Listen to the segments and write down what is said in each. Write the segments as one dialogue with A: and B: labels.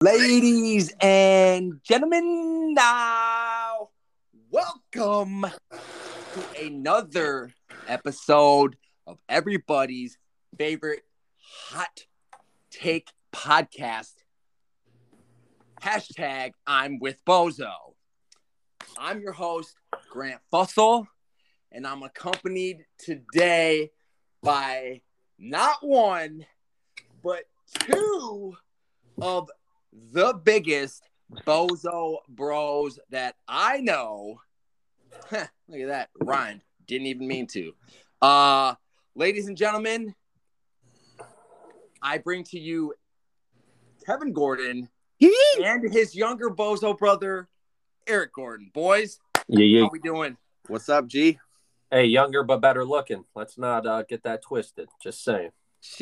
A: Ladies and gentlemen, now welcome to another episode of everybody's favorite hot take podcast. Hashtag I'm with Bozo. I'm your host, Grant Fussell, and I'm accompanied today by not one, but two of the biggest bozo bros that I know. Huh, look at that. Ryan didn't even mean to. Uh, ladies and gentlemen, I bring to you Kevin Gordon and his younger bozo brother, Eric Gordon. Boys,
B: Yeah, yeah.
A: how we doing?
C: What's up, G?
B: Hey, younger but better looking. Let's not uh, get that twisted. Just saying.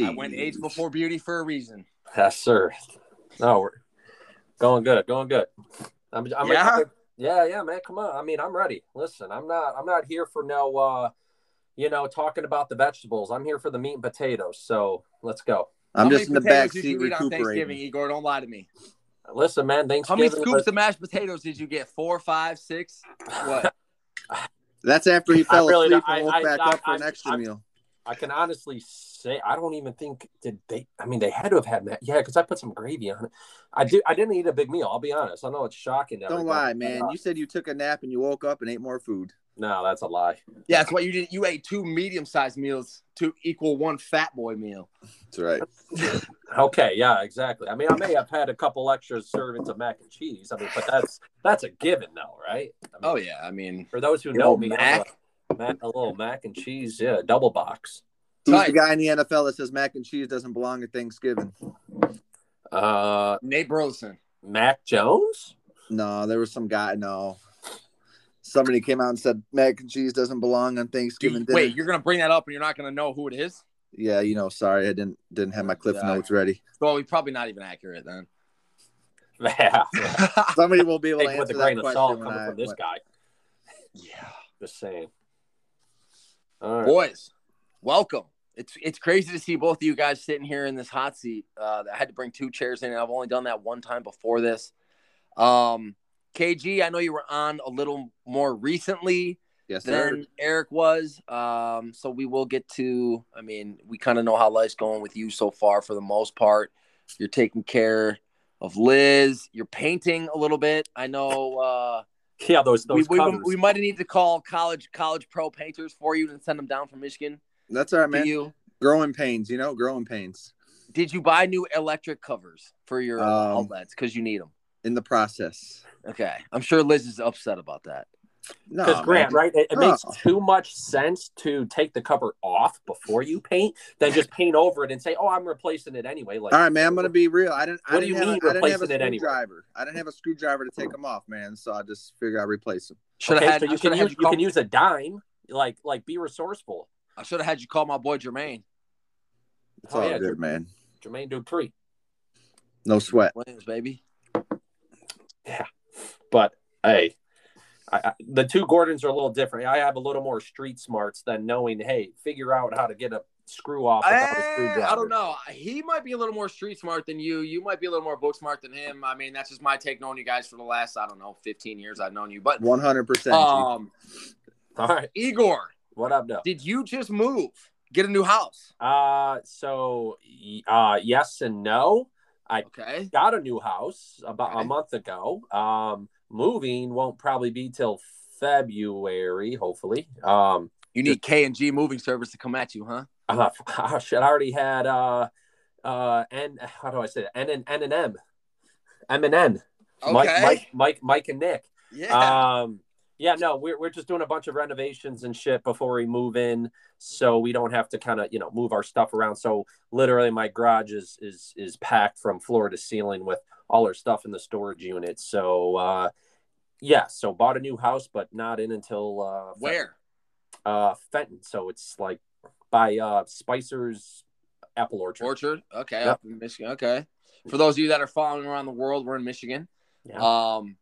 A: I went age
C: Jeez.
A: before beauty for a reason.
B: Yes, sir. No, we're going good. Going good. I'm, I'm
A: Yeah?
B: yeah, yeah, man. Come on. I mean, I'm ready. Listen, I'm not. I'm not here for no. uh You know, talking about the vegetables. I'm here for the meat and potatoes. So let's go.
C: I'm
A: How
C: just in
A: many
C: the back
A: potatoes did
C: seat
A: you eat on Thanksgiving,
C: recuperating.
A: Igor. Don't lie to me.
B: Listen, man.
A: How many
B: Thanksgiving.
A: scoops of mashed potatoes did you get? Four, five, six? What?
C: That's after he
B: I
C: fell
B: really
C: asleep
B: don't-
C: and
B: I-
C: woke
B: I-
C: back
B: I-
C: up for an
B: I-
C: extra
B: I-
C: meal.
B: I can honestly say I don't even think did they. I mean, they had to have had that. Yeah, because I put some gravy on it. I do. I didn't eat a big meal. I'll be honest. I know it's shocking. to
C: Don't
B: everybody.
C: lie, man. You said you took a nap and you woke up and ate more food.
B: No, that's a lie.
A: Yeah, that's what you did. You ate two medium-sized meals to equal one fat boy meal.
C: That's right.
B: Okay, yeah, exactly. I mean, I may have had a couple extra servings of mac and cheese. I mean, but that's that's a given, though, right? I mean,
A: Oh yeah, I mean,
B: for those who
A: Good
B: know
A: old
B: me, I'm
A: mac.
B: A, mac, a little mac and cheese, yeah, double box.
C: Who's
A: Tight.
C: the guy in the NFL that says mac and cheese doesn't belong at Thanksgiving?
B: Uh,
A: Nate Burleson.
B: Mac Jones.
C: No, there was some guy. No, somebody came out and said mac and cheese doesn't belong on
A: Do you-
C: Thanksgiving. dinner.
A: wait, you're gonna bring that up and you're not gonna know who it is?
C: yeah, you know, sorry, I didn't didn't have my cliff
A: Yeah.
C: notes ready.
A: Well, we probably not even accurate then.
B: Yeah,
C: Somebody will be able to
B: Take
C: answer
B: it with a
C: that
B: grain of
C: question
B: salt
C: when
B: coming
C: I-
B: from this
C: when-
B: guy.
A: yeah,
B: Just saying. All right.
A: boys, welcome. It's it's crazy to see both of you guys sitting here in this hot seat. Uh, I had to bring two chairs in, and I've only done that one time before this. Um, KG, I know you were on a little more recently.
C: Yes, sir.
A: than Eric was. Um, so we will get to. I mean, we kind of know how life's going with you so far, for the most part. You're taking care of Liz. You're painting a little bit. I know. Uh,
B: Yeah, those
A: we
B: those
A: we,
B: covers.
A: we might need to call college college pro painters for you and send them down from Michigan
C: That's all right,
A: to
C: man.
A: you.
C: Growing pains, you know, growing pains
A: Did you buy new electric covers for your uh,
C: Um,
A: outlets because you need them?
C: in the process.
A: Okay, I'm sure Liz is upset about that.
C: No,
B: Because
C: oh, man.
B: Grant, right? It, it
C: No.
B: makes too much sense to take the cover off before you paint than just paint over it and say, "Oh, I'm replacing it anyway." Like,
C: All right, man. I'm gonna be real. I didn't. I
B: What do
C: didn't
B: you
C: have,
B: mean
C: a, I didn't have a
B: replacing it anyway? Oh.
C: screwdriver. I didn't have a screwdriver to take them off, man. So I just figured I'd replace them.
A: Should have
B: okay,
A: had.
B: so
A: I
B: you
A: should
B: can
A: have had
B: use,
A: you
B: you
A: call.
B: can use a dime. Like like be resourceful.
A: I should have had you call my boy Jermaine
C: It's
B: Oh,
C: all
B: yeah,
C: good,
B: dude.
C: man.
B: Jermaine Dupree.
C: No sweat.
A: Williams, baby.
B: But hey, I, I, the two Gordons are a little different. I have a little more street smarts than knowing. Hey, figure out how to get a screw off. Without a
A: Eh,
B: screwdriver.
A: I don't know. He might be a little more street smart than you. You might be a little more book smart than him. I mean, that's just my take. Knowing you guys for the last, I don't know, fifteen years I've known you. But
C: One hundred percent.
B: Oh.
A: um,
B: All right,
A: Igor,
B: what up, though?
A: did you just move? Get a new house?
B: Uh, so y- uh, yes and no.
A: Okay.
B: got a new house about
A: Okay.
B: a month ago. Um, moving won't probably be till February, hopefully. Um,
A: You need K and G Moving Service to come at you, huh?
B: uh, oh, shit, I already had uh, uh, and how do I say it? N and N and M, M and N. Mike, Mike, Mike, Mike, and Nick.
A: Yeah.
B: Um, yeah, no, we're, we're just doing a bunch of renovations and shit before we move in, so we don't have to kind of you know move our stuff around. So literally, my garage is is is packed from floor to ceiling with all our stuff in the storage unit. So uh, yeah, so bought a new house, but not in until uh, Fe-
A: Where?
B: uh, Fenton. So it's like by uh, Spicer's Apple Orchard.
A: Orchard. Okay,
B: Yep.
A: up in Michigan. Okay. For those of you that are following around the world, we're in Michigan.
B: Yeah.
A: Um,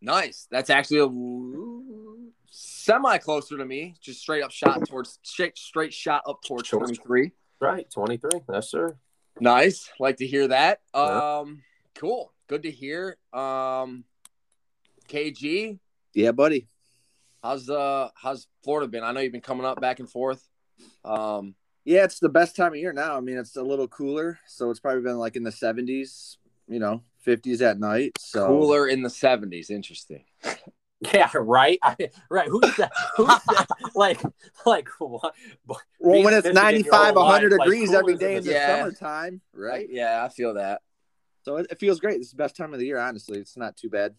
A: nice. That's actually a semi closer to me. Just straight up shot towards straight, straight shot up towards
B: Sure.
A: twenty three.
B: right, twenty three. Yes, sir.
A: Nice. Like to hear that.
B: Yeah.
A: Um, cool. Good to hear. Um, KG,
C: Yeah, buddy.
A: how's uh how's Florida been? I know you've been coming up back and forth. Um,
C: Yeah, it's the best time of year now. I mean, it's a little cooler, so it's probably been like in the 70s, you know, 50s at night. So
A: cooler in the seventies. Interesting.
B: Yeah, right. I, right. Who said? Who said? like, like what?
C: Well, when it's
B: Michigan,
C: 95,
B: you're all
C: 100
B: right. Like,
C: degrees
B: cooler
C: every
B: than
C: day in
B: the-
C: the
A: Yeah.
C: summertime, right?
A: Like, yeah, I feel that.
C: So it, it feels great. It's the best time of the year, honestly. It's not too bad.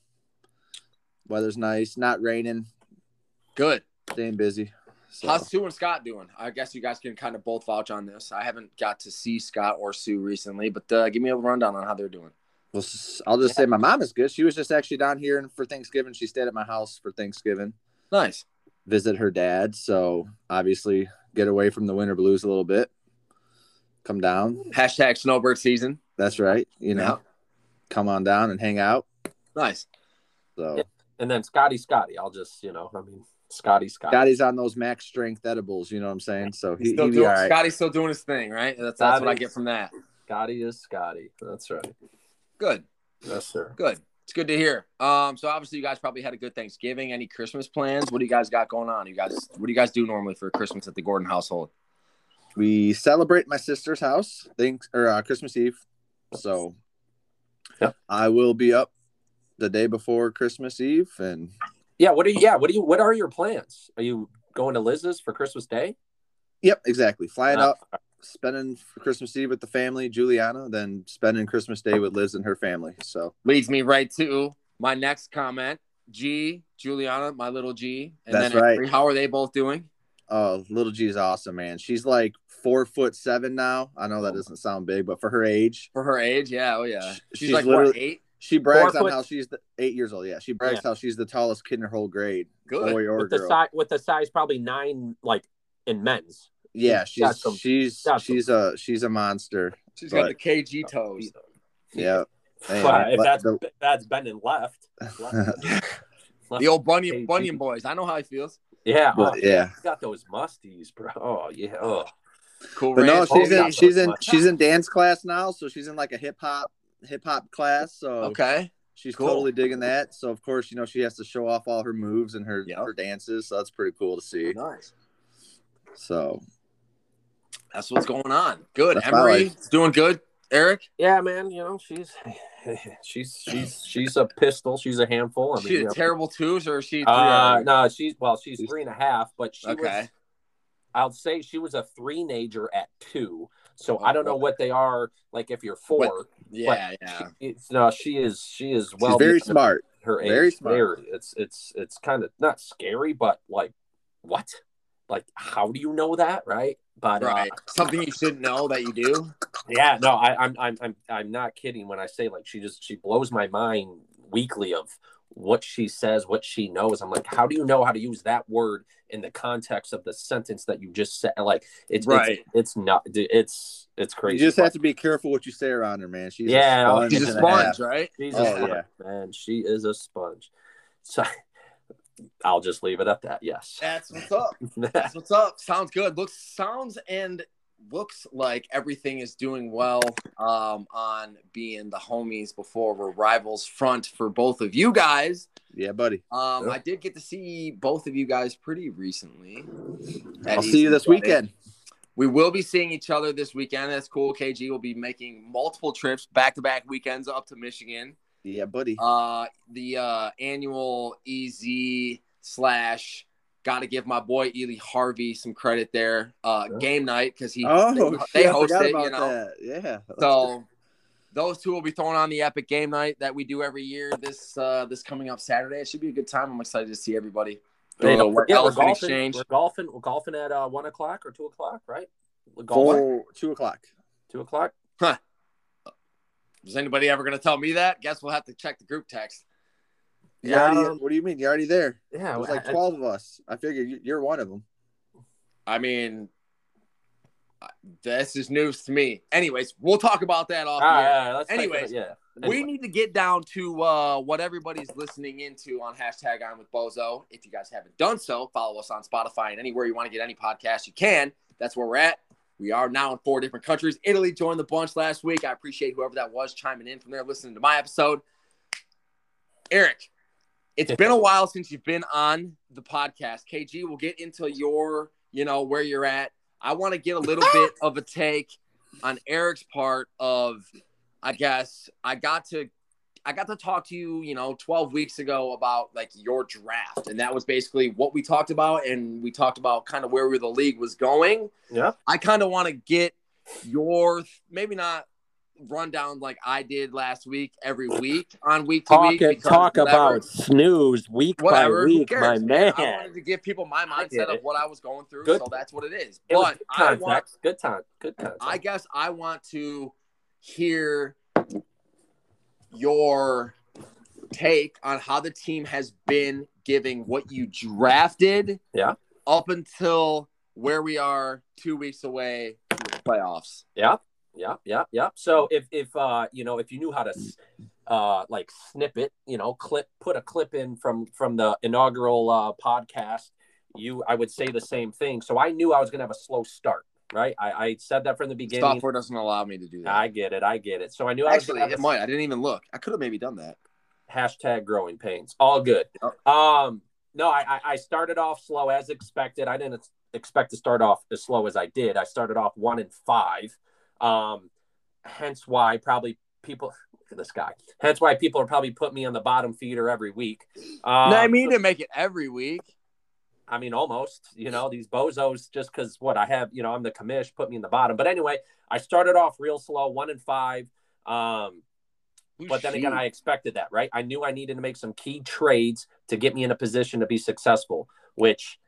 C: Weather's nice, not raining,
A: Good.
C: staying busy. So.
A: How's Sue and Scott doing? I guess you guys can kind of both vouch on this. I haven't got to see Scott or Sue recently, but uh, give me a rundown on how they're doing.
C: Well, s- I'll just say my mom is good. She was just actually down here and for Thanksgiving. She stayed at my house for Thanksgiving,
A: Nice.
C: visit her dad. So obviously, get away from the winter blues a little bit. Come down.
A: Hashtag snowbird season.
C: That's right. You know,
A: Yeah.
C: come on down and hang out.
A: Nice.
C: So
B: And then Scotty, Scotty. I'll just, you know, I mean, Scotty, Scotty.
C: Scotty's on those max strength edibles. You know what I'm saying? So he,
A: Still
C: he'd be
A: doing,
C: all right.
A: Scotty's still doing his thing, right? That's, that's what I get from that.
B: Scotty is Scotty. That's right.
A: Good.
B: Yes, sir.
A: Good. It's good to hear. Um, so obviously you guys probably had a good Thanksgiving. Any Christmas plans? What do you guys got going on? You guys, what do you guys do normally for Christmas at the Gordon household?
C: We celebrate my sister's house thanks or uh, Christmas Eve. So
B: Yep.
C: I will be up the day before Christmas Eve and
B: Yeah. What are you? Yeah. What do you? What are your plans? Are you going to Liz's for Christmas Day?
C: Yep, exactly. Flying
B: Uh,
C: up, spending Christmas Eve with the family, Juliana, then spending Christmas Day with Liz and her family. So
A: Leads me right to my next comment. G, Juliana, my little G. And
C: That's
A: then
C: right.
A: Avery, how are they both doing?
C: oh little G is awesome, man. She's like four foot seven now. I know that doesn't sound big, but for her age,
A: For her age, yeah, oh yeah. She's,
C: She's
A: like what,
C: literally-
A: eight?
C: she brags
B: Four
C: on
B: foot-
C: how she's the, eight years old. Yeah, she brags how she's the tallest kid in her whole grade,
A: Good.
C: boy or
B: with the
C: girl.
B: size, with the size probably nine, like in men's.
C: yeah,
B: she's got
C: she's
B: some-
C: she's
B: got some-
C: she's a she's a monster.
A: She's
C: got
A: got
C: the
A: the KG toes.
C: Yeah, Man,
B: Well, if
C: but
B: that's
C: the-
B: that's bending left. left,
A: The old Bunyan,
B: KG.
A: Bunyan boys. I know how he feels.
B: yeah. oh,
C: but yeah.
B: she's got those musties, bro. Oh yeah. Oh.
A: Cool.
C: But no,
A: ranch.
C: she's
B: yeah.
C: in she's in
B: Much.
C: she's in dance class now, so she's in like a hip hop hip hop class. So
A: Oh, Okay.
C: she's
A: cool.
C: totally digging that. So of course, you know, she has to show off all her moves and her
A: Yep.
C: her dances. So that's pretty cool to see.
A: Nice.
C: So
A: That's what's going on. Good.
C: That's my
A: Emery,
C: life.
A: it's doing good. Eric,
B: Yeah, man. You know she's she's she's she's a pistol. She's a handful. I mean,
A: she
B: you
A: a
B: know.
A: terrible twos or is she? Three oh?
B: Uh,
A: already?
B: no, she's well, she's three and a half, but she was.
A: Okay.
B: I'll say she was a three-nager at two. So
A: Oh,
B: I don't know
A: boy.
B: what they are like if you're four.
A: Yeah, yeah.
B: She, it's, no, she is she is well
C: she's very
B: beyond
C: smart.
B: Her age,
C: very smart.
B: Very. It's it's it's kind of not scary, but like what? Like how do you know that, right? But
A: Right.
B: uh,
A: Something you shouldn't know that you do.
B: yeah, no, I, I'm I'm I'm I'm not kidding when I say like she just she blows my mind weekly of what she says, what she knows. I'm like, how do you know how to use that word in the context of the sentence that you just said? Like, it's
A: Right.
B: It's, it's not. dude, It's it's
C: You
B: crazy.
C: just
B: But
C: have to be careful what you say around her, man. She's
B: Yeah,
C: a sponge
A: She's a
C: and half.
A: sponge, right?
B: she's
C: oh,
B: a sponge,
C: yeah.
B: man. She is a sponge. So I'll just leave it at that. Yes.
A: That's what's up. That's what's up. Sounds good. Looks sounds and looks like everything is doing well um, on being the homies before we're rivals front for both of you guys.
C: Yeah, buddy.
A: Um,
B: Yep.
A: I did get to see both of you guys pretty recently.
C: I'll see you this weekend.
A: We will be seeing each other this weekend. That's cool. KG will be making multiple trips back to back weekends up to Michigan.
C: Yeah, buddy.
A: Uh, the uh, annual EZ slash got to give my boy Ely Harvey some credit there. Uh,
B: Yeah.
A: game night because he
C: oh,
A: they
C: shit, I
A: host
C: forgot
A: it,
C: about
A: you know.
C: that. Yeah.
A: So those two will be thrown on the epic game night that we do every year this uh, this coming up Saturday. It should be a good time. I'm excited to see everybody.
B: Hey,
A: Uh,
B: don't
A: White
B: forget, we're,
A: Elephant
B: golfing,
A: Exchange.
B: we're golfing. We're golfing at uh, one o'clock or two o'clock, right? We're golfing
C: Four, two o'clock.
B: two o'clock.
A: Is anybody ever going to tell me that? Guess we'll have to check the group text.
C: You
B: Yeah,
C: already-
B: um,
C: what do you mean? You're already there.
B: Yeah,
C: There's
B: I-
C: like
B: I-
C: twelve of us. I figured you- you're one of them.
A: I mean, I- this is news to me. Anyways, we'll talk about that off
B: All right,
A: air.
B: all right, let's take
A: Anyways,
B: it- Ah, yeah.
A: We need to get down to uh, what everybody's listening into on hashtag I'm with Bozo. If you guys haven't done so, follow us on Spotify and anywhere you want to get any podcast you can. That's where we're at. We are now in four different countries. Italy joined the bunch last week. I appreciate whoever that was chiming in from there listening to my episode. Eric, it's been a while since you've been on the podcast. KG, we'll get into your, you know, where you're at. I want to get a little bit of a take on Eric's part of, I guess, I got to. I got to talk to you, you know, 12 weeks ago about like your draft. And that was basically what we talked about. And we talked about kind of where we- the league was going.
B: Yeah.
A: I kind of want to get your maybe not rundown like I did last week every week on week to
B: Talk
A: week.
B: it,
A: because
B: talk
A: whatever-
B: about snooze week
A: whatever.
B: by
A: Who
B: week,
A: cares?
B: my man.
A: I wanted to give people my
B: I get
A: mindset of
B: it.
A: what I was going through,
B: Good.
A: so that's what it is.
B: It was
A: But
B: good
A: I
B: context.
A: want,
B: good time. Good context.
A: I guess, I want to hear your take on how the team has been giving what you drafted,
B: Yeah.
A: up until where we are two weeks away from the playoffs.
B: Yep, yep, yep, yep. So if if uh you know if you knew how to s- uh like snip it, you know, clip put a clip in from from the inaugural uh podcast, you I would say the same thing. So I knew I was gonna have a slow start, right? I, I said that from the beginning.
A: Software doesn't allow me to do that.
B: I get it, I get it. So I knew
A: Actually,
B: I was
A: it
B: gonna
A: might. I didn't even look. I could have maybe done that.
B: have a, hashtag growing pains. All good.
A: Oh.
B: Um no, I I- I started off slow as expected. I didn't expect to start off as slow as I did. I started off one and five. Um, hence why probably people look at this guy. Hence why people are probably putting me on the bottom feeder every week. Um,
A: no, I mean to make it every week.
B: I mean, almost, you know, these bozos just because what I have, you know, I'm the commish, put me in the bottom. But anyway, I started off real slow, one and five. Um,
A: Who's
B: but then
A: she?
B: again, I expected that, right? I knew I needed to make some key trades to get me in a position to be successful, which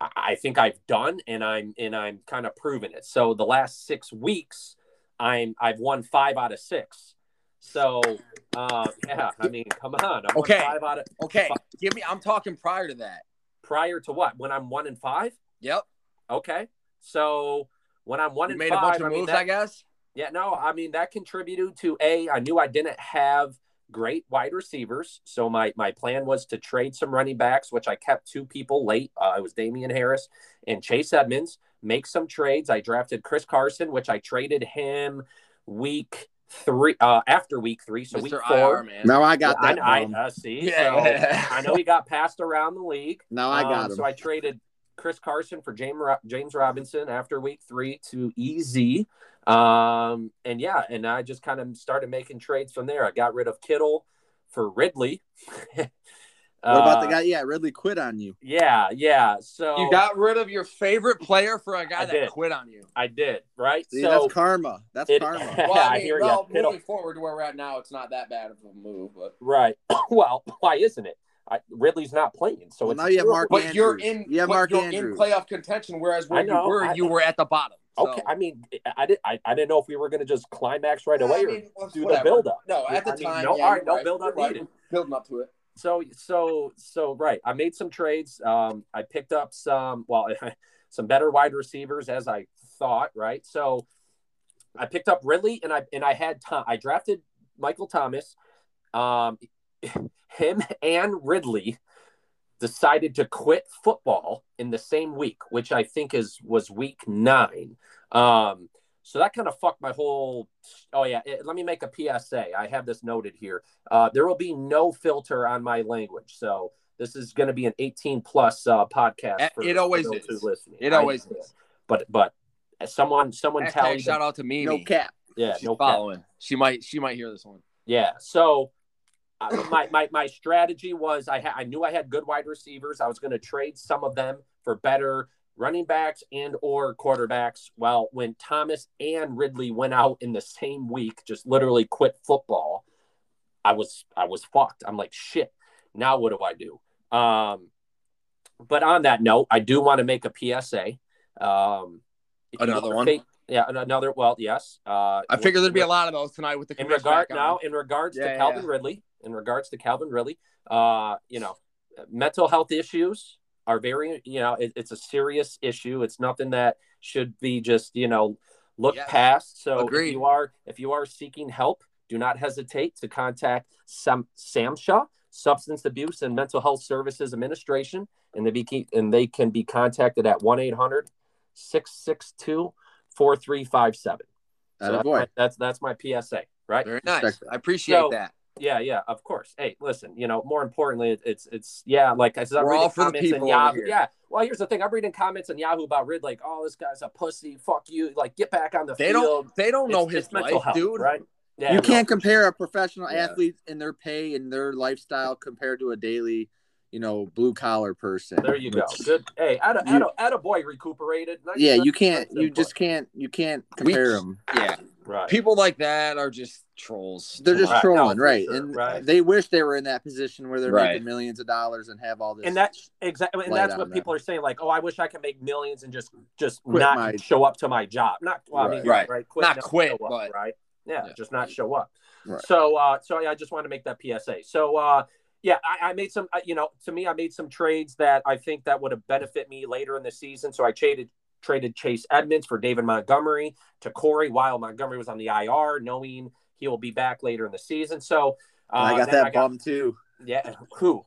B: I- I think I've done, and I'm and I'm kind of proving it. So the last six weeks, I'm I've won five out of six. So uh, yeah, I mean, come on, I won
A: Okay.
B: five out of
A: okay, give me. I'm talking prior to that.
B: prior to what? When I'm one and five,
A: Yep,
B: okay. So when I'm one
A: you
B: and
A: made
B: five,
A: a bunch of
B: I mean,
A: moves.
B: that-
A: I guess.
B: yeah, no, I mean that contributed to a. I knew I didn't have great wide receivers, so my my plan was to trade some running backs, which I kept two people late. Uh, it was Damian Harris and Chase Edmonds. Make some trades. I drafted Chris Carson, which I traded him week three uh, after week three, so week
A: Mr.
B: four.
A: IR man.
C: Now I got that.
B: I, I
C: bum.
B: uh, see. So
A: Yeah.
B: I know he got passed around the league.
C: now I got
B: Um,
C: him.
B: So I traded Chris Carson for James Ro- James Robinson after week three to EZ, um, and yeah, and I just kind of started making trades from there. I got rid of Kittle for Ridley. what
C: what about
B: uh,
C: the guy? Yeah, Ridley quit on you.
B: Yeah, yeah. So
A: You got rid of your favorite player for a guy
B: I
A: that
B: did.
A: quit on you.
B: I did right.
C: See,
B: so
C: that's karma. That's
B: it-
C: karma.
A: Well, I
B: I
A: mean,
B: hear
A: well,
B: ya. It'll-
A: moving forward to where we're at now, it's not that bad of a move, but
B: right. well, why isn't it? I, Ridley's not playing, so
C: Well,
B: it's
C: now you have Mark
A: but
C: Andrews.
A: you're in.
C: You have
A: but
C: Mark
A: you're in
C: Andrews.
A: playoff contention, whereas where
B: I know,
A: you were,
B: I-
A: you were at the bottom. So-
B: okay. I mean, I, I did. I, I didn't know if we were going to just climax right
A: Yeah,
B: away
A: I
B: or
A: mean,
B: do the
A: whatever.
B: build up.
A: No, at the
B: I mean,
A: time,
B: no-
A: yeah,
B: all
A: you're
B: right, no
A: right.
B: build up
A: You're right.
B: needed.
A: We're Building up to it.
B: so so so right i made some trades um i picked up some well some better wide receivers as i thought right so i picked up ridley and i and i had Tom, i drafted michael thomas um him and ridley decided to quit football in the same week which i think is was week nine um so that kind of fucked my whole oh yeah eh, let me make a psa i have this noted here uh, there will be no filter on my language. So this is going to be an 18 plus uh,
A: Eh,
B: podcast.
A: it always
B: those who
A: is.
B: listening.
A: It
B: I
A: always
B: understand.
A: is.
B: But but someone someone tell
A: Hashtag
B: me.
A: shout out to Mimi.
C: No cap.
B: yeah,
A: She's
B: no cap.
A: following. She might. She might hear this one.
B: Yeah. So uh, my, my my strategy was I ha- I knew I had good wide receivers. I was going to trade some of them for better running backs and or quarterbacks. Well, when Thomas and Ridley went out in the same week, just literally quit football. I was I was fucked. I'm like shit. Now what do I do? Um, but on that note, I do want to make a PSA. Um, if you
A: Another
B: wanna
A: one?
B: fa- yeah, an- another. Well, yes. Uh,
A: I figured there'd be a lot of those tonight with the
B: in
A: commish
B: regard
A: back on.
B: now in regards
A: Yeah,
B: to
A: yeah,
B: Calvin
A: yeah.
B: Ridley, in regards to Calvin Ridley, uh, you know, mental health issues are very, you know, it, it's a serious issue. It's nothing that should be just, you know, looked
A: Yes.
B: past. So
A: Agreed.
B: if you are if you are seeking help, do not hesitate to contact Sam SAMSHA, Substance Abuse and Mental Health Services Administration, and they be and they can be contacted at 1-800 662 four three five seven. So that's,
C: Attaboy.
B: my, that's that's my PSA, right?
A: Very nice.
C: Respect that.
A: I appreciate
B: So,
A: that.
B: Yeah, yeah, of course. Hey, listen, you know, more importantly, it- it's it's yeah, like I said, I'm
A: We're
B: reading
A: all for the
B: comments in
A: people over
B: Yahoo.
A: here.
B: Yeah. Well, here's the thing: I'm reading comments in Yahoo about Rid, like, "Oh, this guy's a pussy. Fuck you. Like, get back on the
A: They
B: field."
A: don't. They don't know
B: It's-
A: his
B: it's mental
A: life,
B: health,
A: dude.
B: Right? Yeah.
C: you
B: no.
C: can't compare a professional
A: Yeah.
C: athlete and their pay and their lifestyle compared to a daily, you know, blue collar person.
B: There you go.
C: It's-
B: Good. Hey, at a,
C: You-
B: at a, at a boy recuperated. Nice-
C: Yeah,
B: nice-
C: you can't.
B: nice
C: You
B: input.
C: just can't. You can't
A: We-
C: compare them.
A: Yeah.
B: right.
A: People like that are just trolls.
C: They're
B: Right.
C: just
B: No,
C: trolling,
B: for
C: right?
B: sure,
C: and
B: right.
C: they wish they were in that position where they're
A: Right.
C: making millions of dollars and have all this.
B: and that's exactly and
C: light
B: that's
C: on
B: what
C: that.
B: people are saying like oh i wish i could make millions and just just
C: Quit
B: not
C: my-
B: show up to my job not well, I mean,
C: Right.
B: right
A: Right.
B: right
A: Not quit,
B: show up,
A: but-
B: right yeah,
A: Yeah.
B: just not show up
C: Right.
B: so uh so yeah, i just wanted to make that psa so uh yeah, I, I made some. I- You know, to me, I made some trades that I think that would have benefit me later in the season. So I traded traded Chase Edmonds for David Montgomery to Corey while Montgomery was on the IR, knowing he will be back later in the season. So uh,
C: I got
B: then
C: that bum too.
B: Yeah, who?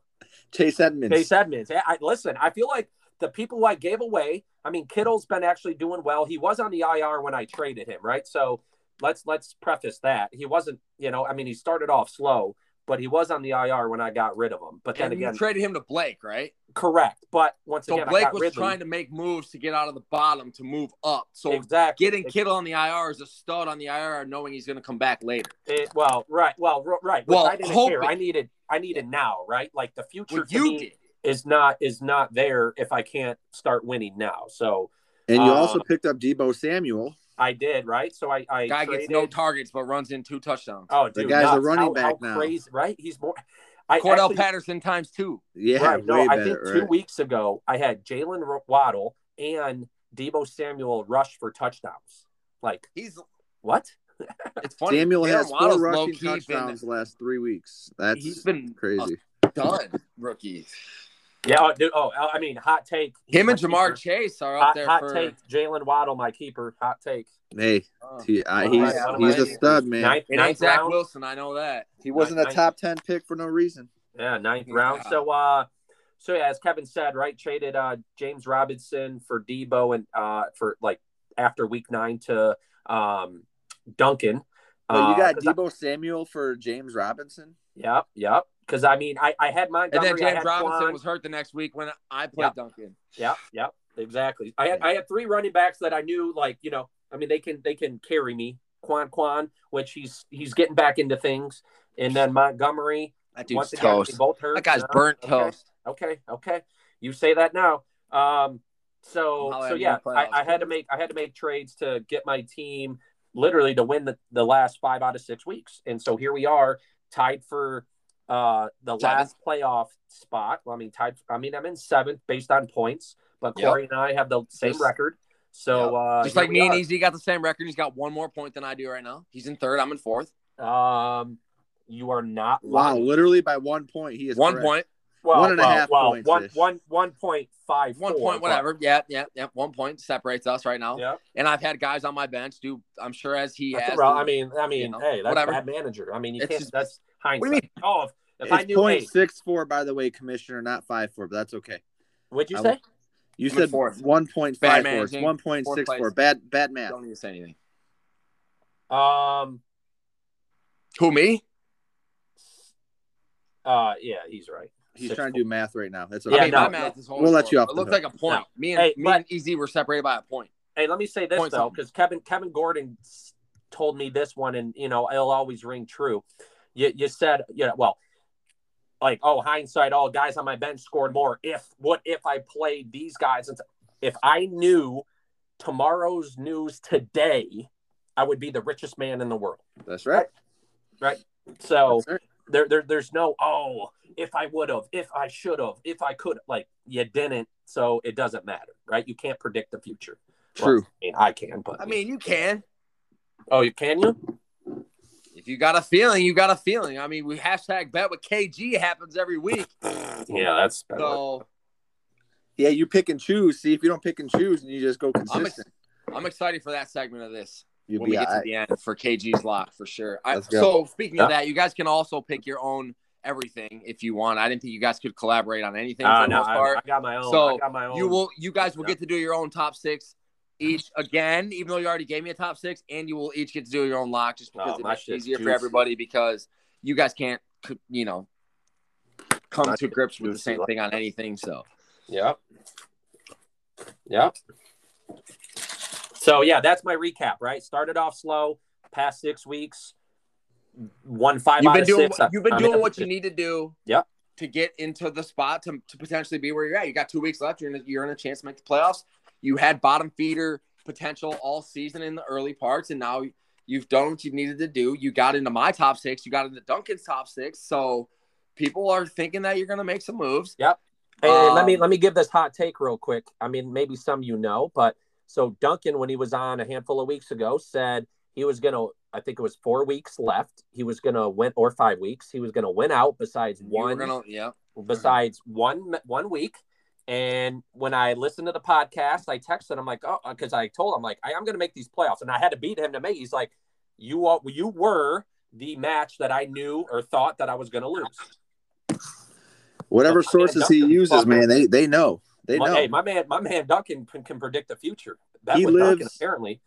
C: Chase Edmonds.
B: Chase Edmonds. Yeah, I, listen, I feel like the people who I gave away. I mean, Kittle's been actually doing well. He was on the IR when I traded him, right? So let's let's preface that he wasn't. You know, I mean, he started off slow, but he was on the IR when I got rid of him. But then
A: And you
B: again,
A: traded him to Blake, right?
B: correct. But once
A: So
B: again, I
A: Blake
B: got
A: was
B: Ridley.
A: trying to make moves to get out of the bottom to move up. So
B: exactly
A: getting Kittle on the IR is a stud on the IR, knowing he's going to come back later.
B: It- well, right, well, r- right. Well,
A: Well,
B: I didn't care.
A: hoping.
B: I needed I needed now, right? Like the future
A: What
B: to
A: you
B: me
A: did,
B: is not is not there if I can't start winning now. So
C: and you
B: uh,
C: also picked up Debo Samuel.
B: I did, right? So I I
A: guy
B: traded,
A: gets no targets but runs in two touchdowns.
B: Oh,
C: The
B: dude,
C: guy's a
B: nuts.
C: running
B: How-
C: back
B: how
C: now.
B: Crazy, right? He's more. I
A: Cordell
B: actually-
A: Patterson times two.
C: Yeah,
B: right, no,
C: way
B: I
C: better.
B: think two
C: right.
B: weeks ago I had Jalen Waddle and Debo Samuel rush for touchdowns. Like
A: He's
B: what?
A: it's funny.
C: Samuel
A: Darren
C: has four
A: Waddle's
C: rushing
A: low-key
C: touchdowns the last three weeks.
A: Been,
C: That's
A: he's been
C: crazy.
A: a stud rookie.
B: Yeah, oh, dude, oh, I mean, hot take. He's
A: Him and
B: my
A: Jamar
B: keeper.
A: Chase are up
B: Hot,
A: there
B: hot
A: for.
B: take. Jalen Waddle, my keeper. Hot take.
C: hey,
A: Oh.
C: he, I,
B: One of
C: he's
B: my- one of
C: he's
B: my
C: a stud, man.
B: Ninth,
A: It ain't
B: ninth
A: Zach
B: round.
A: Wilson. I know that.
C: he wasn't
B: ninth-
C: a top ten pick for no reason.
B: Yeah, ninth
A: Yeah.
B: round. So uh so yeah, as Kevin said, right, traded uh James Robinson for Debo and uh for like after week nine to um Duncan.
A: Oh,
C: But you
B: Uh,
C: got
B: 'cause I-
C: Debo Samuel for James Robinson.
B: Yep, yep. Cause I mean I, I had
A: And
B: Montgomery.
A: then
B: I
A: James
B: had
A: Robinson
B: Quan.
A: was hurt the next week when I played
B: Yeah.
A: Duncan.
B: Yep, yep, exactly. I had I had three running backs that I knew, like you know, I mean, they can they can carry me. Quan Quan, which he's he's getting back into things, and then Montgomery.
A: That
B: once
A: dude's
B: again, they
A: toast.
B: both hurt.
A: That guy's
B: Uh,
A: burnt
B: okay.
A: toast.
B: okay okay you say that now um so
A: I'll
B: so
A: add
B: yeah
A: more playoffs.
B: I, I had to make i had to make trades to get my team literally to win the, the last five out of six weeks and so here we are tied for uh the
A: Seventh.
B: last playoff spot Well, i mean tied i mean i'm in seventh based on points but
A: Yep.
B: corey and i have the same
A: Just-
B: record so uh
A: Just
B: here
A: like
B: we
A: me and
B: are.
A: Easy got the same record. He's got one more point than I do right now. He's in third. I'm in fourth.
B: um you are not
C: Wow,
B: lying.
C: literally by one point he is
A: One
C: correct.
A: point.
B: well,
C: one and a
B: well,
C: half
B: well,
C: points
B: one
C: is-
B: one one point five
A: One
B: four,
A: point,
B: but-
A: whatever. Yeah, yeah, yeah. One point separates us right now.
B: yeah
A: And I've had guys on my bench do, I'm sure as he
B: That's
A: has.
B: well,
A: do-
B: I mean, I mean,
A: know,
B: hey, that's
A: whatever.
B: bad manager. I mean, you
A: It's
B: can't.
A: just-
B: that's hindsight.
A: What do you mean?
B: Oh, if, if I
C: It's
B: knew, hey,
C: point six four, by the way, Commissioner, not five four, but that's okay.
B: would you
C: I
B: say?
C: You
A: I'm
C: said
A: in fourth.
C: one point
A: Bad
C: five four. It's
A: managing,
C: one point six
A: fourth
C: four.
A: place.
C: Bad bad math.
A: don't need to say anything.
B: Um,
A: Who, me?
B: uh, yeah, he's right.
C: He's
B: Six
C: trying to do math right now. That's okay.
B: Yeah,
A: I mean,
B: no,
A: my math is
C: We'll let you off
A: It
C: the
A: looked like a point. Me and
B: Hey,
A: me
B: but-
A: and Easy were separated by a point.
B: Hey, let me say this
A: Point
B: though,
A: something.
B: because Kevin Kevin Gordon s- told me this one, and you know, it'll always ring true. You you said, you know, well, like, oh, hindsight, all guys on my bench scored more. If what if I played these guys? And If I knew tomorrow's news today, I would be the richest man in the world.
C: That's right.
B: So.
C: That's right.
B: there, there there's no oh if i would have if i should have if i could like you didn't so it doesn't matter right you can't predict the future Well,
C: True.
B: i mean i can but
A: I mean, you can.
B: oh you can you
A: If you got a feeling, you got a feeling. I mean, we hashtag bet with KG happens every week.
B: yeah that's better.
A: So
C: Yeah, you pick and choose. See if you don't pick and choose, and you just go
A: I'm,
C: consistent.
A: ex- I'm excited for that segment of this.
C: You'll
A: when we
C: be
A: get
C: all
A: to
C: right.
A: the end for KG's lock for sure. I,
C: Let's go.
A: so speaking
B: Yeah.
A: of that, you guys can also pick your own everything if you want. I didn't think you guys could collaborate on anything
B: Ah,
A: for the
B: no,
A: most
B: I,
A: part.
B: I got my own
A: So,
B: i got my own
A: you will, you guys will
B: Yeah.
A: get to do your own top six each again, even though you already gave me a top six, and you will each get to do your own lock just because
B: Oh,
A: it
B: my
A: makes it
B: shit's
A: easier for
B: juicy.
A: everybody because you guys can't, c- you know, come
B: My
A: to grips with the
B: juicy
A: same
B: like
A: thing on anything. So
B: Yep. Yep. So yeah, that's my recap. Right, started off slow. Past six weeks, one five.
A: you've
B: out
A: been
B: of
A: doing
B: six.
A: what- you've been
B: I'm
A: doing
B: in.
A: what you need to do.
B: Yep.
A: To get into the spot to, to potentially be where you're at. You got two weeks left. You're in a, you're in a chance to make the playoffs. You had bottom feeder potential all season in the early parts, and now you've done what you needed to do. You got into my top six. You got into Duncan's top six. So people are thinking that you're going to make some moves.
B: Hey, hey, let me
A: Um,
B: let me give this hot take real quick. I mean, maybe some you know, but so Duncan, when he was on a handful of weeks ago, said he was gonna. I think it was four weeks left. He was gonna win, or five weeks. He was gonna win out. Besides
A: You're
B: one,
A: gonna yeah.
B: besides one one week. And when I listened to the podcast, I texted him like, oh, because I told him like I am gonna make these playoffs, and I had to beat him to make. He's like, you all, you were the match that I knew or thought that I was gonna lose.
C: Whatever
B: Fucking
C: sources he
B: Duncan
C: uses,
B: fucker.
C: man, they they know. They
B: My-
C: know.
B: Hey, my man, my man Duncan can, can predict the future. That
C: He
B: was Duncan,
C: lives-
B: apparently.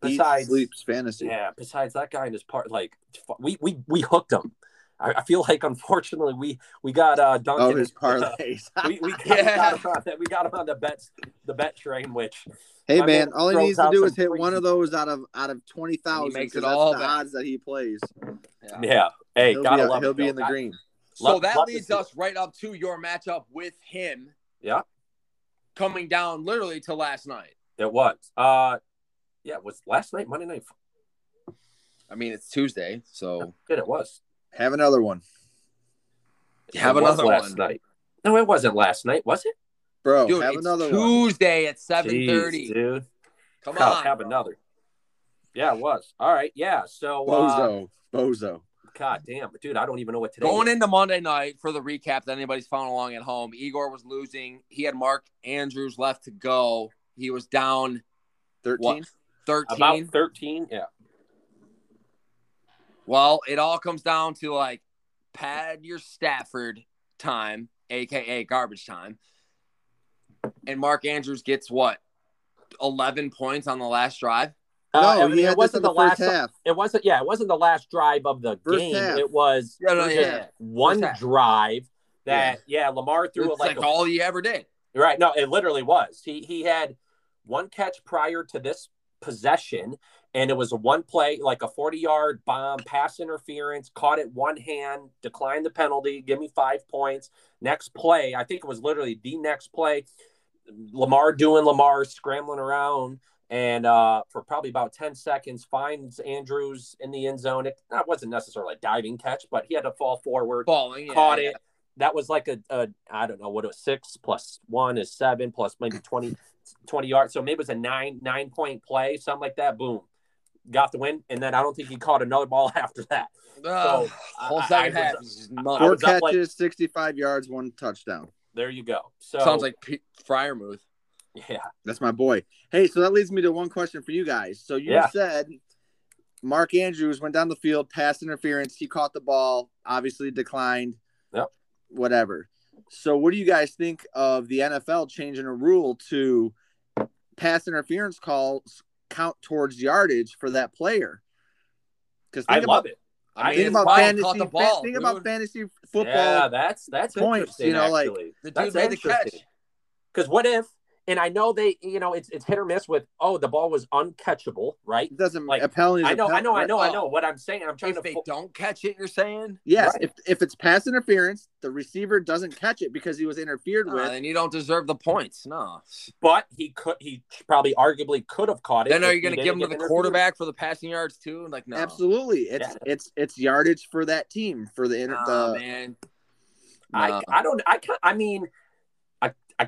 C: He
B: Besides,
C: sleeps fantasy.
B: yeah, besides that guy and his part, like fu- we we we hooked him. I, I feel like unfortunately we we got uh Duncan.
C: Oh, his parlays.
B: we, we, got,
A: Yeah.
B: we got him on that. We got him on the bets the bet train, which
C: hey
B: my
C: man,
B: man
C: all he
B: throws
C: needs to
B: out
C: do
B: some
C: is hit one
B: crazy-
C: of those out of out of twenty thousand.
A: makes it
C: that's
A: all
C: the
A: back.
C: odds that he plays.
A: yeah.
B: yeah. Hey,
C: he'll
B: gotta
C: be, uh,
B: love
C: he'll
B: it,
C: be
B: Bill.
C: in the
B: That-
C: green.
A: So
B: Love-
A: that
B: love to
A: leads
B: see
A: us right up to your matchup with him
B: Yeah,
A: coming down literally to last night.
B: it was. Uh, yeah, it was last night Monday night?
A: I mean, it's Tuesday,
C: Oh.
A: so
B: Shit, it was.
C: Have another one,
A: have
B: It was
A: another
B: last
A: one.
B: night. No, it wasn't last night, was it?
C: bro.
A: Dude,
C: Oh, have
A: it's
C: another one.
A: Tuesday at seven
B: Jeez,
A: thirty.
B: dude.
A: Come
B: Hell,
A: on,
B: have
A: bro.
B: another. Yeah, it was. All right. Yeah. So, uh,
C: Bozo, bozo.
B: God damn, dude, I don't even know what today.
A: Going
B: is.
A: into Monday night for the recap that anybody's following along at home, Igor was losing. He had Mark Andrews left to go. He was down
C: Thirteen.
A: 13.
B: about thirteen. Yeah.
A: well, it all comes down to like pad your Stafford time, aka garbage time. And Mark Andrews gets what? 11 points on the last drive.
C: No,
B: Uh, I mean,
C: he had
B: it wasn't
C: this
B: the
C: in the,
B: last.
C: first half.
B: It wasn't. Yeah, it wasn't the last drive of the
C: First
B: game.
C: half.
B: It was
A: Yeah, no,
B: just
A: yeah.
B: one
A: First half.
B: drive that. Yeah, Lamar threw
A: It's
B: it like,
A: like
B: a,
A: all he ever did.
B: right. No, it literally was. He he had one catch prior to this possession, and it was a one play, like a forty-yard bomb, pass interference, caught it one hand, declined the penalty, give me five points. Next play, I think it was literally the next play. Lamar doing Lamar scrambling around and uh, for probably about 10 seconds finds Andrews in the end zone. It that wasn't necessarily a diving catch, but he had to fall forward,
A: Falling. yeah,
B: caught
A: yeah.
B: it. That was like a, a I don't know what it was six plus one is seven plus maybe 20, 20 yards. So maybe it was a nine nine point play, something like that. Boom. Got the win. And then I don't think he caught another ball after that.
A: Ugh,
B: So,
A: whole
B: I-
A: second
B: I was-
A: half is just nuts.
B: I
C: Four
B: was up,
C: catches,
B: like-
C: sixty-five yards, one touchdown.
B: There you go. So
A: Sounds like Pete Fryermuth.
B: yeah.
C: That's my boy. Hey, so that leads me to one question for you guys. So you
B: Yeah.
C: said Mark Andrews went down the field, pass interference. He caught the ball, obviously declined.
B: Yep.
C: Whatever. So what do you guys think of the NFL changing a rule to pass interference calls count towards yardage for that player? Because
B: I
C: think about
B: love it. I
A: I mean,
C: think
B: it's
C: about
A: Wild
C: fantasy.
A: caught the
C: fan-
A: ball.
C: think
A: dude.
C: about fantasy football.
B: Yeah, that's that's
C: points,
B: interesting.
C: you know, like,
B: actually.
A: the dude
B: That's
A: made the catch.
B: Because what if? And I know they, you know, it's it's hit or miss with. Oh, the ball was uncatchable, right?
C: It doesn't
B: Like,
C: a penalty. is
B: I
C: a
B: know, I
C: penalty,
B: know, I
C: right?
B: know, I
A: Oh.
B: know. What I'm saying, I'm trying
A: If
B: to.
A: they
B: fo-
A: don't catch it, you're saying?
C: Yes,
B: Right.
C: if, if it's pass interference, the receiver doesn't catch it because he was interfered
B: Uh,
A: Nah,
C: with.
A: then you don't deserve the points. No.
B: But he could. He probably arguably could have caught it.
A: Then are
B: if
A: you
B: he
A: going to
B: didn't
A: give them to
B: get
A: the
B: interfered.
A: quarterback for the passing yards too? Like no.
C: Absolutely, it's it's it's yardage for that team for the inter-
A: Nah,
C: the
A: man.
B: I,
A: Nah.
B: I don't. I can I mean,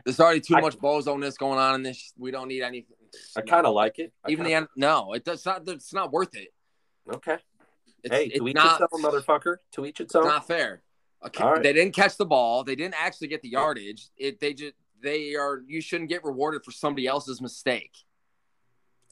A: There's already too
B: I-
A: much bozo-ness going on in this. We don't need anything.
B: I kind of like it. I
A: even the
B: kinda-
A: end. No, it does not. It's not worth it.
B: okay.
A: It's,
B: hey,
A: it's
B: to each
A: not.
B: its own, motherfucker. To each
A: It's
B: its own.
A: not fair. Okay,
B: All right.
A: They didn't catch the ball. They didn't actually get the yardage. It. They just. They are. You shouldn't get rewarded for somebody else's mistake.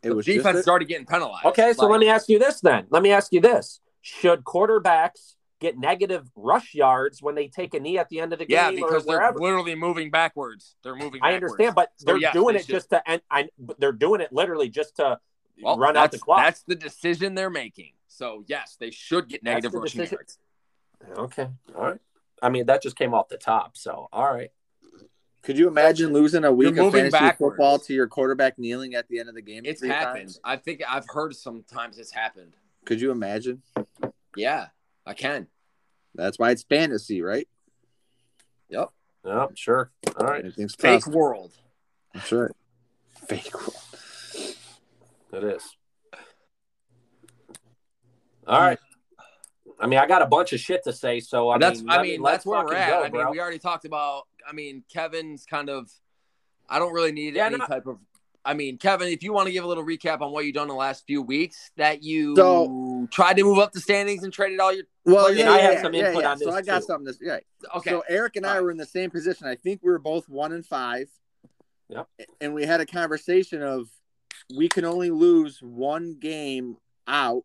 C: it
A: the
C: was
A: defense
C: defense.
A: is already getting penalized.
B: Okay, so
A: Like,
B: let me ask you this then. Let me ask you this: Should quarterbacks get negative rush yards when they take a knee at the end of the
A: Yeah,
B: game
A: because
B: or
A: they're
B: wherever.
A: literally moving backwards. They're moving.
B: I
A: backwards.
B: understand, but
A: So,
B: they're
A: yes,
B: doing
A: they
B: it
A: should.
B: just to end. I, but they're doing it literally just to
A: Well,
B: run out the
A: that's-
B: clock.
A: That's the decision they're making. So yes, they should get negative
B: the
A: rushing
B: decision.
A: yards.
B: okay, all right. I mean, that just came off the top, so all right.
C: Could you imagine losing a week
A: You're
C: of
A: moving
C: fantasy
A: backwards.
C: football to your quarterback kneeling at the end of the game?
A: It's
C: three
A: happened.
C: times?
A: I think I've heard sometimes it's happened.
C: Could you imagine?
A: Yeah, I can.
C: That's why it's fantasy, right?
B: Yeah, sure. All right,
C: Everything's
A: Fake
C: possible.
A: world.
C: That's right. Fake world.
B: it is. All right. I mean, I got a bunch of shit to say, so I
A: that's
B: mean,
A: I
B: let me-
A: mean
B: let's
A: that's where we're
B: fucking
A: at.
B: go,
A: I mean
B: bro.
A: we already talked about. I mean Kevin's kind of. I don't really need
B: Yeah,
A: any
B: no.
A: type of. I mean Kevin, if you want to give a little recap on what you've done in the last few weeks, that you
C: So-
A: tried to move up the standings and traded all your.
C: Well,
A: Look,
C: yeah,
A: and I
C: yeah,
B: have
C: yeah,
B: some
C: yeah,
B: input
C: yeah.
B: on
C: So
B: this,
C: I got
B: too.
C: something. This, yeah.
A: Okay,
C: So Eric and I
A: All right.
C: were in the same position. I think we were both one and five.
B: Yep.
C: And we had a conversation of we can only lose one game out,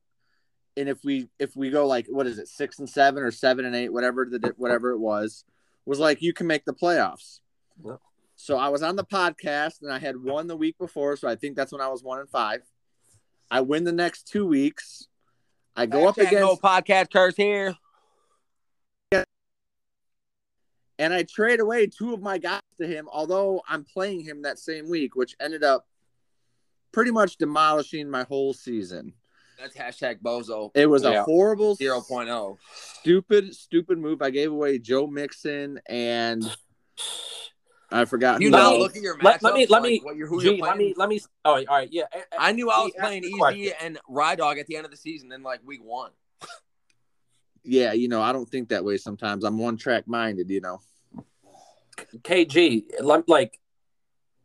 C: and if we if we go like what is it six and seven or seven and eight whatever the whatever it was was like you can make the playoffs.
B: Yep.
C: So I was on the podcast and I had won the week before, so I think that's when I was one and five. I win the next two weeks. I go up
A: Hashtag
C: against
A: no podcast curse here.
C: and I trade away two of my guys to him, although I'm playing him that same week, which ended up pretty much demolishing my whole season.
A: That's hashtag bozo. oh.
C: It was a
B: Yeah.
C: horrible,
A: 0.0.
C: stupid, stupid move. I gave away Joe Mixon and I forgot.
A: You
C: who
A: not
C: else.
A: look at your matchups.
B: Let- let me- let
A: like,
B: me-
A: What you're, who
B: Gee,
A: you're playing.
B: let me let me. Oh, all right, yeah. eh, eh,
A: I knew I was
B: Gee, ask
A: playing
B: the
A: Easy
B: question.
A: and Rye Dog at the end of the season in like week one.
C: yeah, you know, I don't think that way sometimes. I'm one track minded, you know.
B: eh, KG, like, like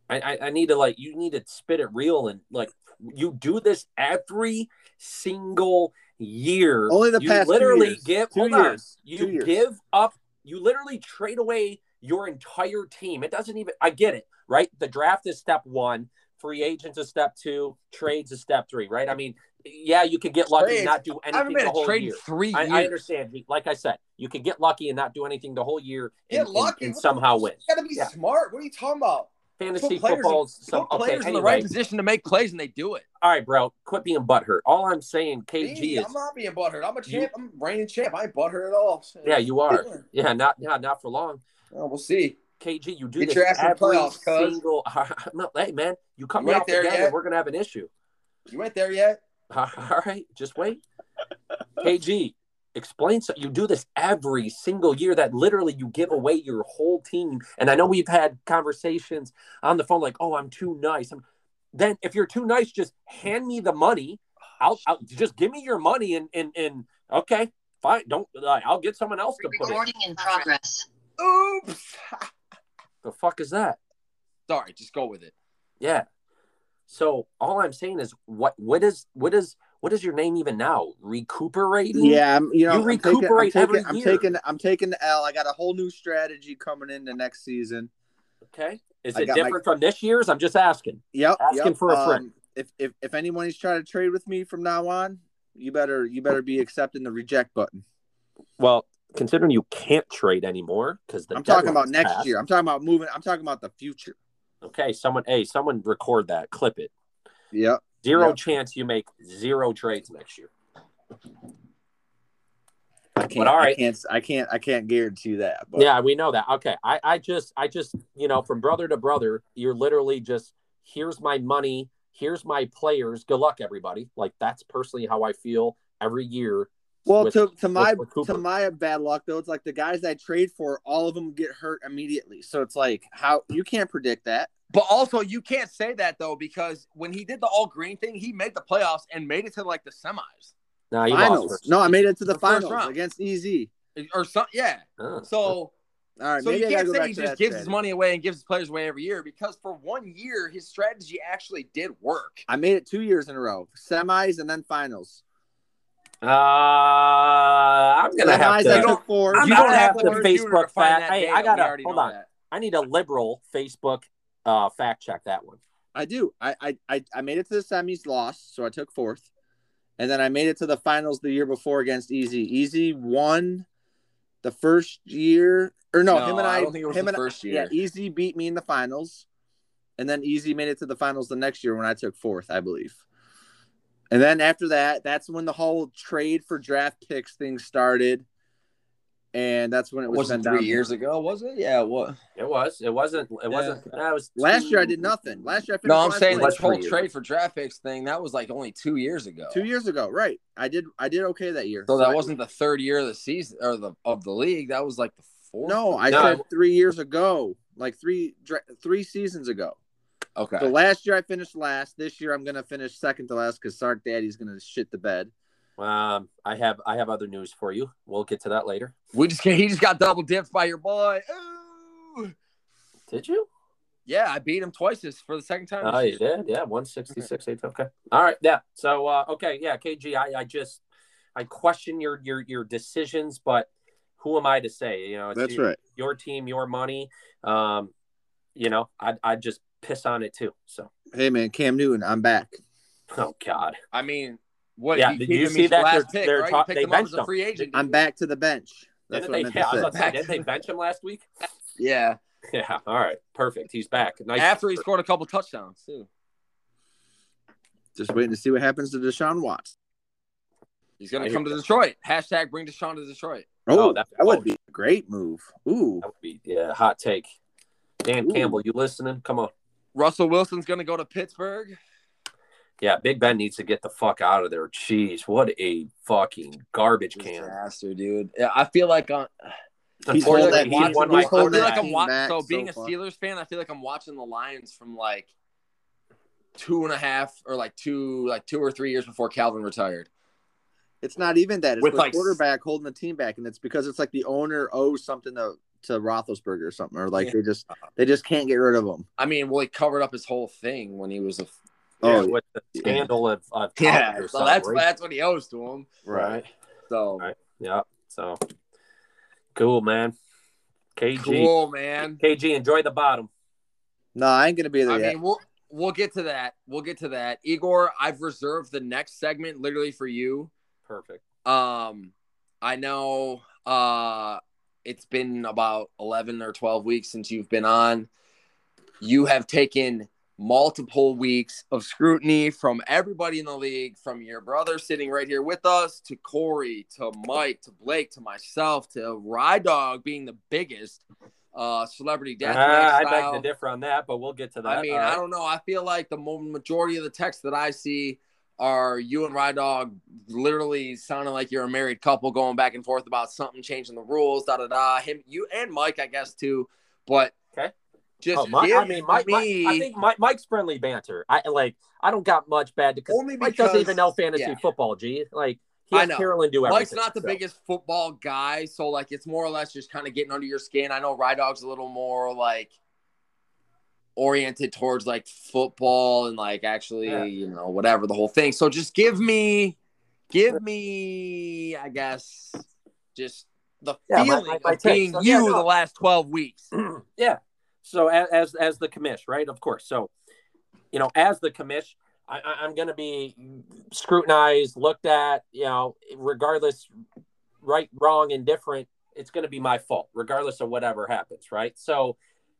B: I, I, I need to like you need to spit it real and like you do this every single year.
C: Only the
B: you
C: past two
B: literally
C: years.
B: give
C: Two
B: hold
C: years.
B: on. You
C: Two years.
B: give up. You literally trade away your entire team. It doesn't even. I get it, right? The draft is step one. Free agents is step two. Trades is step three, right? I mean, yeah, you could get lucky
A: Trades?
B: and not do
A: I haven't
B: anything
A: been
B: the
A: a
B: whole
A: trade in
B: year.
A: three
B: I,
A: years.
B: I understand. Like I said, you can get lucky and not do anything the whole year and,
A: Get
B: and-
A: lucky.
B: and
A: What
B: somehow
A: the-
B: win.
A: You got to be
B: Yeah.
A: smart. What are you talking about?
B: Fantasy
A: Put players in-
B: football's some
A: Put
B: okay.
A: players in
B: Anyway,
A: the right position to make plays, and they do it.
B: all right, bro. Quit being butthurt. All I'm saying, KG
A: Me,
B: is
A: I'm not being butthurt. I'm a
B: You-
A: champ. I'm reigning champ. I ain't butthurt at all. So-
B: yeah, you are. Yeah, not yeah, not for long.
A: Well, we'll see.
B: KG, you do
A: Get
B: this
A: your ass in the
B: every
A: playoffs, cuz.
B: single. No, hey man, you come
A: You ain't
B: out
A: there
B: there again,
A: yet.
B: and we're gonna have an issue.
A: You ain't there yet.
B: All right, just wait. KG, explain. So you do this every single year. That literally you give away your whole team. And I know we've had conversations on the phone like, "Oh, I'm too nice." I'm, then if you're too nice, just hand me the money.
A: Oh,
B: I'll, I'll just give me your money and and and okay, fine. Don't uh, I'll get someone else to put it.
D: Recording in progress.
A: Oops.
B: The fuck is that?
A: Sorry, just go with it.
B: Yeah. So all I'm saying is, what what is what is what is your name even now? Recuperating.
C: Yeah, I'm, you know,
B: You
C: I'm taking-
B: recuperate
C: I'm
B: every
C: taking, I'm
B: year.
C: taking, I'm taking the L. I got a whole new strategy coming into next season.
B: Okay. Is
C: I
B: it
C: got my-
B: different from this year's? I'm just asking.
C: Yep.
B: Asking
C: yep.
B: for a friend.
C: Um, if if if anybody's trying to trade with me from now on, you better you better be accepting the reject button.
B: Well, considering you can't trade anymore because the
C: I'm talking about
B: deadline's
C: next
B: passed.
C: year. I'm talking about moving. I'm talking about the future.
B: Okay, someone, hey, someone, record that, clip it.
C: Yep.
B: Zero
C: Yep.
B: chance you make zero trades next year.
C: I can't.
B: all
C: I
B: right.
C: can't. I can't. I can't guarantee that. But
B: yeah, we know that. Okay, I, I just, I just, you know, from brother to brother, you're literally just, here's my money, here's my players. Good luck, everybody. Like that's personally how I feel every year.
C: Well,
B: with-
C: to, to my
B: with Cooper.
C: to my bad luck though, it's like the guys I trade for, all of them get hurt immediately. So it's like how you can't predict that.
A: But also, you can't say that though because when he did the all green thing, he made the playoffs and made it to like the semis
B: Nah, you
C: finals.
B: lost.
C: No, I made it to the,
A: The first
C: finals
A: round.
C: against EZ.
A: or something. Yeah.
B: No,
A: So.
C: All right.
A: So
C: maybe
A: you
C: I gotta
A: can't
C: go
A: say
C: back
A: he
C: to
A: just
C: that
A: gives his
C: strategy.
A: money away and gives his players away every year because for one year his strategy actually did work.
C: I made it two years in a row, semis and then finals.
B: uh, I'm gonna have
C: Semis, I
B: to.
C: took four.
B: I'm
A: you
B: not
A: don't have to
B: after
A: learn Junior
B: Facebook
A: to find
B: fact.
A: that
B: Hey,
A: data.
B: I gotta-
A: We already
B: hold
A: know
B: on.
A: that.
B: I need a liberal Facebook uh, fact check that one.
C: I do. I, I I I made it to the semis, lost, so I took fourth, And then I made it to the finals the year before against Easy. Easy won the first year, or no,
A: No,
C: him and I,
A: I don't think it was
C: him
A: the
C: and I-
A: first
C: Yeah,
A: year.
C: Easy beat me in the finals, and then Easy made it to the finals the next year when I took fourth, I believe. And then after that, that's when the whole trade for draft picks thing started, and that's when it
A: It
C: was
A: wasn't
C: been
A: three
C: downhill.
A: years ago, was it? Yeah, what?
B: It was. It wasn't. It wasn't. That was
C: Last
B: two-
C: year I did nothing. Last year I
A: No,
C: finished
A: I'm
C: last
A: saying
C: place.
A: this
B: last
A: whole
B: three years.
A: trade for draft picks thing that was like only two years ago.
C: two years ago, right? I did. I did okay that year.
A: So that
C: I-
A: wasn't the third year of the season or the of the league. That was like the fourth.
C: No, I
B: No.
C: said three years ago, like three dra- three seasons ago.
A: Okay.
C: So last year I finished last. This year I'm gonna finish second to last because Sark Daddy's gonna shit the bed.
B: Um, I have. I have other news for you. We'll get to that later.
A: We just he just got double dipped by your boy. Ooh.
B: Did you?
A: Yeah, I beat him twice this for the second time.
B: Oh, you did. Yeah, one sixty six eight. Okay. All right. Yeah. So uh, okay. Yeah, KG. I, I just I question your your your decisions, but who am I to say? You know, it's your, Your team, your money. Um, you know, I I just piss on it too. So
C: Hey man, Cam Newton, I'm back.
B: oh god.
A: I mean, what?
B: Yeah,
A: he
B: did
A: gave
B: you
A: him
B: see
A: his
B: that?
A: last
B: They're-
A: pick,
B: they're
A: right?
B: talk-
A: you
B: they
A: picked him up as
B: benched
A: a
B: him.
A: free agent.
C: I'm back to the bench. That's
B: Didn't
C: what I
B: they,
C: meant
B: yeah,
C: to
B: I
C: say.
B: was about to say, didn't they bench him last week?
A: Yeah,
B: Yeah. All right. Perfect. He's back. Nice.
A: after he scored a couple touchdowns too.
C: Just waiting to see what happens to Deshaun Watts.
A: He's gonna
B: I
A: come to
B: hear that.
A: Detroit. Hashtag bring Deshaun to Detroit.
C: Oh,
B: Oh,
C: that,
B: that-
C: would
B: oh.
C: be a great move. Ooh,
B: That would be yeah, hot take. Dan
C: Ooh.
B: Campbell, you listening? Come on.
A: Russell Wilson's gonna go to Pittsburgh.
B: Yeah, Big Ben needs to get the fuck out of there. Jeez, what a fucking garbage can.
A: Disaster, dude. Yeah, I feel like uh, on.
C: He's
B: Unfortunately,
A: holding-
B: he
A: he's
B: won
A: I
B: my
C: He's
A: feel
C: holding
B: under-
A: like
C: that
A: I'm
C: team
A: watching.
C: back
A: So
C: so
A: being a
C: far.
A: Steelers fan, I feel like I'm watching the Lions from like two and a half or like two, like two or three years before Calvin retired.
C: it's not even that. It's
A: With,
C: the
A: like,
C: quarterback holding the team back, and it's because it's like the owner owes something to to Roethlisberger or something, or like
A: Yeah.
C: they just they just can't get rid of him.
A: I mean, well, he covered up his whole thing when he was a
B: yeah,
C: Oh,
B: with the scandal of, of college or
A: so that's
B: something,
A: that's what he owes to him.
B: right.
A: So
B: Right. Yeah. So cool, man. KG,
A: cool, man.
B: KG, enjoy the bottom.
C: No, I ain't gonna be there
A: I
C: yet.
A: mean, we'll we'll get to that. We'll get to that. Igor, I've reserved the next segment literally for you.
B: Perfect.
A: Um, I know uh it's been about 11 or 12 weeks since you've been on. You have taken multiple weeks of scrutiny from everybody in the league, from your brother sitting right here with us to Corey, to Mike, to Blake, to myself, to Rye Dog being the biggest uh, celebrity death
B: Ah,
A: match
B: I beg to
A: style.
B: differ on that, but we'll get to that. Uh,
A: I mean,
B: All right.
A: I don't know. I feel like the mo- majority of the texts that I see are you and Rye Dog literally sounding like you're a married couple going back and forth about something, changing the rules, da da da. Him, you, and Mike, I guess too. But
B: Okay.
A: just
B: Oh, Mike,
A: give
B: I mean, Mike, Mike-
A: me.
B: I think Mike, Mike's friendly banter. I like. I don't got much bad to. 'cause
A: Only
B: Mike doesn't
A: because-
B: even know fantasy
A: yeah.
B: football. G like he
A: I
B: has
A: know.
B: Carolyn do everything.
A: Mike's not the
B: so.
A: biggest football guy, so like it's more or less just kind of getting under your skin. I know Rye Dog's a little more like oriented towards like football and like actually,
B: Yeah.
A: you know, whatever the whole thing. So just give me, give me, I guess, just the
B: Yeah, my-
A: feeling
B: my- my
A: of
B: takes.
A: being
B: So,
A: you
B: yeah, no.
A: the last twelve weeks.
B: yeah. So as, as as the commish, right? Of course. So, you know, as the commish, I, I, I'm going to be scrutinized, looked at. You know, regardless, right, wrong, indifferent. It's going to be my fault, regardless of whatever happens, right? So,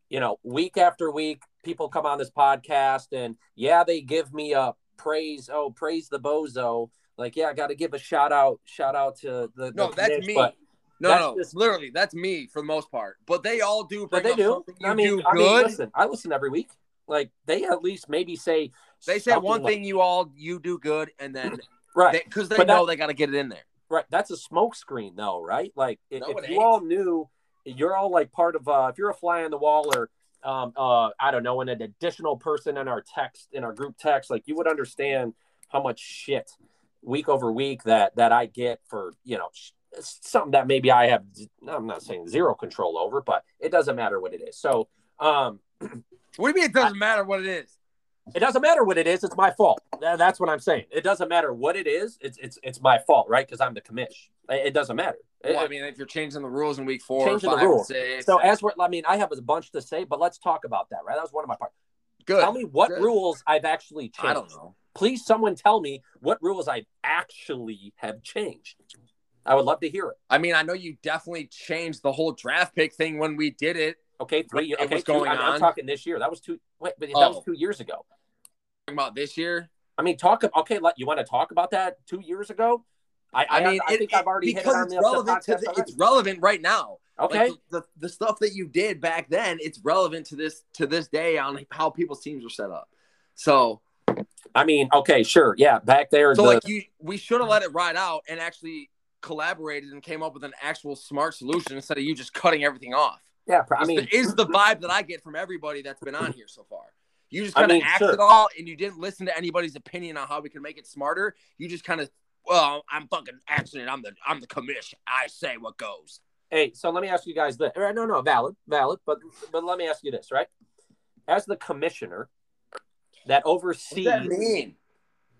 B: you know, week after week, people come on this podcast, and yeah, they give me a praise. Oh, praise the bozo. Like, yeah, I got to give a shout out, shout out to the. the
A: No, that's
B: commish,
A: me.
B: but-
A: no,
B: that's
A: no,
B: just-
A: literally, that's me for the most part. But they all do. Bring
B: But they
A: up
B: do.
A: something You
B: I mean,
A: do
B: I mean,
A: good.
B: listen, I listen every week. Like they at least maybe say
A: they say
B: something
A: one
B: like-
A: thing you all you do good, and then
B: right,
A: because they,
B: But that-
A: know they got to get it in there.
B: right. That's a smokescreen, though, right? Like if,
A: No,
B: if
A: it
B: you
A: ain't.
B: all knew, you're all like part of. Uh, if you're a fly on the wall, or um, uh, I don't know, and an additional person in our text, in our group text, like you would understand how much shit week over week that that I get for you know sh- something that maybe I have. I'm not saying zero control over, but it doesn't matter what it is. So. Um,
A: What do you mean it doesn't matter what it is?
B: It doesn't matter what it is; it's my fault. Tha- That's what I'm saying. It doesn't matter what it is; it's it's it's my fault, right? Because I'm the commish. It it doesn't matter. It-
A: Well, I mean, if you're changing the rules in week four,
B: Changing the
A: five,
B: rules.
A: six,
B: so as we're, I mean, I have a bunch to say, but let's talk about that, right? That was one of my parts.
A: good.
B: Tell me what
A: Good.
B: rules I've actually changed.
A: I don't know.
B: Please, someone tell me what rules I actually have changed. I would love to hear it.
A: I mean, I know you definitely changed the whole draft pick thing when we did it.
B: Okay, three years.
A: It
B: Okay,
A: was
B: two-
A: going
B: I'm, I'm
A: on.
B: talking this year. That was two. Wait, but that was
A: Oh.
B: two years ago.
A: Talking about this year.
B: I mean, talk. ab- Okay, let, you want to talk about that two years ago? I, I,
A: I mean,
B: I
A: it-
B: think
A: it-
B: I've already hit it
A: because
B: on
A: it's
B: the,
A: relevant
B: the
A: to
B: podcast
A: the,
B: already.
A: it's relevant right now.
B: Okay,
A: Like, the, the, the stuff that you did back then, it's relevant to this to this day on how people's teams were set up. So,
B: I mean, okay, sure, yeah. Back there,
A: so
B: the-
A: like you, we should have let it ride out and actually collaborated and came up with an actual smart solution instead of you just cutting everything off.
B: yeah. I
A: Is the-
B: mean,
A: is the vibe that I get from everybody that's been on here so far. You just
B: I
A: kind of
B: mean,
A: axed
B: sure.
A: it all, and you didn't listen to anybody's opinion on how we can make it smarter. You just kind of, well, I'm fucking axing it. I'm the, I'm the commish. I say what goes.
B: Hey, so let me ask you guys this. All right, No, no, valid, valid. But but let me ask you this, right? As the commissioner that oversees,
A: mean?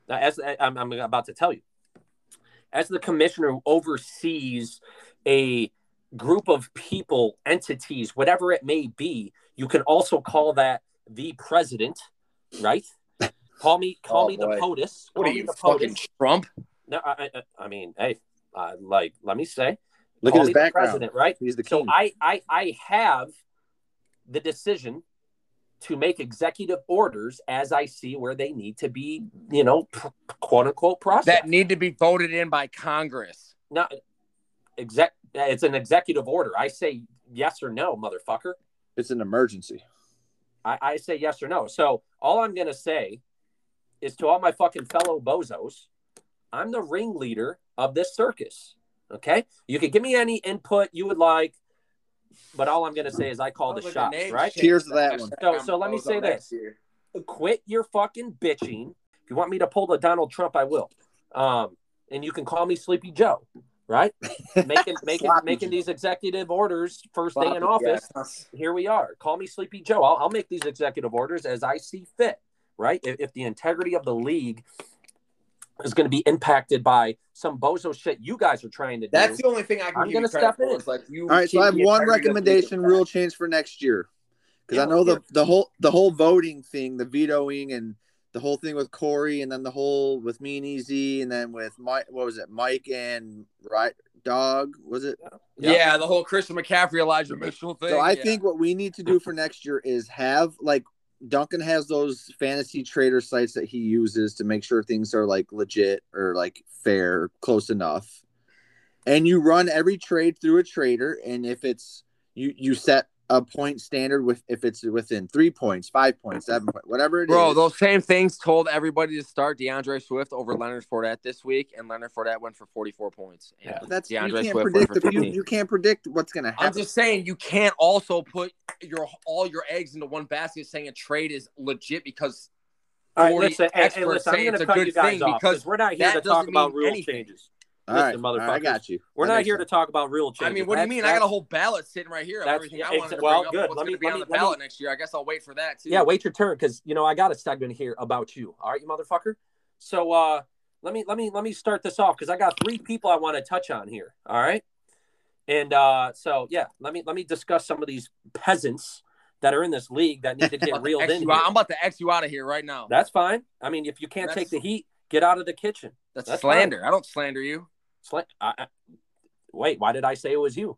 B: Now, as I- I'm, I'm about to tell you, as the commissioner who oversees a group of people, entities, whatever it may be, you can also call that the president, right? Call me, call
A: Oh,
B: me
A: boy.
B: the POTUS.
A: What
B: Call
A: are
B: me
A: you
B: the
A: fucking
B: POTUS.
A: Trump?
B: No, I, I, I mean, hey, uh, like, let me say,
C: Look
B: call
C: at
B: me
C: his
B: the
C: background.
B: president, right?
C: He's the
B: So
C: king.
B: I, I I have the decision to make executive orders as I see where they need to be, you know, pr- quote unquote process.
A: That need to be voted in by Congress.
B: Not exec. It's an executive order. I say yes or no, motherfucker.
C: it's an emergency.
B: I, I say yes or no. So all I'm gonna say is to all my fucking fellow bozos, I'm the ringleader of this circus. Okay, you can give me any input you would like, but all I'm gonna say is I call the shots, right?
C: Cheers to that one.
B: So- so let me say this. quit your fucking bitching. If you want me to pull the Donald Trump, I will. Um, and you can call me Sleepy Joe, right? Making making
C: Sloppy
B: making
C: Joe.
B: these executive orders first day in office. Here we are. Call me Sleepy Joe. I'll, I'll make these executive orders as I see fit, right? If, if the integrity of the league is going to be impacted by some bozo shit you guys are trying to do,
A: That's the only thing I can
B: I'm
A: give
B: gonna
A: you credit
B: step
A: for.
B: in.
A: is, Like you
C: All right, so I have
A: achieved the
C: one
A: integrity of the
C: recommendation
A: league.
C: rule change for next year because I
B: Yeah,
C: know
B: yeah.
C: the the whole the whole voting thing, the vetoing, and the whole thing with Corey, and then the whole with me and Easy, and then with Mike. What was it, Mike and right dog? Was it?
A: Yeah. the whole Christian McCaffrey, Elijah Mitchell thing.
C: So I
A: yeah.
C: think what we need to do for next year is have like Duncan has those fantasy trader sites that he uses to make sure things are like legit or like fair, close enough. And you run every trade through a trader, and if it's you, you set a point standard with if it's within three points, five points, seven points, whatever it is.
A: Bro, those same things told everybody to start DeAndre Swift over Leonard Fournette this week, and Leonard Fournette went for 44 points. And
B: Yeah.
C: But that's you
A: DeAndre
C: can't
A: Swift went
C: predict.
A: for
C: The, you,
A: 15.
C: you can't predict what's gonna
A: I'm
C: happen.
A: just saying you can't also put your all your eggs into one basket saying a trade is legit because
B: All right,
A: 40
B: listen, hey, hey,
A: experts
B: listen,
A: say
B: I'm going
A: it's
B: to
A: a
B: cut
A: good
B: you guys
A: thing
B: off
A: because
B: because we're not here
A: that
B: to talk
A: doesn't
B: about
A: mean
B: rule
A: anything.
B: changes.
C: all, right,
B: listen,
C: all right, I
B: motherfuckers.
C: got you.
B: We're
C: That
B: not
C: makes
B: here to
C: sense.
B: talk about real changes.
A: I mean, what do you
B: That's-
A: mean? I got a
B: that's-
A: whole ballot sitting right here. of
B: That's-
A: everything I
B: yeah,
A: wanted to
B: exa-
A: bring
B: well,
A: up
B: good.
A: what's
B: Let
A: going
B: me-
A: to be
B: let
A: on
B: me-
A: the
B: let me-
A: ballot next year. I guess I'll wait for that too.
B: Yeah, wait your turn because you know I got a segment here about you. All right, you motherfucker. So uh, let me let me let me start this off because I got three people I want to touch on here. All right, and uh, so yeah, let me let me discuss some of these peasants that are in this league that need to
A: I'm
B: get
A: about to
B: reeled
A: X
B: in.
A: you
B: here.
A: out. I'm about to X you out of here right now.
B: That's fine. I mean, if you can't
A: That's-
B: take the heat, get out of the kitchen.
A: That's,
B: that's
A: slander. I don't slander you.
B: It's like, I, I, wait, why did I say it was you?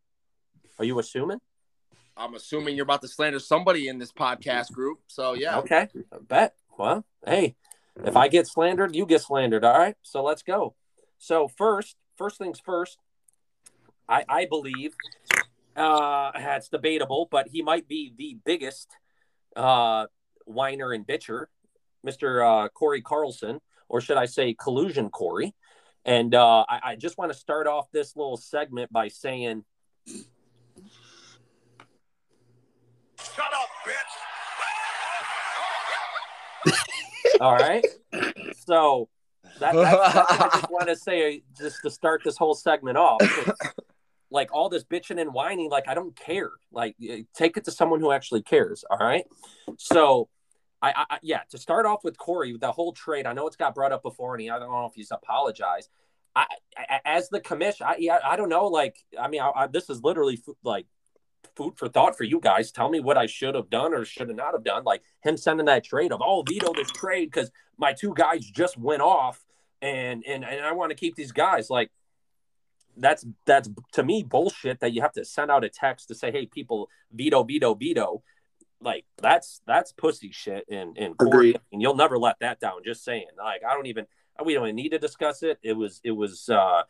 B: Are you assuming?
A: I'm assuming you're about to slander somebody in this podcast group. So yeah,
B: Okay. I bet. Well, hey, if I get slandered, you get slandered. All right. So let's go. So first, first things first, I, I believe uh it's debatable, but he might be the biggest uh whiner and bitcher, Mr. Uh Corey Carlson, or should I say collusion Corey. And uh I, I just want to start off this little segment by saying
D: Shut up, bitch.
B: All right. So that, that's, that's what I just want to say, uh, just to start this whole segment off. It's Like all this bitching and whining, like I don't care. Like y- take it to someone who actually cares. All right. So, I, I I- yeah. To start off with Corey, the whole trade. I know it's got brought up before, and he, I don't know if he's apologized. I, I as the commission, I yeah, I don't know. Like I mean, I, I, this is literally f- like food for thought for you guys. Tell me what I should have done or should have not have done. Like him sending that trade of oh veto this trade because my two guys just went off and and and I want to keep these guys. Like that's that's to me bullshit that you have to send out a text to say hey people veto veto veto. Like that's that's pussy shit and and
C: Agreed.
B: and you'll never let that down. Just saying. Like I don't even we don't even need to discuss it. It was it was. uh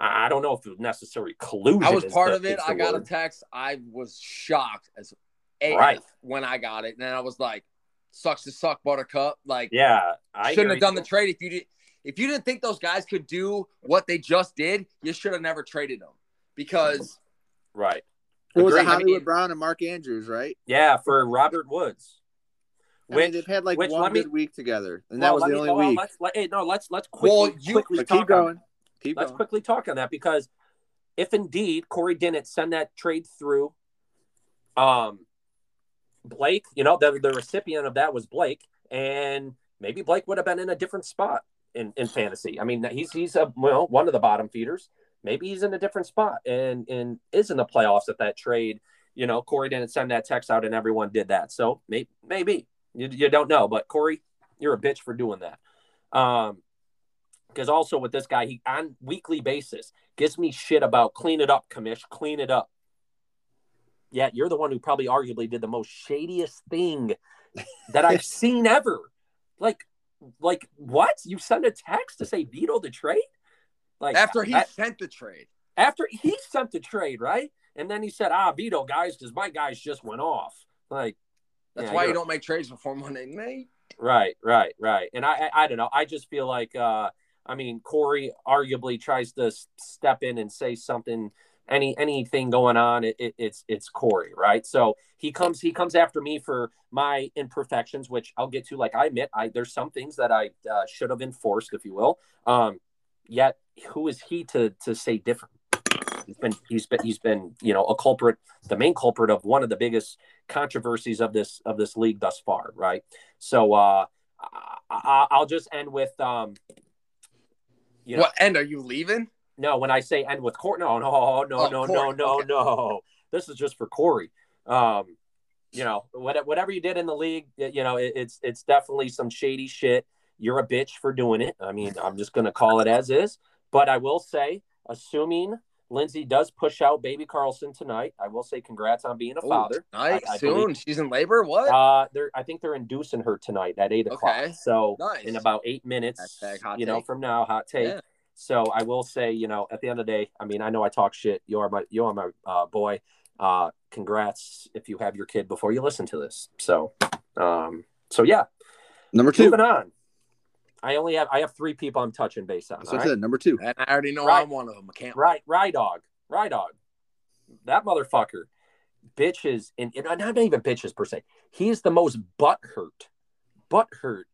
B: I I don't know if it was necessary collusion.
A: I was
B: is
A: part
B: the-
A: of it.
B: is the
A: I got a
B: word.
A: text. I was shocked as AF
B: Right.
A: when I got it, and then I was like, "Sucks to suck, Buttercup." Like,
B: Yeah, I
A: shouldn't
B: hear
A: have done
B: you.
A: the trade if you did. If you didn't think those guys could do what they just did, you should have never traded them because
B: right.
C: What was it,
A: Agreed. I mean-
C: Hollywood Brown and Mark Andrews, right?
B: Yeah, for Robert Woods.
C: I mean, they've had like
B: which,
C: one
B: let me-
C: good week together, and
B: well,
C: that was
B: let
C: the
B: me-
C: only
B: well,
C: week.
B: Let's, let, hey, no, let's let's quickly,
A: Well, you-
B: quickly
C: But
B: talk
C: keep
B: on-
C: going. Keep
B: let's
C: going.
B: quickly talk on that because if indeed Corey didn't send that trade through, um, Blake, you know, the, the recipient of that was Blake, and maybe Blake would have been in a different spot in, in fantasy. I mean, he's he's a well one of the bottom feeders. Maybe he's in a different spot and and is in the playoffs at that trade. You know, Corey didn't send that text out, and everyone did that. So maybe maybe you, you don't know, but Corey, you're a bitch for doing that. Um, because also with this guy, he on weekly basis gives me shit about clean it up, commish, clean it up. Yeah, you're the one who probably arguably did the most shadiest thing that I've seen ever. Like, like what? You send a text to say veto the trade? Like
A: after he
B: that-
A: sent the trade,
B: after he sent the trade, right? And then he said, ah, veto guys, because my guys just went off. Like
A: that's
B: Yeah,
A: why you
B: you're-
A: don't make trades before Monday night.
B: Right, right, right. And I, I, I don't know. I just feel like, uh, I mean, Corey arguably tries to s- step in and say something. Any anything going on, it, it, it's it's Corey, right? So he comes he comes after me for my imperfections, which I'll get to. Like I admit, I there's some things that I uh, should have enforced, if you will. Um, yet who is he to to say different? He's been he's been he's been you know a culprit, the main culprit of one of the biggest controversies of this of this league thus far, right? So uh, I, I- I'll just end with um, you know,
A: What end are you leaving?
B: no. When I say end with Corey, no, no, no,
A: Oh,
B: no, no,
A: Corey,
B: no,
A: okay.
B: no. This is just for Corey. Um, you know, what, whatever you did in the league, y- you know, it, it's it's definitely some shady shit. You're a bitch for doing it. I mean, I'm just gonna call it as is. But I will say, assuming Lindsay does push out baby Carlson tonight, I will say congrats on being a father.
A: Oh, nice.
B: I- I
A: soon
B: believe-
A: she's in labor. What?
B: Uh, they're I think they're inducing her tonight at eight o'clock.
A: Okay.
B: So
A: Nice.
B: in about eight minutes,
A: Hashtag hot
B: you know,
A: take.
B: from now, hot take.
A: Yeah.
B: So I will say, you know, at the end of the day, I mean, I know I talk shit. You are my, you are my uh, boy. Uh, congrats if you have your kid before you listen to this. So, um, so yeah,
C: Number two.
B: moving on. I only have, I have three people I'm touching base on.
C: That's
B: All
C: what I
B: right?
C: said. Number two.
A: and I already know
B: Right.
A: I'm one of them. I can't.
B: Right, right, dog, right, dog. That motherfucker, bitches, and, and not even bitches per se. He is the most butthurt, butthurt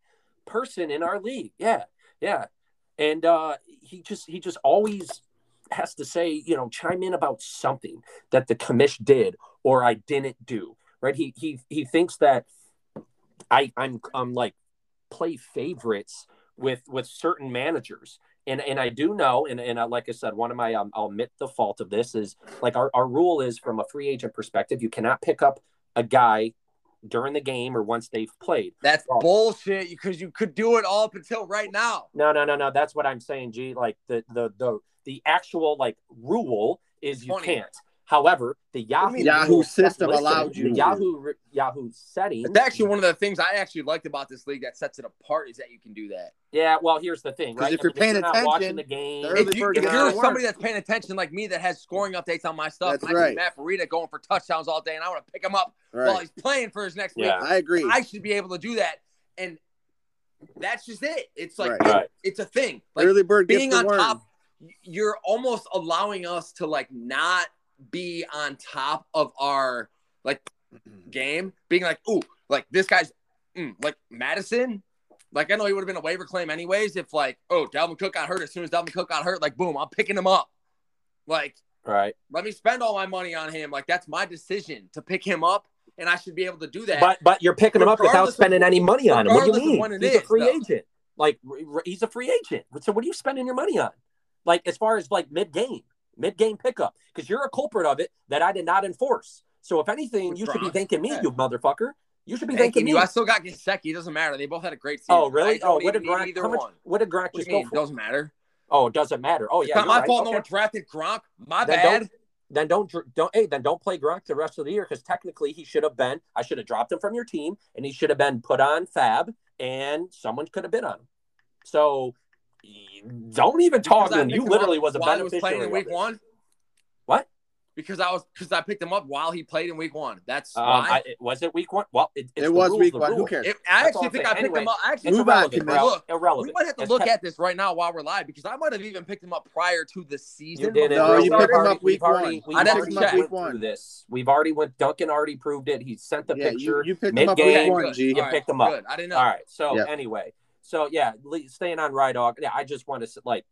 B: person in our league. Yeah, yeah, and uh, he just he just always has to say you know chime in about something that the commish did or I didn't do. Right? He he he thinks that I I'm I'm like play favorites with with certain managers and and I do know, and and I, like I said, one of my um, I'll admit the fault of this is like our our rule is from a free agent perspective, you cannot pick up a guy during the game or once they've played.
A: That's
B: Well-
A: bullshit. Because you could do it all up until right now.
B: No, no, no, no. That's what I'm saying, G. Like the the the the actual like rule is you
A: Funny.
B: can't. However, the
A: do you
B: Yahoo
A: mean?
C: Yahoo
B: rule-
C: system
B: listen,
C: allowed you
B: the
C: to.
B: Yahoo re- Yahoo setting.
C: Mm.
A: It's actually one of the things I actually liked about this league that sets it apart is that you can do that.
B: yeah. Well, here's the thing,
C: 'Cause
B: right?
C: if
B: I
C: you're
B: mean,
C: paying
B: not watching
C: attention,
B: the game,
C: they're
A: If, you,
C: Early
A: if
B: bird
A: you're
B: gets the
A: somebody that's paying attention like me that has scoring updates on my stuff,
C: That's
A: and I
C: right.
A: see Matt Farida going for touchdowns all day, and I want to pick him up while
C: Right.
A: he's playing for his next
B: Yeah.
C: I agree.
A: week. I should be able to do that, and that's just it. It's like
C: Right.
A: it-
B: Right.
A: it's a thing. Like
C: Early bird gets
A: being
C: the
A: on
C: worm.
A: top, you're almost allowing us to like not be on top of our like game, being like, ooh, like this guy's mm, like Madison. Like I know he would have been a waiver claim anyways if like, oh, Dalvin Cook got hurt. As soon as Dalvin Cook got hurt, like boom, I'm picking him up. Like
B: right?
A: let me spend all my money on him. Like that's my decision to pick him up, and I should be able to do that.
B: But but you're picking him up without
A: Regardless of-
B: spending any money on him. What do
A: regardless
B: you
A: of
B: mean?
A: when it
B: he's a
A: is,
B: free
A: though.
B: agent. Like r- r- he's a free agent. So what are you spending your money on? Like as far as like mid game, mid game pickup, because you're a culprit of it that I did not enforce. So if anything, you should be
A: Gronk.
B: thanking me,
A: Yeah.
B: you motherfucker. You should be
A: Thank
B: thanking
A: you.
B: me.
A: I still got Gasecki. It doesn't matter. They both had a great season.
B: Oh
A: I
B: really?
A: don't
B: Oh, what did
A: even need
B: Gronk?
A: either
B: How much?
A: one.
B: What did Gronk
A: What
B: just
A: do you
B: go
A: mean? It
B: for?
A: doesn't matter.
B: Oh, it doesn't matter. Oh yeah,
A: it's not
B: you're
A: my
B: right.
A: fault
B: Okay.
A: no one drafted Gronk. My
B: Then
A: bad.
B: don't- then don't dr- don't hey then don't play Gronk the rest of the year because technically he should have been I should have dropped him from your team and he should have been put on Fab and someone could have bid on him. So y- don't even talk
A: Because
B: to
A: I
B: him. You
A: picked him
B: literally
A: up
B: was a
A: while he was
B: beneficiary.
A: playing in
B: of
A: week
B: this.
A: one.
B: What?
A: Because I was because I picked him up while he played in week one. That's
B: Um,
A: why.
B: I, it- was it week one? Well, it, it's the
C: it was
B: rules,
C: week
B: the
C: one. Who
B: rule.
C: cares?
A: If- I
B: That's all
A: actually
B: I'm
A: think I
B: saying.
A: picked him
B: Anyway,
A: up. I actually
B: It's
C: Move on,
B: irrelevant.
C: Camille.
B: bro.
A: Look, we
B: irrelevant.
A: might have to
B: It's
A: look
B: tech-
A: at this right now while we're live because I might have even picked him up prior to the season.
B: You did it.
A: before
C: No,
B: bro.
A: we
C: you
A: started.
C: picked him up
B: We've
C: week
B: already-
C: one.
B: We've
A: I didn't
B: already
A: check.
B: went through this. We've already went. Duncan already proved it. He sent the
C: Yeah, you,
B: picture.
C: you picked him up
B: mid-game.
C: week
A: Okay,
C: one,
A: good.
C: G.
B: You
A: All
B: picked him up.
A: Good. I didn't know.
B: All right. So
C: Yep.
B: anyway, so yeah, le- staying on Rye Dog. Yeah, I just want to s- like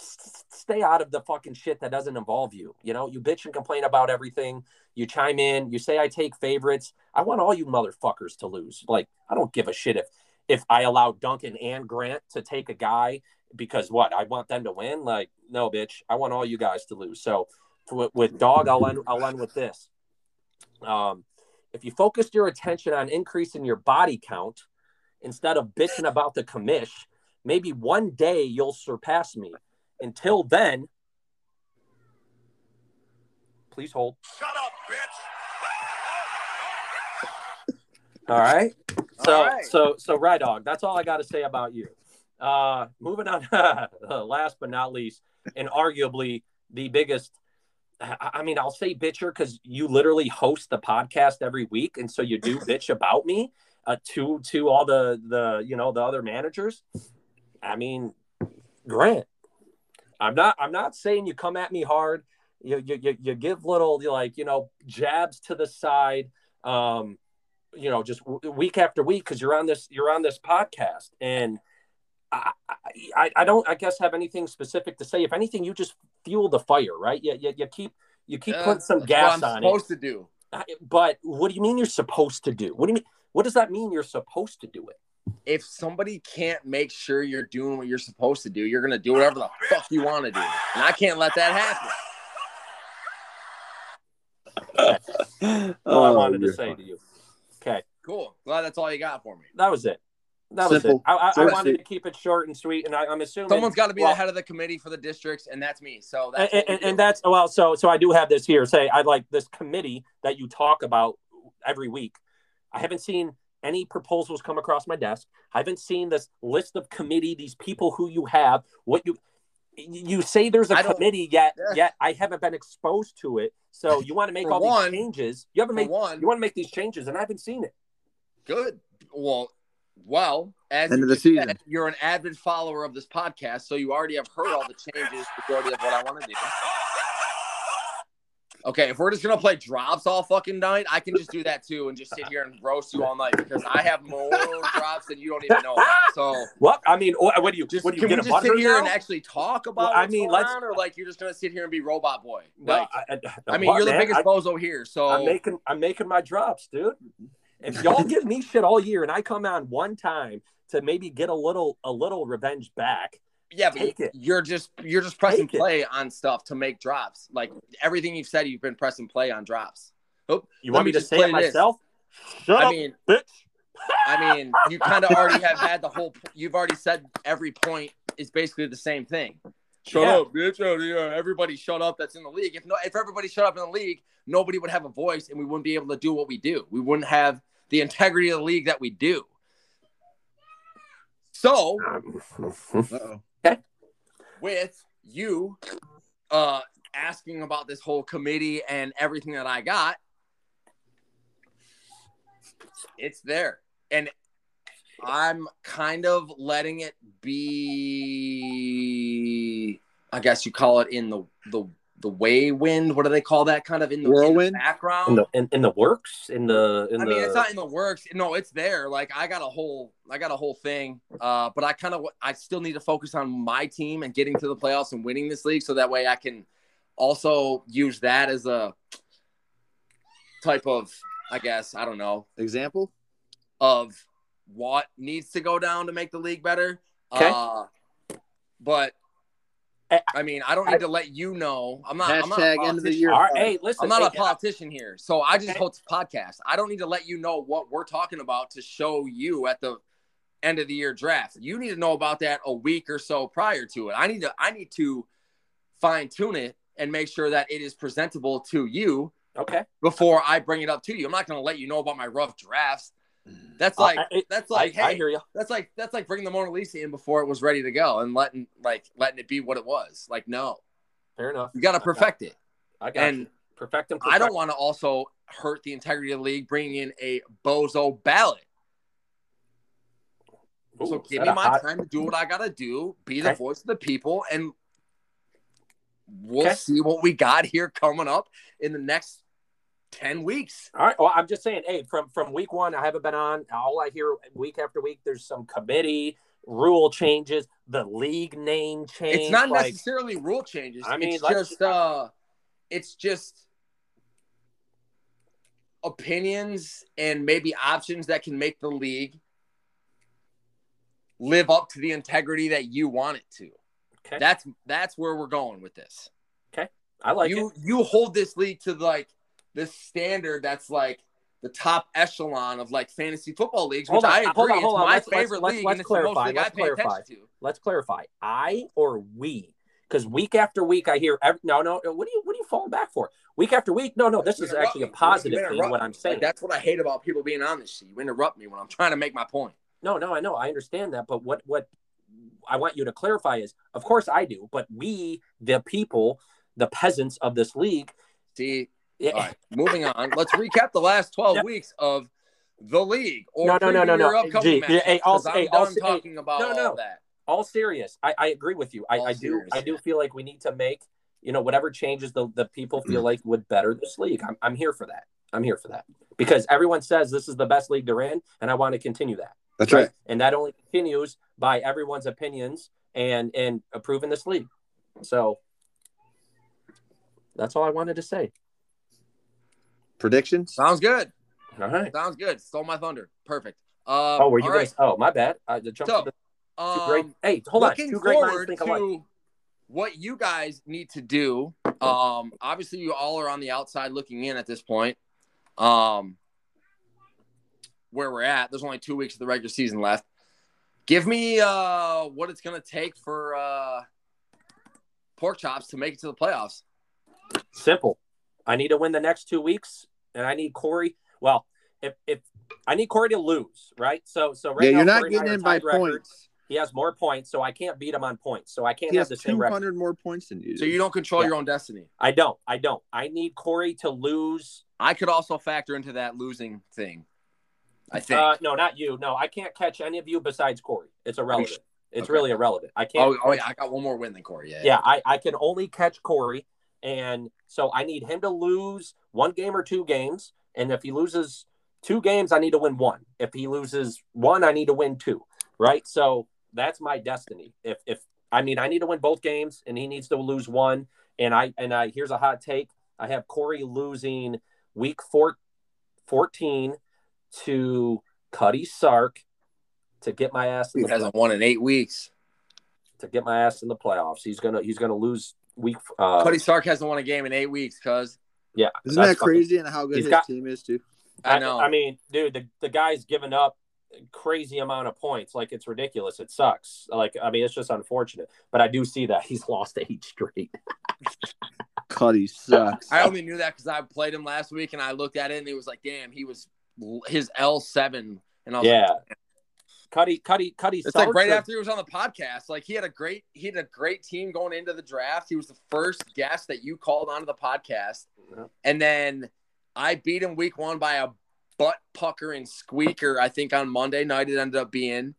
B: s- s- stay out of the fucking shit that doesn't involve you. You know, you bitch and complain about everything. You chime in. You say I take favorites. I want all you motherfuckers to lose. Like I don't give a shit if if I allow Duncan and Grant to take a guy because what I want them to win. Like no, bitch. I want all you guys to lose. So with, with Dog, I'll end. I'll end with this. Um, if you focused your attention on increasing your body count instead of bitching about the commish, maybe one day you'll surpass me. Until then, please hold.
D: Shut up, bitch.
B: All right. So
A: All right.
B: so so Rye Dog, that's all I gotta say about you. Uh moving on uh, last but not least, and arguably the biggest I I mean, I'll say bitcher because you literally host the podcast every week, and so you do bitch about me uh, to to all the the you know the other managers. I mean, Grant, I'm not I'm not saying you come at me hard. You you you, you give little you like you know jabs to the side. Um, you know, just w- week after week because you're on this you're on this podcast, and I, I I don't I guess have anything specific to say. If anything, you just fuel the fire, right? You you, you keep you keep
A: Yeah,
B: putting some
A: that's
B: gas
A: what I'm
B: on it.
A: supposed to do.
B: I- But what do you mean you're supposed to do? What do you mean? What does that mean you're supposed to do it?
A: If somebody can't make sure you're doing what you're supposed to do, you're gonna do whatever the fuck you want to do, and I can't let that happen.
B: That's all Oh, I wanted to say to you. Okay,
A: Cool. Glad that's all you got for me.
B: that was it. That was it.
C: Simple.
B: I, I, I
C: Simple.
B: wanted to keep it short and sweet, and I, I'm assuming
A: Someone's got to be
B: well,
A: the head of the committee for the districts, and that's me. So that's
B: and,
A: what we
B: and,
A: do.
B: and that's well so so i do have this here say i like this committee that you talk about every week i haven't seen any proposals come across my desk i haven't seen this list of committee these people who you have what you you say there's a
A: I don't-
B: committee yet
A: Yeah.
B: yet i haven't been exposed to it so you want to make
A: For
B: all
A: one-
B: these changes you haven't
A: for
B: made
A: one.
B: you want to make these changes and i haven't seen it
A: Good. Well, well, as
C: End
A: you
C: of the
A: just said,
C: season.
A: you're an avid follower of this podcast, so you already have heard all the changes, majority of what I want to do. Okay, if we're just gonna play drops all fucking night, I can just do that too and just sit here and roast you all night because I have more drops than you don't even know. About. So
B: what i mean what, what do you
A: just
B: what do you
A: can we
B: get a
A: just sit
B: butter
A: here
B: now?
A: and actually talk about?
B: Well, I
A: what's
B: mean,
A: going
B: let's-
A: on, or like you're just gonna sit here and be robot boy.
B: No,
A: Like,
B: I,
A: I, mean,
B: what,
A: you're the
B: man?
A: biggest
B: I-
A: bozo here, so
B: I'm making I'm making my drops, dude. If y'all give me shit all year and I come on one time to maybe get a little a little revenge back,
A: Yeah, but
B: Take it.
A: you're just you're just pressing
B: Take it.
A: play on stuff to make drops. Like everything you've said, you've been pressing play on drops.
B: you
A: Let
B: want
A: me
B: me, to
A: just
B: say
A: play
B: it
A: this.
B: myself? Shut
A: I
B: up,
A: mean,
B: bitch.
A: I mean, you kind of already have had the whole. You've already said every point is basically the same thing. Shut
B: Yeah.
A: up, bitch! Oh, yeah, Everybody, shut up. That's in the league. If no, if everybody shut up in the league, nobody would have a voice, and we wouldn't be able to do what we do. We wouldn't have the integrity of the league that we do. So
C: Uh-oh.
A: with you uh asking about this whole committee and everything that I got. It's there. And I'm kind of letting it be I guess you call it in the the the way wind. What do they call that? Kind of in the, in the
C: Whirlwind?
A: background.
B: In the in, in the works, in the in
A: I
B: the
A: mean, it's not in the works. No, it's there. Like I got a whole, I got a whole thing. Uh, but I kind of, I still need to focus on my team and getting to the playoffs and winning this league, so that way I can also use that as a type of, I guess, I don't know,
C: Example?
A: of what needs to go down to make the league better.
B: Okay.
A: Uh, but I mean, I don't need to let you know. I'm not. I'm not a
C: Hashtag end of the
A: politician.
C: year.
B: All right, hey, listen.
A: I'm not a
B: hey,
A: politician here, so I just
B: Okay.
A: host podcasts. I don't need to let you know what we're talking about to show you at the end of the year draft. You need to know about that a week or so prior to it. I need to I need to fine tune it and make sure that it is presentable to you
B: okay.
A: before I bring it up to you. I'm not going to let you know about my rough drafts. That's like
B: I- I-
A: that's like
B: I,
A: hey,
B: I hear you.
A: that's like that's like bringing the Mona Lisa in before it was ready to go and letting like letting it be what it was. Like no,
B: Fair enough.
A: you got to perfect it.
B: I got
A: and
B: you. Perfect them.
A: I don't want to also hurt the integrity of the league bringing in a bozo ballot. so give me my time to do what I gotta do, be the
B: Okay.
A: voice of the people, and we'll
B: Okay.
A: see what we got here coming up in the next ten weeks.
B: All right. Well, I'm just saying, hey, from from week one, I haven't been on. All I hear week after week, there's some committee rule changes, the league name change.
A: It's not
B: like,
A: necessarily rule changes.
B: I mean,
A: it's
B: let's-
A: just uh, it's just opinions and maybe options that can make the league live up to the integrity that you want it to.
B: Okay.
A: That's that's where we're going with this.
B: I like
A: you
B: it.
A: you hold this league to like this standard that's like the top echelon of like fantasy football leagues, which
B: Hold on,
A: I
B: uh,
A: agree.
B: hold on,
A: it's
B: hold on.
A: my
B: Let's- let's-
A: favorite
B: let's-
A: league,
B: let's
A: and it's the most
B: clarify,
A: league I
B: let's
A: pay
B: clarify.
A: attention to.
B: Let's clarify. I or we? Because week after week, I hear every, no, no. What do you what are you falling back for? Week after week? No, no. This
A: You
B: is
A: interrupt
B: actually a
A: me. You
B: positive
A: interrupt
B: thing. What
A: me.
B: I'm saying.
A: Like, that's what I hate about people being on this shit. You interrupt me when I'm trying to make my point.
B: No, no, I know, I understand that, but what what I want you to clarify is, of course I do, but we, the people, the peasants of this league,
A: See,
B: yeah,
A: all right, moving on. Let's recap the last 12
B: Yeah.
A: weeks of the league or
B: No, no, no, no,
A: preview your
B: no.
A: upcoming
B: Gee, yeah, hey,
A: matchups,
B: I'll-
A: 'cause I'm
B: hey, I'll
A: done
B: say- hey,
A: talking about
B: no, no.
A: all that.
B: all serious. I, I agree with you. I,
A: All
B: I do
A: serious,
B: I do
A: yeah.
B: feel like we need to make you know whatever changes the, the people feel like would better this league. I'm I'm here for that. I'm here for that because everyone says this is the best league they're in, and I want to continue that.
C: That's right.
B: And that only continues by everyone's opinions and and approving this league. So that's all I wanted to say.
C: Predictions.
A: Sounds good.
B: All right.
A: Sounds good. Stole my thunder. Perfect. Um,
B: Oh, were you
A: all
B: gonna?
A: right.
B: Oh, my bad. I the jump.
A: So,
B: to the, two
A: Um,
B: great, hey, hold on.
A: looking
B: Two great minds
A: forward
B: think alike.
A: to what you guys need to do. Um, obviously, you all are on the outside looking in at this point. Um, where we're at, there's only two weeks of the regular season left. Give me uh, what it's going to take for uh, pork chops to make it to the playoffs.
B: Simple. I need to win the next two weeks, and I need Corey. Well, if if I need Corey to lose, right? So so right
C: yeah,
B: now,
C: you're not
B: Corey and I
C: getting
B: are
C: in by
B: tied record.
C: points.
B: He has more points, so I can't beat him on points. So I can't
C: He
B: have
C: has
B: the same record.
C: 200 more points than you.
A: So
C: do.
A: you don't control
B: Yeah.
A: your own destiny.
B: I don't. I don't. I need Corey to lose.
A: I could also factor into that losing thing. I think.
B: Uh, no, not you. No, I can't catch any of you besides Corey. It's irrelevant. It's
A: Okay.
B: really irrelevant. I can't.
A: oh, oh, yeah, I got one more win than Corey. Yeah.
B: yeah, I, I can only catch Corey, and so I need him to lose one game or two games. And if he loses two games, I need to win one. If he loses one, I need to win two. Right. So that's my destiny. If if I mean I need to win both games, and he needs to lose one. And I and I here's a hot take. I have Corey losing week four, 14 to Cuddy Sark to get my ass in
A: He
B: the
A: hasn't won in eight weeks.
B: to get my ass in the playoffs. He's gonna he's gonna lose week. Uh,
A: Cody Stark hasn't won a game in eight weeks, cuz
B: yeah,
C: Isn't
B: that's
C: that crazy? And how good
B: He's
C: his
B: got-
C: team is too.
A: I
B: fucking-
A: know.
B: I, mean, dude, the, the guy's given up a crazy amount of points. Like it's ridiculous. It sucks. Like I mean, it's just unfortunate. But I do see that he's lost eight straight.
C: Cuddy sucks.
B: uh,
A: I only knew that because I played him last week and I looked at it and it was like, damn, he was his L seven,
C: Oh.
A: and I was
B: Yeah.
A: like,
B: Cuddy, Cuddy, Cuddy.
A: it's like
B: Sark
A: right
B: or-
A: after he was on the podcast, like he had a great he had a great team going into the draft. He was the first guest that you called onto the podcast,
B: Yeah.
A: and then I beat him week one by a butt pucker and squeaker. I think on Monday night it ended up being,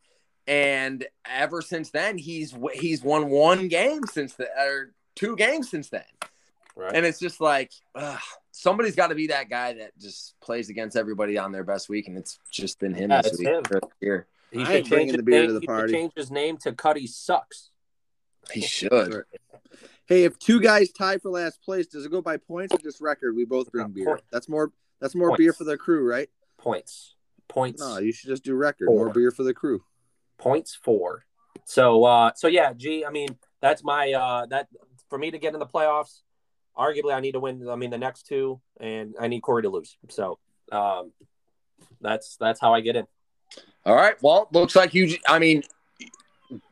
A: and ever since then he's w- he's won one game since the or two games since then.
B: Right.
A: And it's just like ugh, somebody's got to be that guy that just plays against everybody on their best week, and it's just been him
B: Yeah,
A: this
B: it's
A: week.
B: him.
A: Here.
B: He
C: I
B: should
C: ain't
B: change
C: bringing
B: his
C: the beer
B: name.
C: to the
B: he
C: party.
B: should change his name to Cuddy sucks.
A: He should.
C: Hey, if two guys tie for last place, does it go by points or just record? We both bring beer.
B: Point.
C: That's more. That's more
B: Points.
C: beer for the crew, right?
B: Points, points.
C: No, you should just do record.
B: Four.
C: More beer for the crew.
B: points four. So uh so yeah, G, I mean, that's my uh that for me to get in the playoffs. Arguably, I need to win. I mean, the next two, and I need Corey to lose. So um, that's that's how I get in.
A: All right. Well, looks like you. j- I mean,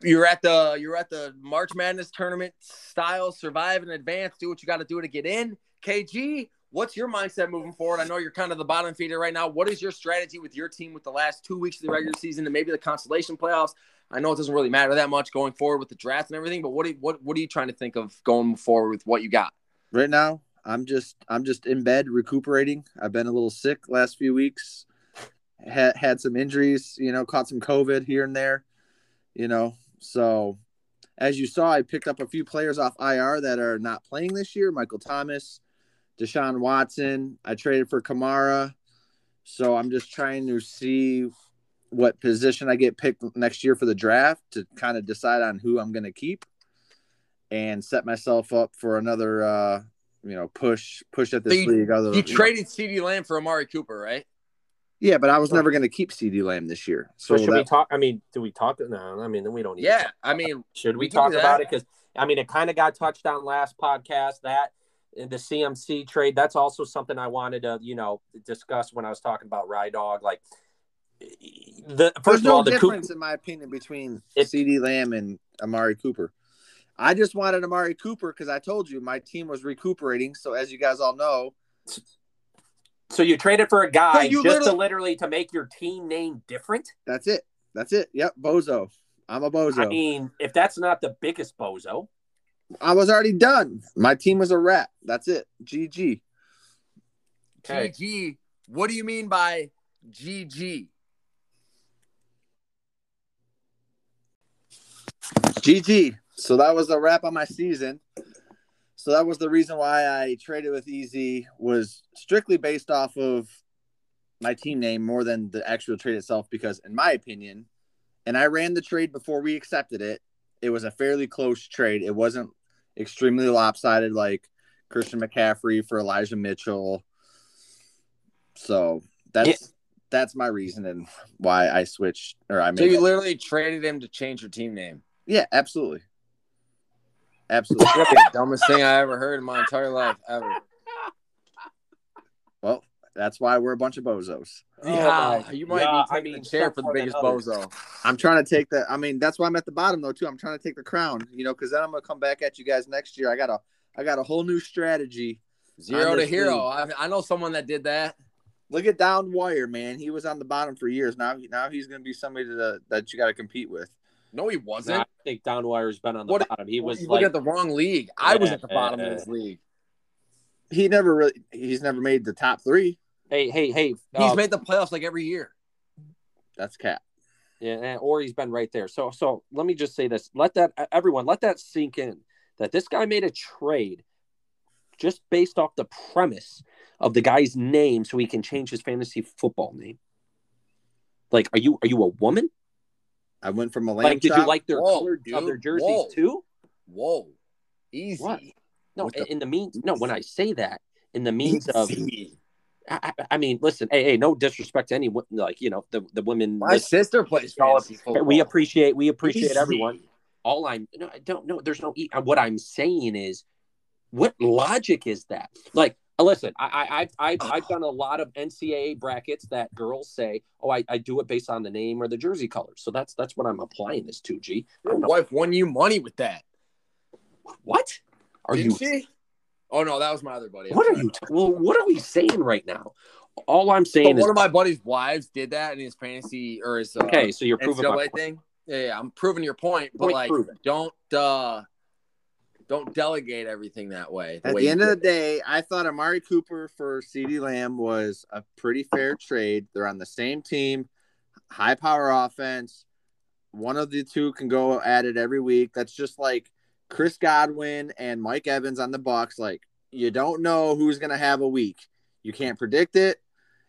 A: you're at the you're at the March Madness tournament style. Survive and advance. Do what you got to do to get in. KG, what's your mindset moving forward? I know you're kind of the bottom feeder right now. What is your strategy with your team with the last two weeks of the regular season and maybe the consolation playoffs? I know it doesn't really matter that much going forward with the draft and everything, but what do you, what what are you trying to think of going forward with what you got?
C: right now i'm just i'm just in bed recuperating i've been a little sick last few weeks had had some injuries you know caught some covid here and there you know so as you saw i picked up a few players off ir that are not playing this year michael thomas deshaun watson i traded for kamara so i'm just trying to see what position i get picked next year for the draft to kind of decide on who i'm going to keep and set myself up for another uh you know push push at this
A: So you-
C: league other
A: You traded CD Lamb for Amari Cooper, right?
C: yeah but i was never going to keep cd lamb this year so
B: So should we
C: that,
B: talk? I mean, do we talk? No, I mean, then we don't. Need to
A: Yeah.
B: talk.
A: I mean,
B: should
A: we
B: we
A: can do
B: talk
A: that.
B: about it? Because I mean, it kind of got touched on last podcast that and the CMC trade. That's also something I wanted to you know discuss when I was talking about Rye Dog. Like e, the
C: there's
B: first of
C: no
B: all, the Coop,
C: difference in my opinion between
B: It-
C: cd lamb and amari cooper i just wanted amari cooper because i told you my team was recuperating so as you guys all know
B: so you traded for a guy
A: you
B: just to
A: literally-
B: literally to make your team name different.
C: that's it that's it yep bozo i'm a bozo
B: I mean, if that's not the biggest bozo,
C: I was already done my team was a wrap that's it gg
B: Okay.
A: GG. What do you mean by GG?
C: GG. So that was the wrap on my season. So that was the reason why I traded with Easy was strictly based off of my team name more than the actual trade itself because in my opinion, and I ran the trade before we accepted it, it was a fairly close trade. It wasn't extremely lopsided like Christian McCaffrey for Elijah Mitchell. So that's that's my reasoning why I switched or I made
A: So you
C: that-
A: literally traded him to change your team name.
C: yeah, absolutely. Absolutely.
A: Dumbest thing I ever heard in my entire life ever.
C: well, that's why we're a bunch of bozos.
B: Oh,
A: Yeah, you might
B: Yeah,
A: be
B: I
A: taking
B: mean,
A: the chair for the
B: more than
A: biggest
B: others.
A: bozo.
C: I'm trying to take the I mean, that's why I'm at the bottom though too. I'm trying to take the crown, you know, cuz then I'm going to come back at you guys next year. I got a I got a whole new strategy.
A: Zero to
C: Honestly.
A: hero. I, I know someone that did that.
C: Look at Down Wire, man. He was on the bottom for years. Now now he's going to be somebody that that you got to compete with.
A: No, he wasn't.
B: I think Don Wire's been on the
A: What-
B: bottom. He was
A: you
B: like
A: look at the wrong league. I was at the
B: Yeah,
A: bottom
B: yeah,
A: of this league.
C: He never really he's never made the top 3.
B: Hey, hey, hey!
A: He's
B: um,
A: made the playoffs like every year.
C: That's cap.
B: yeah, eh, or he's been right there. So, so let me just say this: let that e, everyone let that sink in that this guy made a trade just based off the premise of the guy's name, so he can change his fantasy football name. Like, are you are you a woman?
C: I went from a lamb
B: Like, did you
C: chop-
B: like their
A: Whoa,
B: color of their
A: dude.
B: jerseys
A: Whoa.
B: too?
A: Whoa, easy.
B: What? No,
A: What the-
B: in the means. No, when I say that, in the means of,
A: Easy.
B: I, I- I mean, listen, hey, hey, no disrespect to any wo- like you know the the women.
A: My sister plays fantasy football.
B: we appreciate we appreciate
A: Easy.
B: everyone. all I'm no, I don't know. There's no e- what I'm saying is, what logic is that? Like, uh, listen, I, I I've, I've I've done a lot of NCAA brackets that girls say, oh, I, I do it based on the name or the jersey color. So that's that's what I'm applying this to. G,
A: Your wife won you money with that.
B: what are
A: Didn't
B: you?
A: She? Oh no, that was my other buddy. I'm
B: What are
A: sorry.
B: you? T- well, what are we saying right now? All I'm saying
A: So
B: is
A: one of my buddy's wives did that in his fantasy or his uh,
B: okay. So you're proving my
A: NCAA thing. Yeah, yeah, I'm proving your point, but
B: Point
A: like,
B: proven.
A: don't uh, don't delegate everything that way.
C: At
A: way
C: the
A: you
C: end of the
A: did.
C: day, I thought Amari Cooper for CeeDee Lamb was a pretty fair trade. They're on the same team, high power offense. One of the two can go at it every week. That's just like Chris Godwin and Mike Evans on the Bucks. Like you don't know who's gonna have a week. You can't predict it.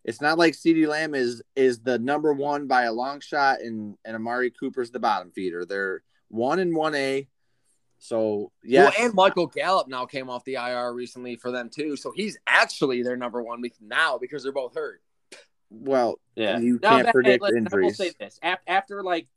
C: It's not like CeeDee Lamb is is the number one by a long shot and, and Amari Cooper's the bottom feeder. They're one and one A. So yeah.
A: Well, and Michael Gallup now came off the IR recently for them too, so he's actually their number one be- now because they're both hurt.
C: well,
B: Yeah.
C: you
B: Now
C: can't
B: that- hey,
C: predict
B: listen, I will
C: injuries.
B: say this: Af- after like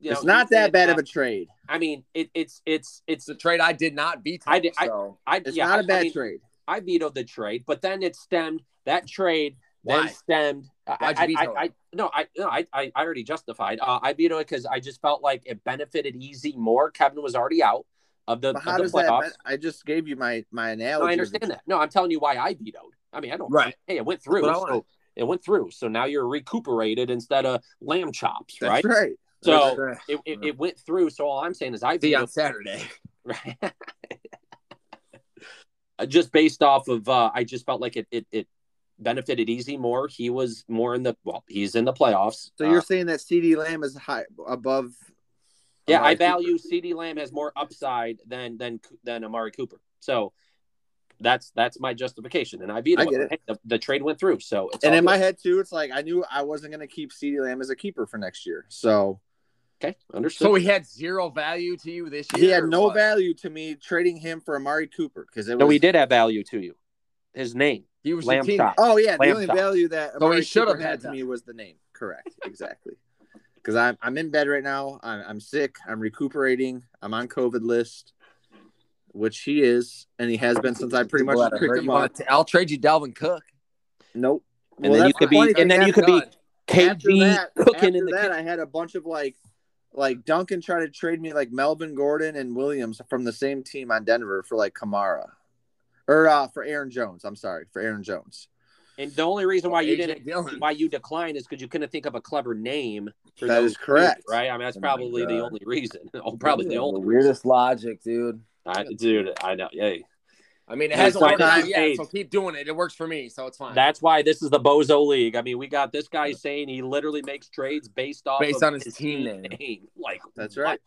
B: you know,
C: it's not
B: he
C: that
B: did
C: bad
B: not-
C: of a trade.
B: I mean, it, it's it's
A: It's
B: it's
A: a trade I did not beat.
B: I did- I-
A: so
B: I
C: It's
B: yeah,
C: not a
B: I- I
C: bad
B: mean,
C: trade.
B: I vetoed the trade, but then it stemmed that trade
A: Why?
B: then stemmed. I-
A: Why'd you
B: I,
A: veto
B: I, I,
A: it?
B: no, I, no, I, I I already justified. Uh, I vetoed it because I just felt like it benefited Easy more. Kevin was already out of the,
C: But
B: of
C: how
B: the
C: does that?
B: playoffs.
C: ben- I just gave you my my analogy.
B: No, I understand that. No, I'm telling you why I vetoed. I mean, I don't.
A: Right.
B: Hey, it went through.
A: That's what I
B: So it went through. So now you're recuperated instead of lamb chops,
C: That's
B: right?
C: right. Mm-hmm.
B: So
A: That's
B: it, it, it went through. So all I'm saying is I
A: see you on
B: vetoed
A: Saturday.
B: right? Uh, just based off of, uh, I just felt like it, it it benefited Easy more. He was more in the well, he's in the playoffs.
C: So
B: Uh,
C: you're saying that CD Lamb is high above?
B: yeah,
C: Amari
B: I
C: Cooper.
B: value C.D. Lamb has more upside than than than Amari Cooper. So that's that's my justification, and I beat
C: I
B: him.
C: get it.
B: The, the trade went through, so it's
C: And
B: all
C: in my
B: good.
C: head too, it's like I knew I wasn't going to keep CD Lamb as a keeper for next year. So
B: okay, understood.
A: So he had zero value to you this year.
C: he had
A: or
C: no
A: what?
C: value to me trading him for Amari Cooper because it
B: no,
C: was.
B: he did have value to you. His name,
A: He was
B: lamb
A: your
B: chop.
A: teammate.
C: Oh yeah, the
B: Lamb
C: only
B: chop.
C: value that
A: So
C: Amari
A: he should
C: Cooper
A: have
C: had
A: had
C: to
A: that.
C: me was the name. Correct, exactly. Because I'm I'm in bed right now. I'm I'm sick. I'm recuperating. I'm on COVID list, which he is, and he has been since I pretty much
A: Whatever.
C: picked him
A: You
C: up.
A: want to- I'll trade you Dalvin Cook.
C: Nope.
B: And then you
C: that's
B: could
C: the
B: be-
C: funny
B: and then
C: thing.
B: you could be-
C: after
B: KG
C: that,
B: cooking
C: after
B: in the
C: that,
B: kitchen.
C: I had a bunch of like, like Duncan tried to trade me like Melvin Gordon and Williams from the same team on Denver for like Kamara, or uh, for Aaron Jones. I'm sorry, for Aaron Jones.
B: And the only reason why you
A: A.J.
B: didn't
A: Dillon.
B: why you declined is because you couldn't think of a clever name. For
C: That
B: those
C: is correct.
B: teams, right? I mean, that's
A: Oh my
B: probably the
A: God.
B: only reason. Oh, probably the
A: Yeah,
B: only reason.
A: weirdest logic, dude.
B: I, dude, I know. Hey,
A: I mean, it
B: And
A: hasn't worked out
B: sometimes-
A: yet, so keep doing it. It works for me, so it's fine.
B: that's why this is the Bozo League. I mean, we got this guy saying he literally makes trades based off
A: Based
B: of
A: on his team name.
B: Like
C: That's
B: what?
C: right.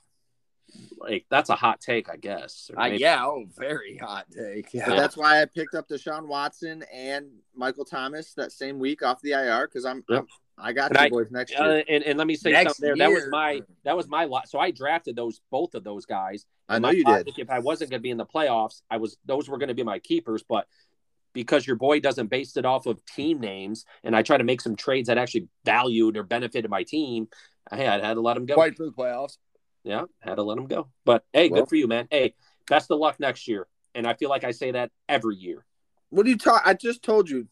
B: Like that's a hot take, I guess. Or
A: I,
B: maybe-
A: yeah, oh, very hot take.
C: But
A: Yeah.
B: Yeah.
C: that's why I picked up Deshaun Watson and Michael Thomas that same week off the IR because I'm,
B: Yep.
C: i I got
B: And
C: you
B: I-
C: boys next
B: Uh,
C: year.
B: and, and let me say
A: Next
B: something there. That was
A: year.
B: my that was my lot. So I drafted those both of those guys.
C: I
B: And
C: know
B: my
C: you did.
B: logic, If I wasn't going to be in the playoffs, I was those were going to be my keepers. But because your boy doesn't base it off of team names, and I try to make some trades that actually valued or benefited my team, I had, had to let him go.
A: Quite through the playoffs.
B: Yeah, had to let him go. But hey,
C: Well-
B: good for you, man. Hey, best of luck next year. And I feel like I say that every year.
C: What do you talk? I just told you,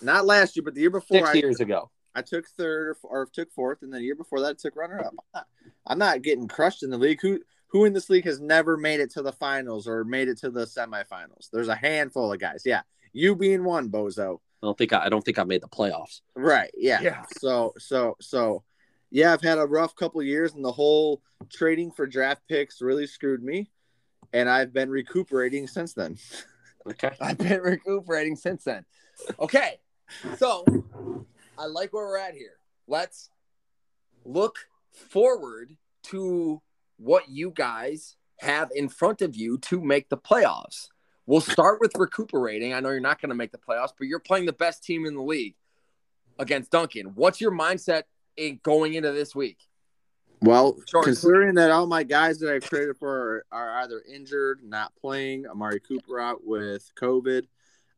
C: not last year, but the year before.
B: Six
C: I,
B: years ago,
C: I took third or, or took fourth, and the year before that, I took runner up. I'm not, I'm not getting crushed in the league. Who who in this league has never made it to the finals or made it to the semifinals? There's a handful of guys. Yeah, you being one, bozo.
B: I don't think I, I don't think I made the playoffs.
C: Right. Yeah.
A: Yeah.
C: So so so, yeah. I've had a rough couple of years, and the whole trading for draft picks really screwed me, and I've been recuperating since then.
B: Okay.
A: I've been recuperating since then. Okay. So I like where we're at here. Let's look forward to what you guys have in front of you to make the playoffs. We'll start with recuperating. I know you're not going to make the playoffs, but you're playing the best team in the league against Duncan. What's your mindset in going into this week?
C: Well,
A: Sure.
C: considering that all my guys that I've traded for are, are either injured, not playing, Amari Cooper out with COVID.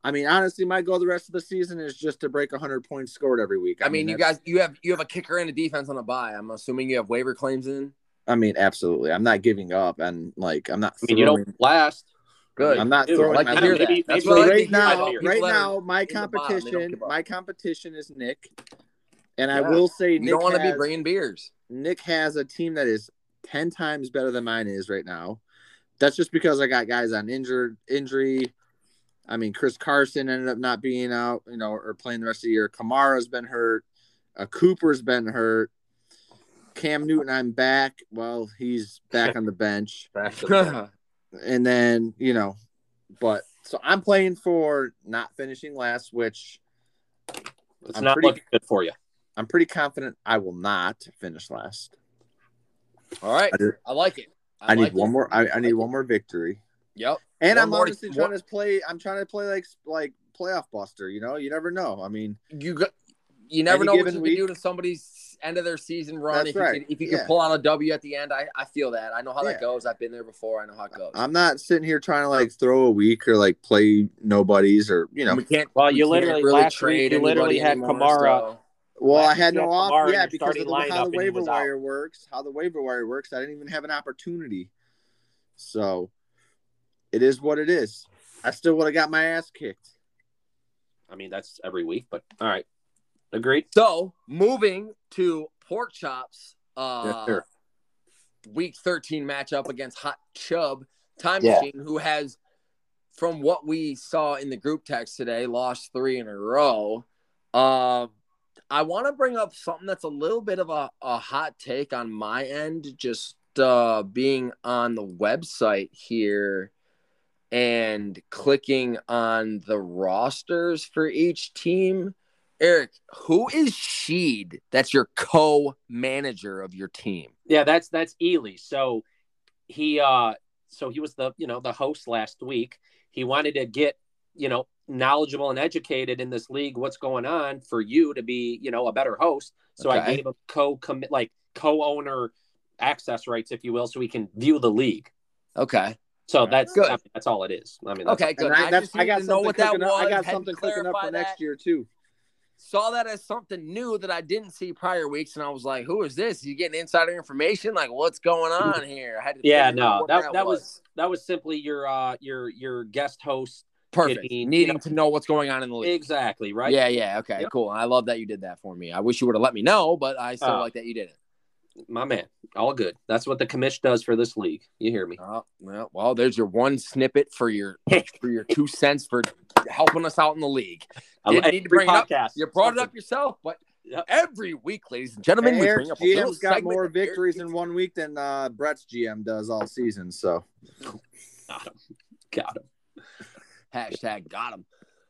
C: I mean, honestly, my goal the rest of the season is just to break 100 points scored every week.
A: I mean, you
C: that's-
A: guys, you have you have a kicker and a defense on a bye. I'm assuming you have waiver claims in.
C: I mean, absolutely. I'm not giving up, and like, I'm not.
B: I mean, you
C: throwing-
B: don't last.
A: Good.
C: I'm not
B: Dude,
C: throwing
A: like
C: my
A: to hear
C: lead.
A: that.
B: Maybe-
A: That's
B: maybe
A: what I
C: So
A: like to
C: right
A: hear.
C: now,
A: People
C: right
A: that are-
C: now, my
A: in the bottom, they don't
C: competition,
A: give up.
C: my competition is Nick, and I
A: Yeah.
C: will say,
A: You
C: Nick
A: don't want to be
C: has-
A: bringing beers.
C: Nick has a team that is ten times better than mine is right now. That's just because I got guys on injured injury. I mean, Chris Carson ended up not being out, you know, or playing the rest of the year. Kamara's been hurt. Uh, Cooper's been hurt. Cam Newton, I'm back. Well, he's back on the bench, and then you know, but so I'm playing for not finishing last, which
B: It's
C: I'm
B: not
C: pretty-
B: looking good for you.
C: I'm pretty confident I will not finish last.
A: All right,
C: I,
A: I like it.
C: I need
A: like it.
C: one more. I, I need
A: like
C: one more victory.
A: Yep. One
C: And I'm
A: more-
C: honestly trying to play. I'm trying to play like like playoff buster. You know, you never know. I mean,
A: You got. You never
C: Any
A: know what
C: given
A: you
C: week.
A: can do to somebody's end of their season run.
C: That's
A: if you
C: right.
A: can, if you can
C: Yeah.
A: pull out a W at the end, I, I feel that. I know how
C: Yeah.
A: that goes. I've been there before. I know how it goes.
C: I'm not sitting here trying to like throw a week or like play nobodies or you know.
A: we can't.
B: Well,
A: we
B: you
A: can't
B: literally
A: really
B: last week
A: trade
B: you
A: anybody
B: literally had
A: anymore,
B: Kamara.
A: so-
C: Well,
B: Like
C: I had
B: you
C: no
B: said,
C: off.
B: Kamara
C: Yeah,
B: in the
C: because
B: starting
C: of the,
B: lineup
C: how
B: and
C: the
B: he
C: waiver
B: was out.
C: wire works, how the waiver wire works, I didn't even have an opportunity. So it is what it is. I still would have got my ass kicked.
B: I mean, that's every week, but all right. Agreed.
A: So moving to pork chops, uh,
B: sure.
A: week 13 matchup against Hot Chub Time
B: Yeah.
A: Machine, who has, from what we saw in the group text today, lost three in a row. Uh, I want to bring up something that's a little bit of a, a hot take on my end, just uh, being on the website here and clicking on the rosters for each team. Eric, who is Sheed that's your co manager of your team?
B: Yeah, that's that's Ely. So he uh so he was the you know the host last week. He wanted to get you know knowledgeable and educated in this league. What's going on for you to be you know a better host? So I
A: Okay.
B: gave him co commit like co owner access rights, if you will, so he can view the league.
A: Okay.
B: So that's
A: Good.
B: I mean, that's all it is. I mean, that's
A: Okay, good.
C: And I,
A: I,
C: that's,
A: just
C: I
A: needed
C: got
A: to know
C: something
A: what that
C: cooking
A: was.
C: up. I got
A: had to
C: something cooking up
A: clarify
C: for
A: that.
C: next year too.
A: Saw that as something new that I didn't see prior weeks, and I was like, "Who is this? You getting insider information? Like, what's going
C: Mm-hmm.
A: on here?" I had to
B: Yeah,
A: figure out
B: no,
A: what
B: that- that was- that was simply your uh your your guest host
A: perfect.
B: getting, you
A: Needing
B: know-
A: to know what's going on in the league.
B: exactly right.
A: Yeah, yeah. Okay,
B: Yep.
A: cool. I love that you did that for me. I wish you would have let me know, but I still
B: Oh.
A: like that you did it.
B: My man, all good. That's what the commish does for this league. You hear me?
A: Oh, well, well, there's your one snippet for your for your two cents for helping us out in the league.
B: I
A: Didn't
B: like
A: need to
B: every
A: bring it up.
B: podcast.
A: You brought it up yourself, but
B: Yep.
A: every week, ladies and gentlemen, we
C: Eric's
A: bring up a little
C: GM's got
A: segment
C: more
A: of Eric
C: victories
A: Gets
C: in one week than uh, Brett's GM does all season. So
B: Got him. Got him.
A: Hashtag got him.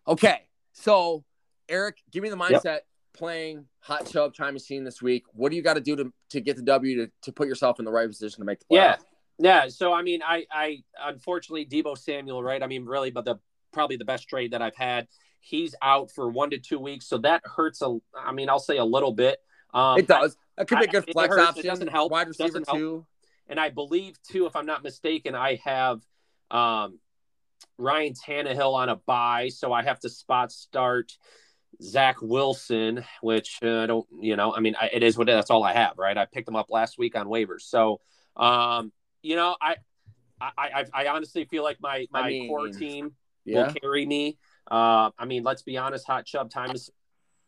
A: Okay. So, Eric, give me the mindset
B: Yep.
A: playing hot chub time machine this week. What do you got to do to to get the W to, to put yourself in the right position to make the playoffs?
B: Yeah. Yeah. So I mean, I I unfortunately Debo Samuel, right? I mean, really, but the probably the best trade that I've had. He's out for one to two weeks, so that hurts a. I mean, I'll say a little bit. Um,
A: It does. That could be a
B: I-
A: good
B: it
A: flex
B: hurts. It
A: option.
B: doesn't help.
A: Wide receiver
B: Doesn't help.
A: two.
B: and I believe too, if I'm not mistaken, I have um, Ryan Tannehill on a buy, so I have to spot start Zach Wilson, which uh, I don't, you know, I mean, I, it is what it- that's all I have, right? I picked him up last week on waivers, so um, you know, I, I, I, I honestly feel like my my
A: I mean,
B: core team
A: Yeah.
B: will carry me. Uh, I mean, let's be honest, hot chub time is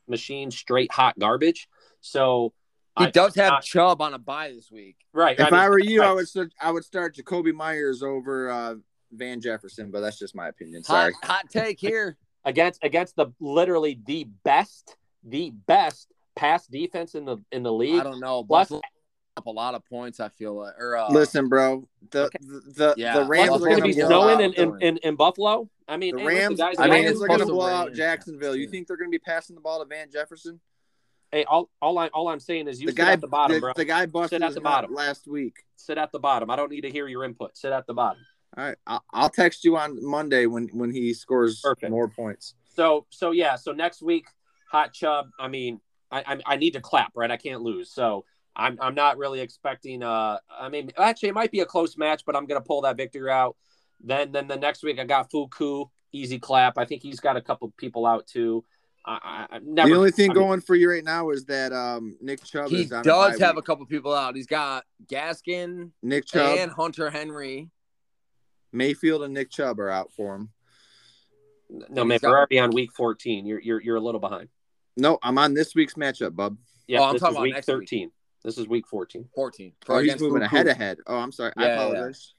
B: machine straight hot garbage. So
A: He
B: I-
A: does have
B: I-
A: Chubb on a bye this week.
B: right.
C: if
B: mean,
C: I were you, I
B: right.
C: would start, I would start Jacoby Myers over uh, Van Jefferson, but that's just my opinion.
A: Hot,
C: Sorry.
A: hot take here.
B: against against the literally the best the best pass defense in the in the
A: I
B: league.
A: don't know.
B: Plus-
A: Plus, up a lot of points. I feel like. Or uh,
C: Listen, bro, the
B: Okay.
C: the
A: Yeah.
C: the Rams
B: Plus,
C: are
B: it's
A: Well,
B: going
C: going
B: to be
A: blow
B: snowing
A: out
B: in, in,
A: Dylan.
B: in, in Buffalo. I mean,
C: The
B: hey, listen,
C: Rams.
B: guys,
C: I mean,
A: Rams
C: it's going to
A: supposed to
C: blow out
A: rain.
C: Jacksonville. You think they're going to be passing the ball to Van Jefferson?
B: hey, all all I all I'm saying is you
C: The
B: sit
C: guy,
B: at the bottom,
C: the,
B: bro.
C: the guy busted
B: Sit at
C: his
B: the
C: nut
B: bottom.
C: last week.
B: sit at the bottom. I don't need to hear your input. Sit at the bottom.
C: All right, I'll, I'll text you on Monday when when he scores
B: Perfect.
C: more points.
B: So so yeah. So next week, hot chub. I mean, I I, I need to clap, right? I can't lose. So. I'm, I'm not really expecting uh I mean actually it might be a close match but I'm gonna pull that victory out then then the next week I got Fuku easy clap I think he's got a couple people out too I, I, I never
C: the only thing
B: I mean-
C: going for you right now is that um, Nick Chubb.
A: he
C: is on
A: does
C: bye
A: have a
C: week.
A: couple people out. He's got Gaskin
C: Nick Chubb,
A: and Hunter Henry.
C: Mayfield, and Nick Chubb are out for him.
B: No, man,
A: uh,
B: we're already on week 14. You're you're you're a little behind.
C: No, I'm on this week's matchup, bub.
B: Yeah,
A: Oh, I'm
B: this
A: talking
B: is
A: about
B: week
A: next week.
B: 13. This is week 14.
A: 14.
C: Oh, he's
A: Against
C: moving
A: Fuku.
C: ahead ahead. Oh, I'm sorry. I
A: Yeah, yeah.
C: apologize.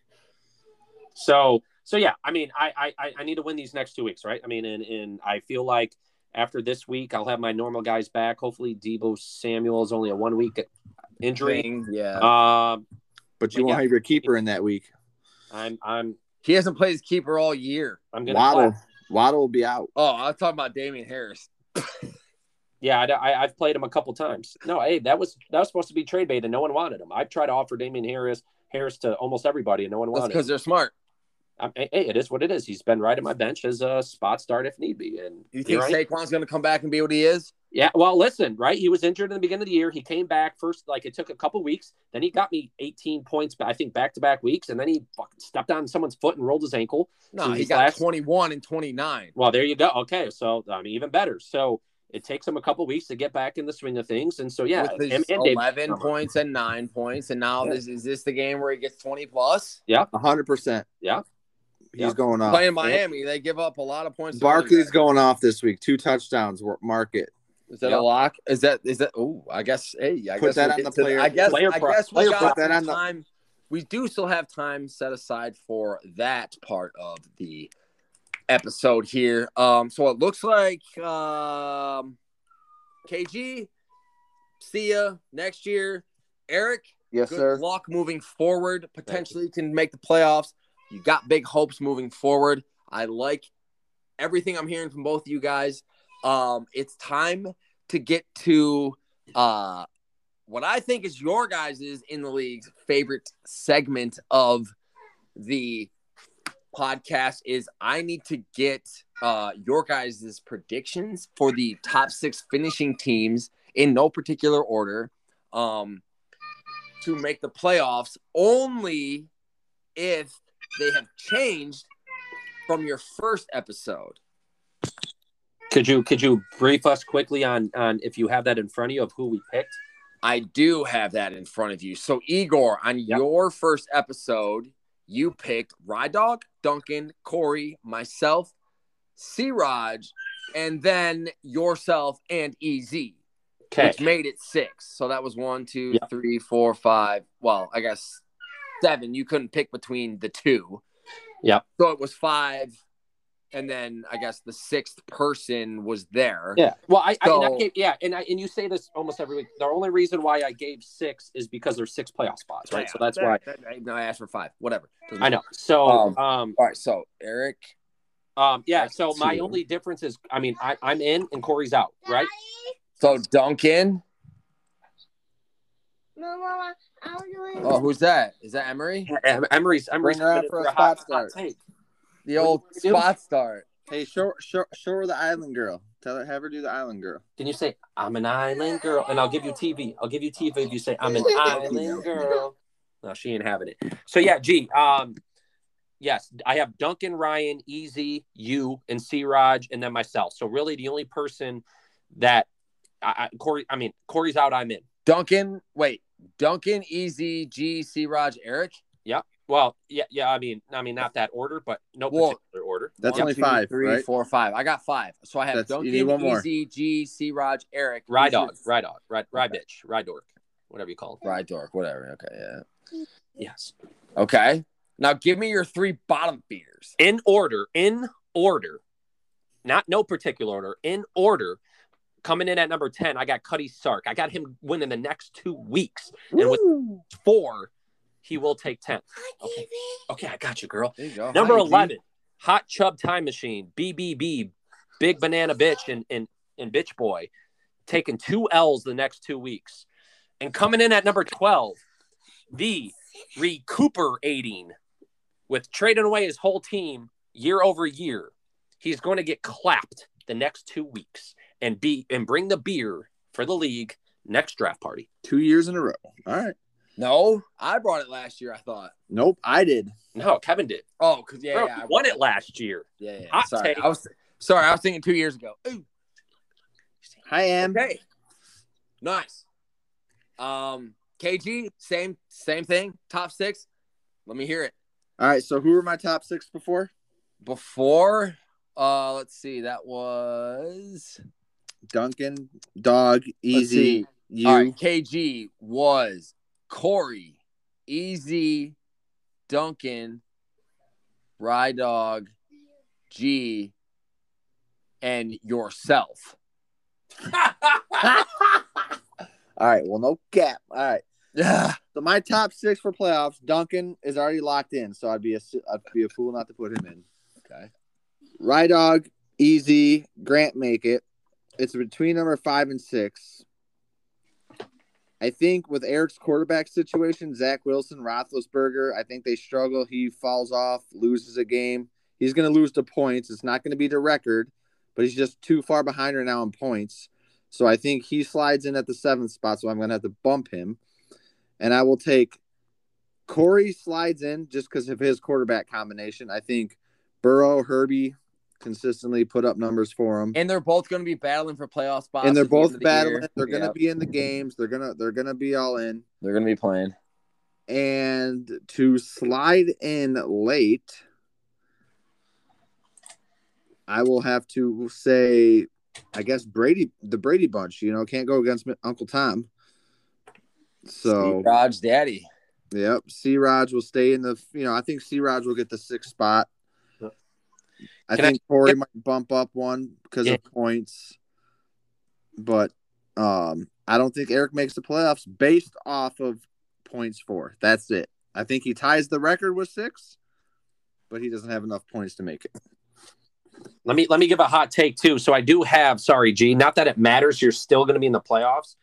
B: So so yeah, I mean, I I I- I need to win these next two weeks, right? I mean, and and I feel like after this week, I'll have my normal guys back. Hopefully, Debo Samuel is only a one week injury.
A: Thing, Yeah.
C: Uh,
B: Um,
C: But you
B: We
C: won't
B: got-
C: have your keeper in that week.
B: I'm I'm
A: He hasn't played his keeper all year.
B: I'm gonna.
C: Waddle,
B: clap.
C: Waddle will be out.
A: Oh, I'm talking about Damian Harris.
B: Yeah, I, I, I've played him a couple times. No, hey, that was that was supposed to be trade bait, and no one wanted him. I've tried to offer Damian Harris Harris to almost everybody, and no one
A: That's
B: wanted. him.
A: because they're smart.
B: I, hey, it is what it is. He's been right at my bench as a spot start if need be. And
A: You think
B: here I am.
A: Saquon's going to come back and be what he is?
B: yeah, well, listen, right? He was injured in the beginning of the year. He came back first, like it took a couple weeks. Then he got me 18 points, I think, back to back weeks. And then he fucking stepped on someone's foot and rolled his ankle.
A: No,
B: So
A: he
B: he's
A: got
B: last-
A: 21 and 29.
B: Well, there you go. Okay. So, I mean, even better. So, It takes them a couple weeks to get back in the swing of things, and so yeah,
A: with
B: him
A: his
B: and David.
A: 11 points and nine points, and now
B: Yeah.
A: this is this the game where he gets 20 plus?
C: hundred percent.
B: Yeah.
C: he's
B: Yeah.
C: going off.
A: Playing Miami, they give up a lot of points. to
C: Uh, Barkley's
A: running
C: going off this week. Two touchdowns. Wor- Mark
A: back.
C: it.
A: is that
B: Yeah.
A: a lock? Is that is that? Oh, I guess. Hey, I
C: Put
A: guess
C: that
A: we'll
C: on
A: get
C: the
A: to-
C: player-
A: I guess.
B: player
A: I
B: prop.
A: guess we
C: Player
A: got
C: prop. That on the-
A: time. We do still have time set aside for that part of the episode here. Um, so it looks like um, KG, see ya next year. Eric,
C: Yes,
A: good luck moving forward. Potentially can make the playoffs. You got big hopes moving forward. I like everything I'm hearing from both of you guys. Um, it's time to get to uh, what I think is your guys' in the league's favorite segment of the podcast is I need to get uh, your guys' predictions for the top six finishing teams in no particular order. Um, to make the playoffs only if they have changed from your first episode.
B: Could you could you brief us quickly on on if you have that in front of you of who we picked?
A: I do have that in front of you. So, Igor, on
B: Yep.
A: your first episode, you picked Rye Dog, Duncan, Corey, myself, C Raj, and then yourself and E EZ,
B: Okay,
A: which made it six. So that was one, two,
B: Yep.
A: three, four, five. Well, I guess seven. You couldn't pick between the two.
B: Yep.
A: So it was five. And then I guess the sixth person was there.
B: Yeah. Well, I, I, and I
A: So-
B: gave, yeah, and I and you say this almost every week. The only reason why I gave six is because there's six playoff spots, right? so that's why
A: I, no, I asked for five. Whatever. Doesn't
B: I know. So
A: Um,
B: um
A: matter. All right. So Eric,
B: um yeah. So my
A: two.
B: only difference is I mean I I'm in and Corey's out, right?
A: so Duncan.
E: No, Mama, I was doing.
A: Oh, who's that? Is that Emery?
B: Em- Emery's Emery's
C: Bring her out
B: committed
C: for a
B: hot,
C: spot
B: hot take.
A: The
B: What do you
A: old
B: want me to do?
A: spot start.
C: Hey, show, show, show her the island girl. Tell her, have her do the island girl.
B: Can you say I'm an island girl? And I'll give you TV. I'll give you TV if you say I'm an island girl. No, she ain't having it. So yeah, G. Um, yes, I have Duncan, Ryan, Easy, you, and C. Raj, and then myself. So really, the only person that I, I Corey. I mean, Corey's out. I'm in.
A: Duncan. Wait. Duncan, Easy, G, C, Raj, Eric.
B: Well, yeah, yeah. I mean, I mean, not that order, but no
A: Well,
B: particular order.
C: That's
A: One,
C: only
A: two,
C: five,
A: three,
C: right?
A: four, five. I got five. So I have
C: That's- you
A: Duncan,
C: need one more.
A: Easy, G, C, Raj, Eric.
B: Rye
A: Who's your
B: dog, rye dog, rye, rye bitch, rye dork, whatever you call it.
A: Rye Dork, whatever. Okay, yeah.
B: Yes,
A: Okay. Now give me your three bottom feeders.
B: in order, in order, not no particular order, in order. Coming in at number ten, I got Cuddy Sark. I got him winning the next two weeks, and with four, he will take ten. Okay, okay, I got you, girl.
A: There you go.
B: Number
A: Hi, G.
B: eleven, Hot Chub Time Machine, BBB, Big Banana Bitch, and and and Bitch Boy, taking two L's the next two weeks, and coming in at number twelve, the recuperating with trading away his whole team year over year. He's going to get clapped the next two weeks and be and bring the beer for the league next draft party.
C: Two years in a row. All right.
A: No, I brought it last year. I thought.
C: Nope, I did.
B: No, Kevin did.
A: Oh, cause yeah,
B: Bro,
A: yeah,
B: he
A: I
B: won it last year.
A: Yeah, yeah.
B: Hot
A: Sorry,
B: take.
A: I was sorry. I was thinking two years ago. Ooh,
C: Hi, Am.
A: okay, nice. Um, KG, same same thing. Top six. Let me hear it.
C: All right. So, who were my top six before?
A: Before, uh, let's see. That was
C: Duncan, Dog,
A: Let's
C: Easy,
A: see.
C: you.
A: All right, KG was Corey, Easy, Duncan, Rye Dog, G, and yourself.
C: All right. Well, no cap. All right.
A: Yeah.
C: So my top six for playoffs. Duncan is already locked in, so I'd be a I'd be a fool not to put him in.
A: Okay.
C: Rye Dog, Easy, Grant make it. It's between number five and six. I think with Eric's quarterback situation, Zach Wilson, Roethlisberger, I think they struggle. He falls off, loses a game. He's going to lose the points. It's not going to be the record, but he's just too far behind right now in points. So I think he slides in at the seventh spot. So I'm going to have to bump him. And I will take Corey slides in just because of his quarterback combination. I think Burrow, Herbie, consistently put up numbers for them.
A: And they're both going to be battling for playoff spots.
C: And they're
A: at the end
C: both
A: of the
C: battling.
A: year.
C: They're gonna
A: Yep.
C: be in the games. They're gonna they're gonna be all in.
A: They're going to be playing.
C: And to slide in late, I will have to say, I guess Brady, the Brady bunch. You know, can't go against Uncle Tom. So
A: Steve Raj Daddy.
C: Yep. C Raj will stay in the, you know, I think C Raj will get the sixth spot.
B: Yep.
C: I
B: Can I-
C: think Corey might bump up one because
B: Yeah.
C: of points. But um I don't think Eric makes the playoffs based off of points four. That's it. I think he ties the record with six, but he doesn't have enough points to make it.
B: Let me let me give a hot take too. So I do have, sorry, G. Not that it matters. You're still going to be in the playoffs.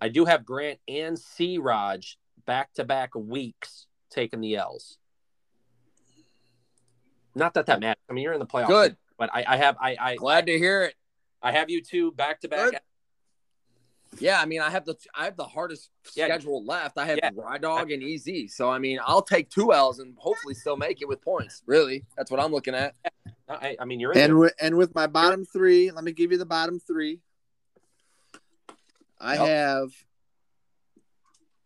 B: I do have Grant and C. Raj back to back weeks taking the L's. Not that that matters. I mean, you're in the playoffs.
A: Good.
B: But I, I have I I,
A: Glad to hear it.
B: I have you two back to back.
A: Good. Yeah, I mean, I have the I have the hardest
B: Yeah.
A: schedule left. I have
B: Yeah.
A: Raw Dog and Easy, so I mean, I'll take two L's and hopefully still make it with points. Really, that's what I'm looking at.
B: I, I mean, you're in.
C: And
B: there.
C: with, and with my bottom three, let me give you the bottom three. I
A: Yep.
C: have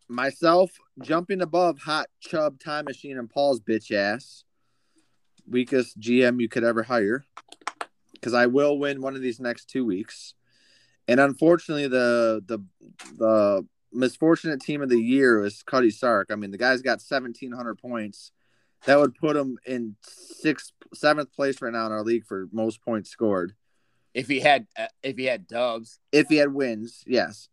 C: myself jumping above Hot Chub, Time Machine, and Paul's bitch ass. Weakest GM you could ever hire. Because I will win one of these next two weeks. And unfortunately, the the the misfortunate team of the year is Cuddy Sark. I mean, the guy's got seventeen hundred points. That would put him in sixth, seventh place right now in our league for most points scored.
A: If he had uh, if he had dubs,
C: If he had wins, yes,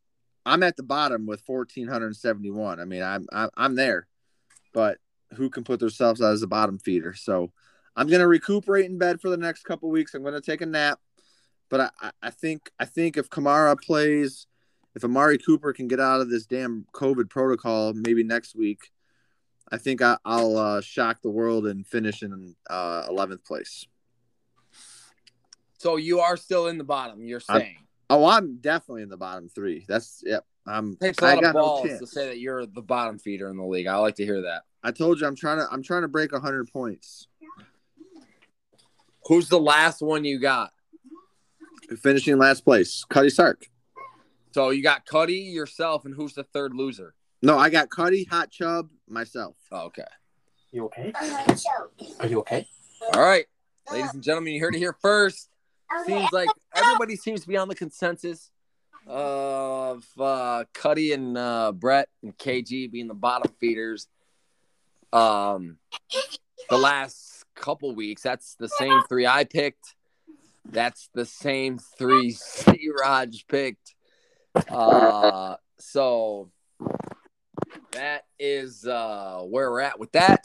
C: I'm at the bottom with fourteen hundred and seventy-one. I mean, I'm I'm I'm there, but who can put themselves out as a bottom feeder? So I'm gonna recuperate in bed for the next couple weeks. I'm gonna take a nap, but I- I I think I think if Kamara plays, if Amari Cooper can get out of this damn COVID protocol, maybe next week. I think I, I'll uh, shock the world and finish in uh, 11th place.
A: so you are still in the bottom. You're
C: I'm-
A: saying
C: Oh, I'm definitely in the bottom three. That's yep. I'm.
A: takes a
C: I
A: lot
C: got
A: of
C: no
A: balls
C: chance.
A: to say that you're the bottom feeder in the league. I like to hear that.
C: I told you I'm trying to. I'm trying to break hundred points.
A: Who's the last one you got?
C: Finishing last place, Cuddy Sark.
A: So you got Cuddy yourself, and who's the third loser?
C: No, I got Cuddy, Hot Chub, myself.
A: Oh, okay.
B: you okay?
E: I'm gonna choke.
B: Are you okay?
A: All right, ladies and gentlemen, you heard it here first.
E: Okay.
A: Seems like everybody seems to be on the consensus of uh, Cuddy and uh, Brett and KG being the bottom feeders. Um, the last couple weeks, that's the same three I picked. That's the same three C. Raj picked. Uh, so that is uh, where we're at with that.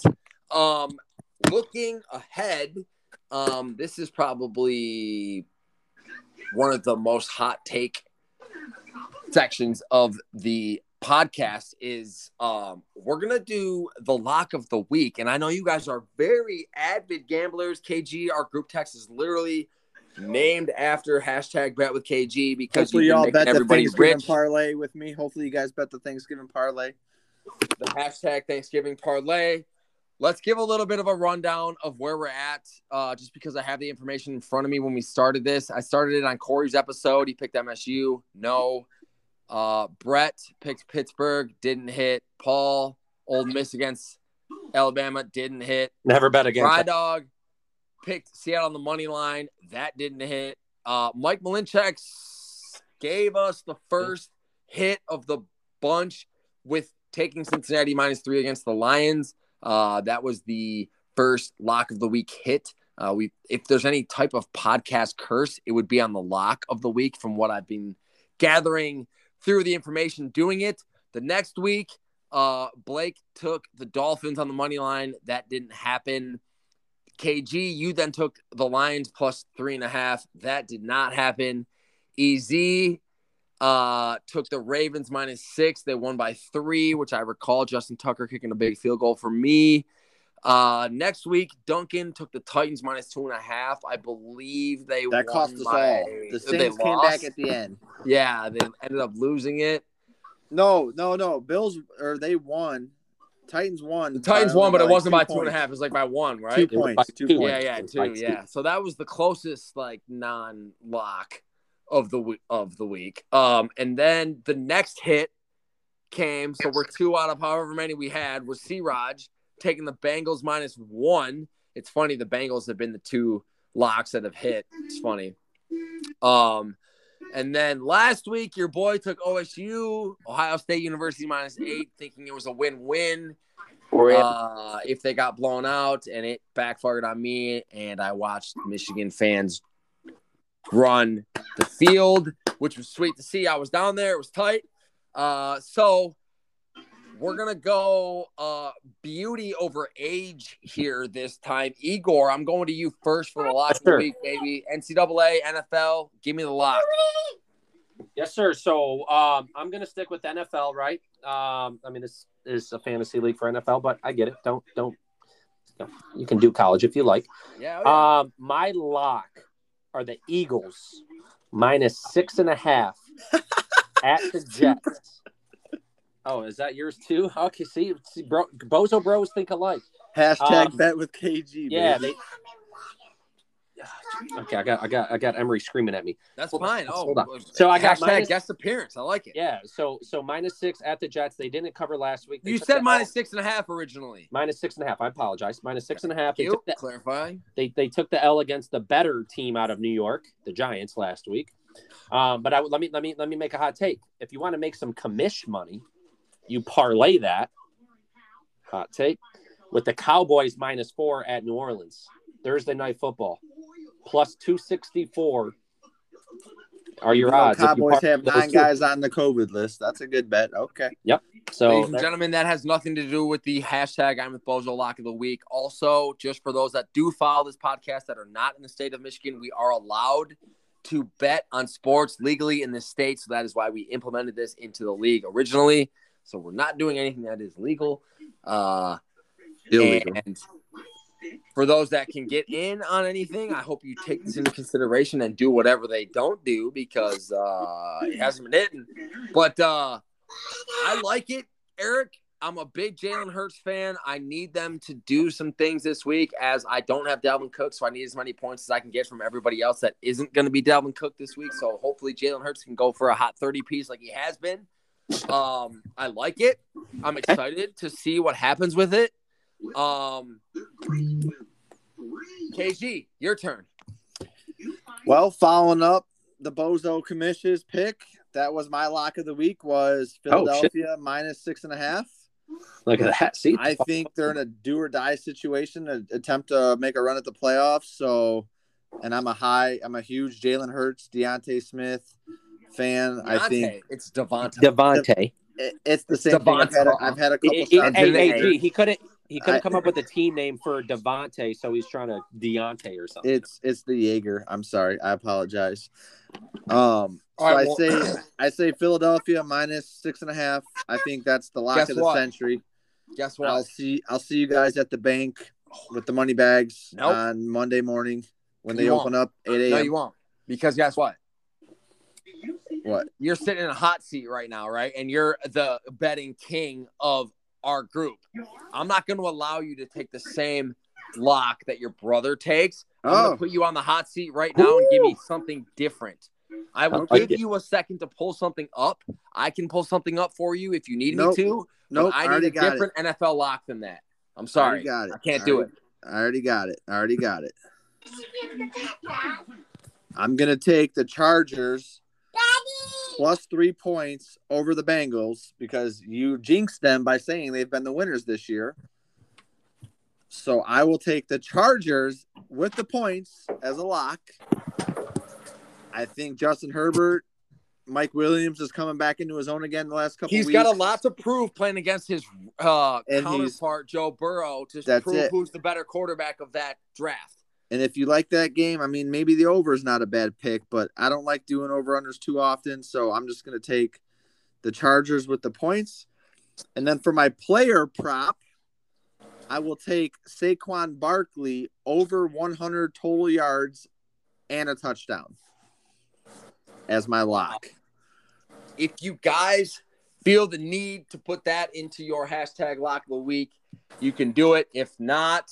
A: Um, looking ahead, um, this is probably one of the most hot take sections of the podcast is um we're gonna do the lock of the week and i know you guys are very avid gamblers kg our group text is literally named after hashtag bet with kg because
C: Hopefully,
A: you've been
C: y'all
A: making
C: bet the
A: everybody
C: Thanksgiving
A: rich
C: parlay with me. Hopefully, you guys bet the Thanksgiving parlay.
A: the hashtag Thanksgiving parlay. Let's give a little bit of a rundown of where we're at, uh, just because I have the information in front of me when we started this. I started it on Corey's episode. He picked MSU. No. Uh, Brett picked Pittsburgh. Didn't hit. Paul, Old Miss against Alabama. Didn't hit.
B: Never bet again.
A: Dry Dog picked Seattle on the money line. That didn't hit. Uh, Mike Malinchek s- gave us the first hit of the bunch with taking Cincinnati minus three against the Lions. Uh, that was the first lock of the week hit. Uh, we, if there's any type of podcast curse, it would be on the lock of the week, from what I've been gathering through the information doing it. The next week, uh, Blake took the Dolphins on the money line. That didn't happen. KG, you then took the Lions plus three and a half. That did not happen. EZ uh, took the Ravens minus six. They won by three, which I recall Justin Tucker kicking a big field goal for me. Uh, next week, Duncan took the Titans minus two and a half. I believe they won
C: That cost us
A: by-
C: all. The
A: they
C: Saints came back
A: lost.
C: at the end.
A: yeah, they ended up losing it.
C: No, no, no. Bills or they won. Titans won.
A: The Titans
C: by,
A: won, but it
C: like,
A: wasn't
C: two
A: by two and a
C: points.
A: half. It was like by one, right?
C: Two
B: It was
C: points.
B: by
C: two
B: two.
C: points.
A: yeah, yeah,
B: It was by
A: two, yeah. So that was the closest like non-lock of the w- of the week. Um, and then the next hit came. So we're two out of however many we had was C. Raj taking the Bengals minus one. It's funny the Bengals have been the two locks that have hit. It's funny. Um, and then last week your boy took OSU, Ohio State University minus eight, thinking it was a win-win uh, if they got blown out, and it backfired on me. And I watched Michigan fans run the field, which was sweet to see. I was down there; it was tight. Uh, so we're gonna go uh, beauty over age here this time. Igor, I'm going to you first for the lock of the
B: Sure.
A: week, baby. NCAA, NFL, give me the lock.
B: Yes, sir. So um, I'm going to stick with NFL, right? Um, I mean, this is a fantasy league for NFL, but I get it. Don't don't. You, know, you can do college if you like.
A: Yeah, oh,
B: Um, my lock are the Eagles minus six and a half at the Jets. Oh, is that yours too? Okay, see, see bro, bozo bros think alike.
C: Hashtag
B: Um,
C: bet with KG.
B: Yeah,
C: baby.
B: they. Okay, I got, I got, I got Emery screaming at me.
A: that's
B: hold on,
A: fine. Oh,
B: hold So I got
A: hashtag
B: minus-
A: guest appearance. I like it.
B: Yeah, so so minus six at the Jets. They didn't cover last week. They
A: You
B: took
A: said
B: that-
A: minus six and a half originally.
B: minus six and a half. I apologize. Minus six and a half. They
A: You
B: took, the,
A: clarifying.
B: they, they took the L against the better team out of New York, the Giants, last week. Um, but I would- let me let me let me make a hot take. If you want to make some commish money, you parlay that hot take with the Cowboys minus four at New Orleans Thursday night football plus two sixty four. Are your
C: You know,
B: odds? if you
C: Cowboys
B: parlay
C: have
B: those
C: nine
B: two.
C: guys on the COVID list. That's a good bet. Okay.
B: So
A: Ladies and gentlemen, that has nothing to do with the hashtag I'm with Bozo Lock of the Week. Also, just for those that do follow this podcast that are not in the state of Michigan, we are allowed to bet on sports legally in this state. So that is why we implemented this into the league originally. So we're not doing anything that is legal. Uh,
C: Illegal.
A: And for those that can get in on anything, I hope you take this into consideration and do whatever they don't do because uh, it hasn't been hitting. But uh, I like it, Eric. I'm a big Jalen Hurts fan. I need them to do some things this week as I don't have Dalvin Cook, so I need as many points as I can get from everybody else that isn't going to be Dalvin Cook this week. So hopefully Jalen Hurts can go for a hot 30 piece like he has been. Um, I like it. I'm excited to see what happens with it. Um, KG, your turn.
C: Well, following up the Bozo Commission's pick, that was my lock of the week was
B: Oh, shit.
C: Philadelphia minus six and a half.
B: look at that. See,
C: I think they're in a do or die situation, an attempt to make a run at the playoffs. So, and I'm a high, I'm a huge Jalen Hurts, Deontay Smith fan. I think
A: Deontay, it's Devontae.
B: Devontae.
C: it, it's the same thing. I've
A: Devontae.
C: had, a, I've had a couple
B: He- he-
C: shots.
B: hey,
A: Devontae.
B: hey, G, he couldn't. He couldn't
C: I-
B: come up with a team name for Devonte, so he's trying to Deontay or something.
C: It's it's the Jaeger. I'm sorry. I apologize. Um,
A: All
C: so
A: right,
C: I
A: well-
C: say I say Philadelphia minus six and a half. I think that's the lock
A: Guess
C: of the
A: what?
C: century.
A: Guess
C: I'll
A: what?
C: see I'll see you guys at the bank with the money bags
A: Nope.
C: on Monday morning when they
A: You won't.
C: open up eight
A: No,
C: a.m.
A: you won't. Because guess what?
C: what?
A: You're sitting in a hot seat right now, right? And you're the betting king of our group. I'm not going to allow you to take the same lock that your brother takes. I'm going
C: Oh,
A: to put you on the hot seat right now and give me something different. I will
B: like
A: give
B: it.
A: you a second to pull something up. I can pull something up for you if you need
C: Nope.
A: me to.
C: no,
A: but I need
C: already
A: a
C: got
A: different NFL lock than that. I'm
C: it. Already
A: sorry.
C: got it.
A: I can't do it.
C: Already- I already got it. I already got it. I'm gonna take the Chargers plus three points over the Bengals because you jinxed them by saying they've been the winners this year. So I will take the Chargers with the points as a lock. I think Justin Herbert, Mike Williams is coming back into his own again the last couple
A: He's
C: weeks.
A: got a lot to prove playing against his uh,
C: And he's-
A: counterpart Joe Burrow to
C: That's
A: prove
C: it.
A: who's the better quarterback of that draft.
C: And if you like that game, I mean, maybe the over is not a bad pick, but I don't like doing over unders too often. So I'm just going to take the Chargers with the points. And then for my player prop, I will take Saquon Barkley over 100 total yards and a touchdown as my lock.
A: If you guys feel the need to put that into your hashtag lock of the week, you can do it. If not,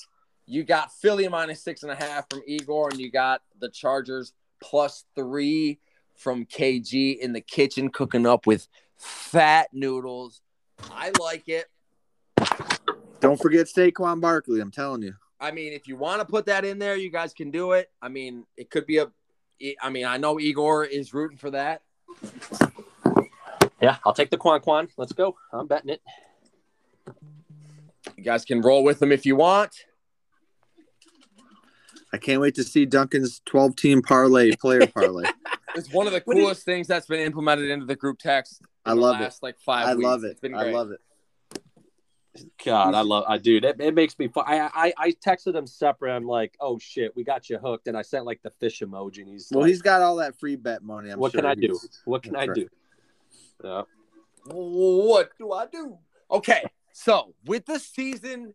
A: you got Philly minus six and a half from Igor, and you got the Chargers plus three from KG in the kitchen cooking up with fat noodles. I like it.
C: Don't forget Saquon Barkley. I'm telling you.
A: I mean, if you want to put that in there, you guys can do it. I mean, it could be a. e, I mean, I know Igor is rooting for that.
B: Yeah, I'll take the Quan Quan. Let's go. I'm betting it.
A: You guys can roll with them if you want.
C: I can't wait to see Duncan's 12 team parlay, player parlay.
A: It's one of the coolest things that's been implemented into the group text.
C: I love
A: the
C: it.
A: last, Like five.
C: I
A: weeks.
C: love it.
A: It's been
C: I
A: great.
C: love it.
B: God, I love, I dude, it, it makes me. Fun. I, I I texted him separate. I'm like, oh shit, we got you hooked, and I sent like the fish emoji, and he's
C: Well,
B: like,
C: he's got all that free bet money. I'm
B: what
C: sure
B: can I
C: he's-
B: do? What can I
C: That's
B: do? Yeah.
A: What do I do? Okay, so with the season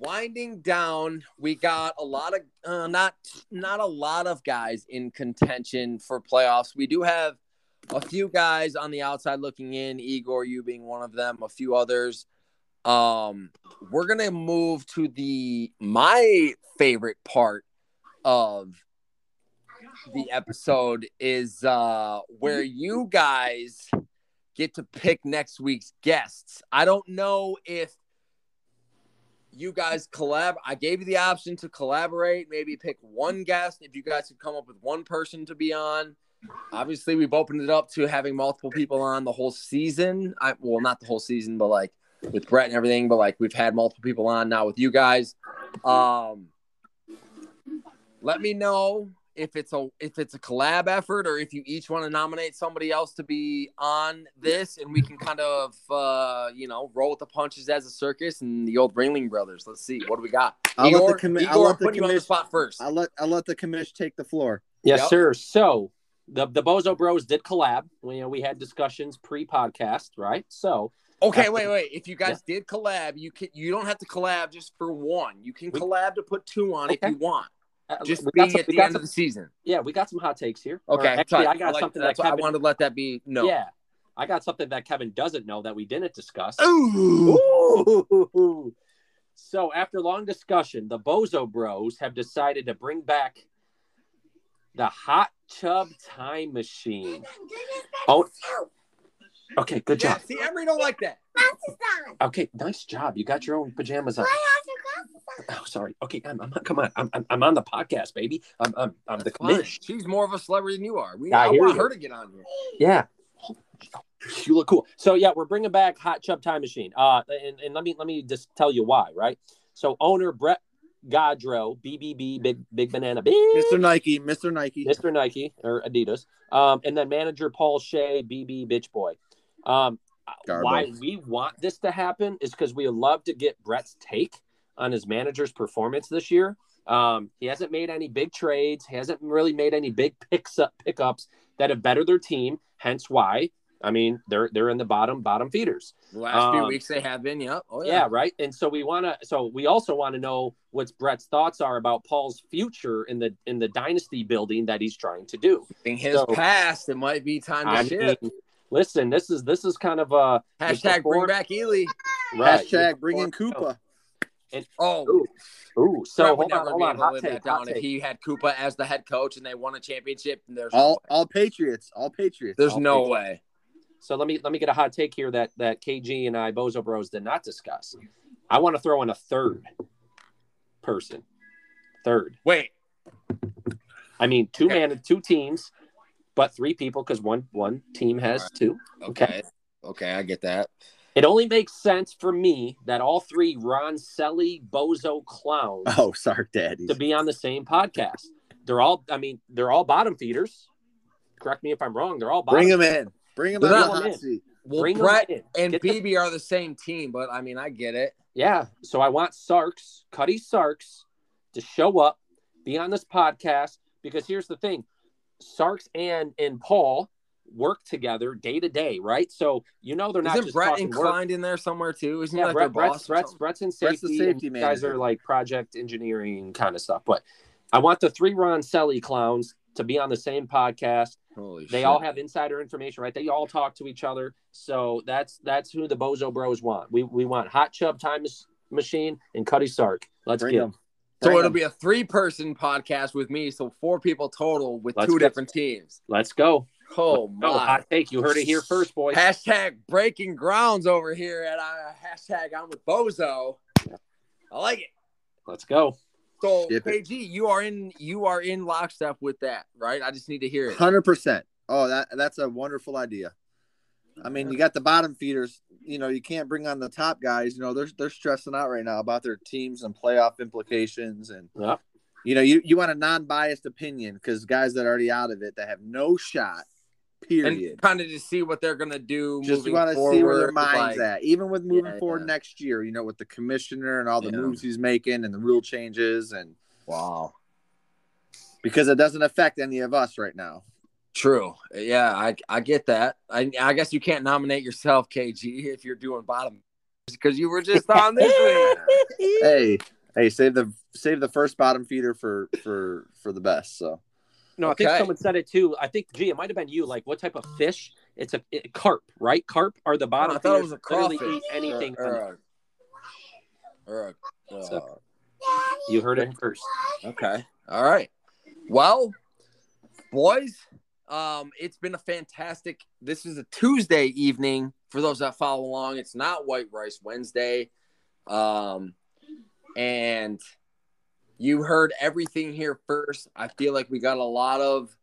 A: winding down, we got a lot of uh, not not a lot of guys in contention for playoffs. We do have a few guys on the outside looking in. Igor, you being one of them, a few others. Um, we're gonna move to the my favorite part of the episode is uh where you guys get to pick next week's guests. I don't know if you guys collab. I gave you the option to collaborate, maybe pick one guest if you guys could come up with one person to be on. Obviously, we've opened it up to having multiple people on the whole season. I well, not the whole season, but like with Brett and everything, but like we've had multiple people on now with you guys. Um let me know if it's a if it's a collab effort or if you each want to nominate somebody else to be on this and we can kind of uh you know roll with the punches as a circus and the old Ringling Brothers. Let's see what do we got.
C: I'll
A: Igor,
C: let the commi-
A: Igor,
C: I'll
A: I'm
C: let the
A: putting you on the
C: commission.
A: spot first.
C: I'll let I'll let the commish take the floor.
B: Yes,
A: Yep.
B: sir. So the the Bozo Bros did collab. We, you know, we had discussions pre podcast, right? So
A: Okay, wait, wait. If you guys did collab, you can you don't have to collab just for one. You can
B: We-
A: collab to put two on if
B: Okay.
A: you want.
B: uh,
A: Just
B: we
A: be
B: got some,
A: at
B: we
A: the
B: got
A: end
B: some-
A: of the season.
B: yeah, we got some hot takes here. Or
A: Okay,
B: actually,
A: sorry.
B: I got
A: like-
B: something that
A: that's why I
B: Kevin.
A: wanted to let that be known.
B: Yeah, I got something that Kevin doesn't know that we didn't discuss.
A: Ooh.
B: Ooh. So after long discussion, the Bozo Bros have decided to bring back the hot tub time machine. Oh, okay, good
A: Yeah,
B: job.
A: see, Emery don't like that.
B: Okay, nice job. You got your own pajamas on.
E: Why
B: Oh, sorry. Okay, I'm, I'm come on. I'm, I'm, I'm on the podcast, baby. I'm I'm, I'm the
A: That's fine.
B: commish.
A: She's more of a celebrity than you are. We,
B: I
A: I,
B: hear
A: want
B: you.
A: her to get on here.
B: Yeah. You look cool. So yeah, we're bringing back Hot Chub Time Machine. Uh, and, and let me let me just tell you why, right? So owner Brett Godrow, BBB, Big Big Banana, Big
C: Mr. Nike, Mr. Nike.
B: Mr. Nike or Adidas, um, and then manager Paul Shea, BB Bitch Boy. Um,
C: Garbo.
B: why we want this to happen is because we would love to get Brett's take on his manager's performance this year. Um, he hasn't made any big trades, he hasn't really made any big picks up pickups that have bettered their team. Hence, why I mean they're they're in the bottom bottom feeders
A: The last few
B: Um,
A: weeks they have been. Yep. Oh
B: yeah.
A: yeah.
B: right. And so we want to. So we also want to know what's Brett's thoughts are about Paul's future in the in the dynasty building that he's trying to do.
A: Being his
B: So-
A: past, it might be time to
B: I
A: shift.
B: mean, listen, this is this is kind of a
A: Hashtag bring
B: before-
A: back Ely.
B: right.
C: Hashtag bring in Koopa.
A: Oh,
B: Ooh, Ooh, so
A: Brett would
B: hold on,
A: never
B: hold
A: be
B: on.
A: able to
B: Hot
A: live
B: take,
A: that down
B: hot
A: if
B: take.
A: he had Koopa as the head coach and they won a championship. There's
C: All all Patriots. All Patriots.
A: there's
B: I'll
A: no
B: take-
A: way.
B: So let me let me get a hot take here that that KG and I Bozo Bros did not discuss. I want to throw in a third person. Third.
A: Wait,
B: I mean, two
A: Okay.
B: man, two teams, but three people because one one team has two.
A: okay, okay, I get that.
B: It only makes sense for me that all three Ron Selly Bozo clowns
C: Oh, Sark Daddy.
B: to be on the same podcast. They're all, I mean, they're all bottom feeders. Correct me if I'm wrong. They're all bottom.
C: Bring him in. Bring him
A: They're
C: on the
A: not-
C: hot
B: Bring 'em in.
C: seat.
A: Well,
B: Bring 'em
A: Brett
B: in.
A: and
B: Get the-
A: BB are the same team, but I mean, I get it.
B: Yeah. So I want Sarks, Cuddy Sarks, to show up, be on this podcast. Because here's the thing Sarks and and Paul work together day to day, right? So you know they're not
A: Isn't
B: just
A: Brett
B: talking work.
A: inclined in there somewhere too? Isn't he
B: Yeah,
A: like
B: Brett,
A: their
B: Brett's,
A: boss? or
B: Brett's,
A: something?
B: Brett's in
C: Brett's
B: safety.
C: the
B: and
C: safety
B: you guys
C: manager.
B: are like project engineering kind of stuff. But I want the three Ron Selly clowns to be on the same podcast.
A: Holy
B: They all have insider information, right? They all talk to each other. So that's that's who the Bozo Bros want. We we want Hot Chub Time Mas- Machine and Cuddy Sark. Let's
C: Bring
B: get
C: 'em.
A: so
C: Bring
A: it'll
C: 'em.
A: be a three-person podcast with me. So four people total with
B: Let's
A: two
B: get-
A: different teams.
B: Let's go.
A: Oh my!
B: No hot take. You heard it here first, boys.
A: Hashtag breaking grounds over here at uh, hashtag I'm with Bozo. I like it.
B: Let's go.
A: So
C: Ship it.
A: KG, you are in you are in lockstep with that, right? I just need to hear it.
C: Hundred percent. Oh, that that's a wonderful idea. I mean, you got the bottom feeders. You know, you can't bring on the top guys. You know, they're they're stressing out right now about their teams and playoff implications, and
B: Yeah.
C: you know, you you want a non-biased opinion because guys that are already out of it that have no shot. Period.
A: And kind of just see what they're gonna do.
C: Just
A: moving
C: want to see where their
A: forward,
C: minds
A: like-
C: at. Even with moving
A: Yeah,
C: forward
A: yeah.
C: next year, you know, with the commissioner and all the
A: Yeah.
C: moves he's making and the rule changes, and
A: Wow.
C: because it doesn't affect any of us right now.
A: True. Yeah, I I get that. I I guess you can't nominate yourself, KG, if you're doing bottom because you were just on this. one.
C: hey, hey, save the save the first bottom feeder for for for the best. So
B: No, I
A: Okay.
B: think someone said it too. I think, gee, it might have been you. Like, what type of fish? It's a it- carp, right? Carp are the bottom.
A: I thought it
B: feeders
A: was a
B: that literally
A: crawfish Uh,
B: eat anything.
A: Or, or, a- or a- uh,
B: You heard it first.
A: Okay. All right. Well, boys, um, it's been a fantastic. This is a Tuesday evening for those that follow along. It's not White Rice Wednesday, um, and you heard everything here first. I feel like we got a lot of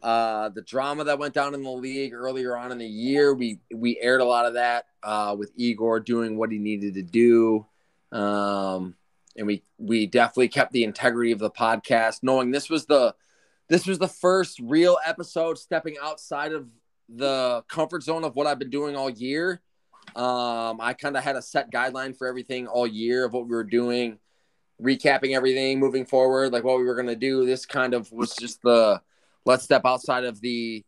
A: uh, the drama that went down in the league earlier on in the year. We we aired a lot of that uh, with Igor doing what he needed to do. Um, and we we definitely kept the integrity of the podcast knowing this was the this was the first real episode stepping outside of the comfort zone of what i've been doing all year um i kind of had a set guideline for everything all year of what we were doing recapping everything moving forward like what we were going to do this kind of was just the let's step outside of the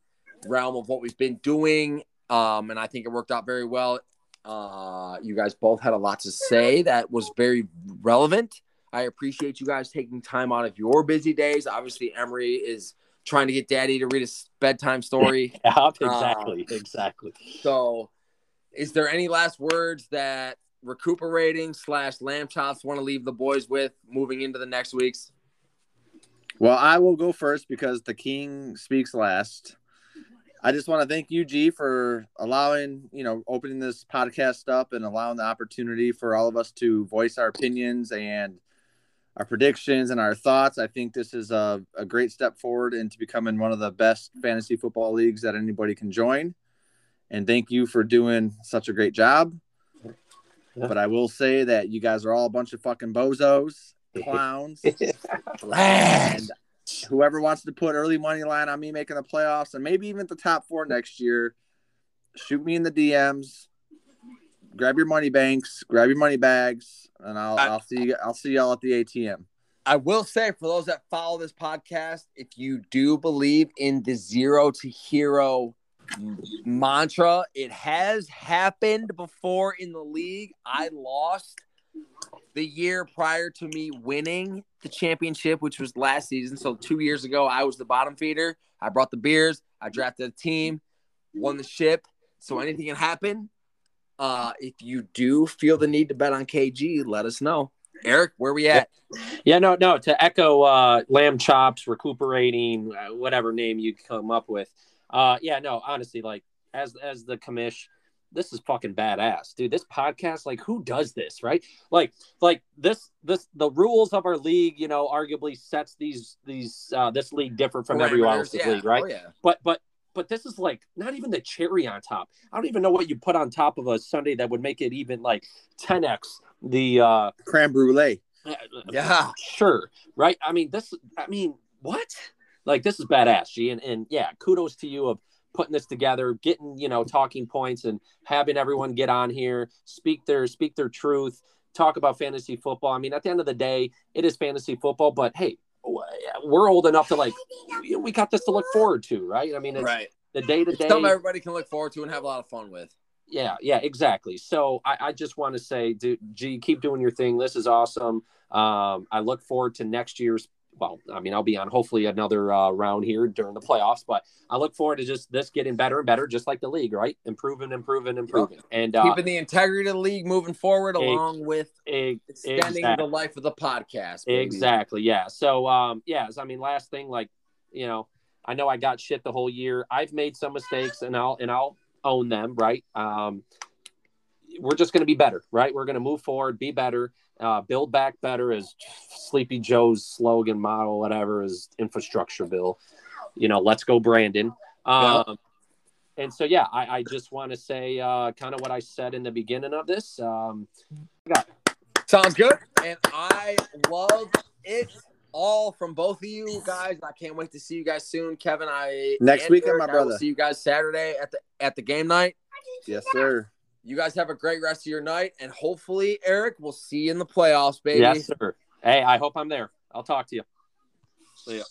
A: realm of what we've been doing um and i think it worked out very well uh, you guys both had a lot to say that was very relevant. I appreciate you guys taking time out of your busy days. Obviously, Emery is trying to get Daddy to read his bedtime story.
B: Yeah,
A: exactly,
B: exactly.
A: So, is there any last words that recuperating slash lamb chops want to leave the boys with moving into the next weeks?
C: well, I will go first because the king speaks last. I just want to thank you, G, for allowing, you know, opening this podcast up and allowing the opportunity for all of us to voice our opinions and our predictions and our thoughts. I think this is a, a great step forward into becoming one of the best fantasy football leagues that anybody can join. And thank you for doing such a great job.
B: Yeah.
C: But I will say that you guys are all a bunch of fucking bozos, clowns.
A: Last.
C: And whoever wants to put early money line on me making the playoffs and maybe even at the top four next year, shoot me in the DMs. Grab your money banks, grab your money bags, and I'll,
A: I-
C: I'll see you. I'll see y'all at the ATM.
A: I will say for those that follow this podcast, if you do believe in the zero to hero m- mantra, it has happened before in the league. I lost the year prior to me winning the championship, which was last season. So two years ago, I was the bottom feeder. I brought the beers. I drafted a team, won the ship. So anything can happen. Uh, if you do feel the need to bet on KG, let us know. Eric, where we at?
B: Yeah, no, no. To echo uh, lamb chops, recuperating, uh, whatever name you come up with. Uh, yeah, no. Honestly, like as as the commish, this is fucking badass, dude. This podcast, like, who does this, right? Like, like this this the rules of our league, you know, arguably sets these these uh, this league different from everyone
A: Parameters,
B: else's
A: yeah.
B: league, right?
A: Oh, yeah.
B: but but but this is like not even the cherry on top. I don't even know what you put on top of a Sunday that would make it even like 10x the uh
C: Creme brulee.
A: Yeah.
B: sure, right? I mean this I mean what? Like this is badass, G and, and yeah, kudos to you of putting this together, getting, you know, talking points and having everyone get on here, speak their speak their truth, talk about fantasy football. I mean, at the end of the day, it is fantasy football, but hey, we're old enough to like we got this to look forward to, right? I mean, it's,
A: Right.
B: the day to
A: It's
B: day.
A: something everybody can look forward to and have a lot of fun with.
B: Yeah, yeah, exactly. So I, I just want to say, dude, G, keep doing your thing. This is awesome. Um, I look forward to next year's well, I mean, I'll be on hopefully another uh, round here during the playoffs, but I look forward to just this getting better and better, just like the league, right? Improving, improving, improving, and uh,
A: Keeping the integrity of the league moving forward,
B: Ex-
A: along with
B: e-
A: extending
B: exact-
A: the life of the podcast. baby.
B: Exactly. Yeah. So, um, yeah. So, I mean, last thing, like, you know, I know I got shit the whole year. I've made some mistakes, and I'll and I'll own them. Right. Um, we're just going to be better. Right. We're going to move forward, be better, uh, build back better. As Sleepy Joe's slogan, model, whatever, is infrastructure bill. You know, let's go, Brandon. Um, And so, yeah, I, I just want to say uh, kind of what I said in the beginning of this. Um,
A: Sounds good. And I love it all from both of you guys. I can't wait to see you guys soon. Kevin, I
C: Next
A: and
C: weekend, my
A: Eric, I will
C: brother.
A: see you guys Saturday at the at the game night.
C: Yes, sir.
A: You guys have a great rest of your night, and hopefully, Eric, we'll see you in the playoffs, baby.
B: yes, sir. Hey, I hope I'm there. I'll talk to you.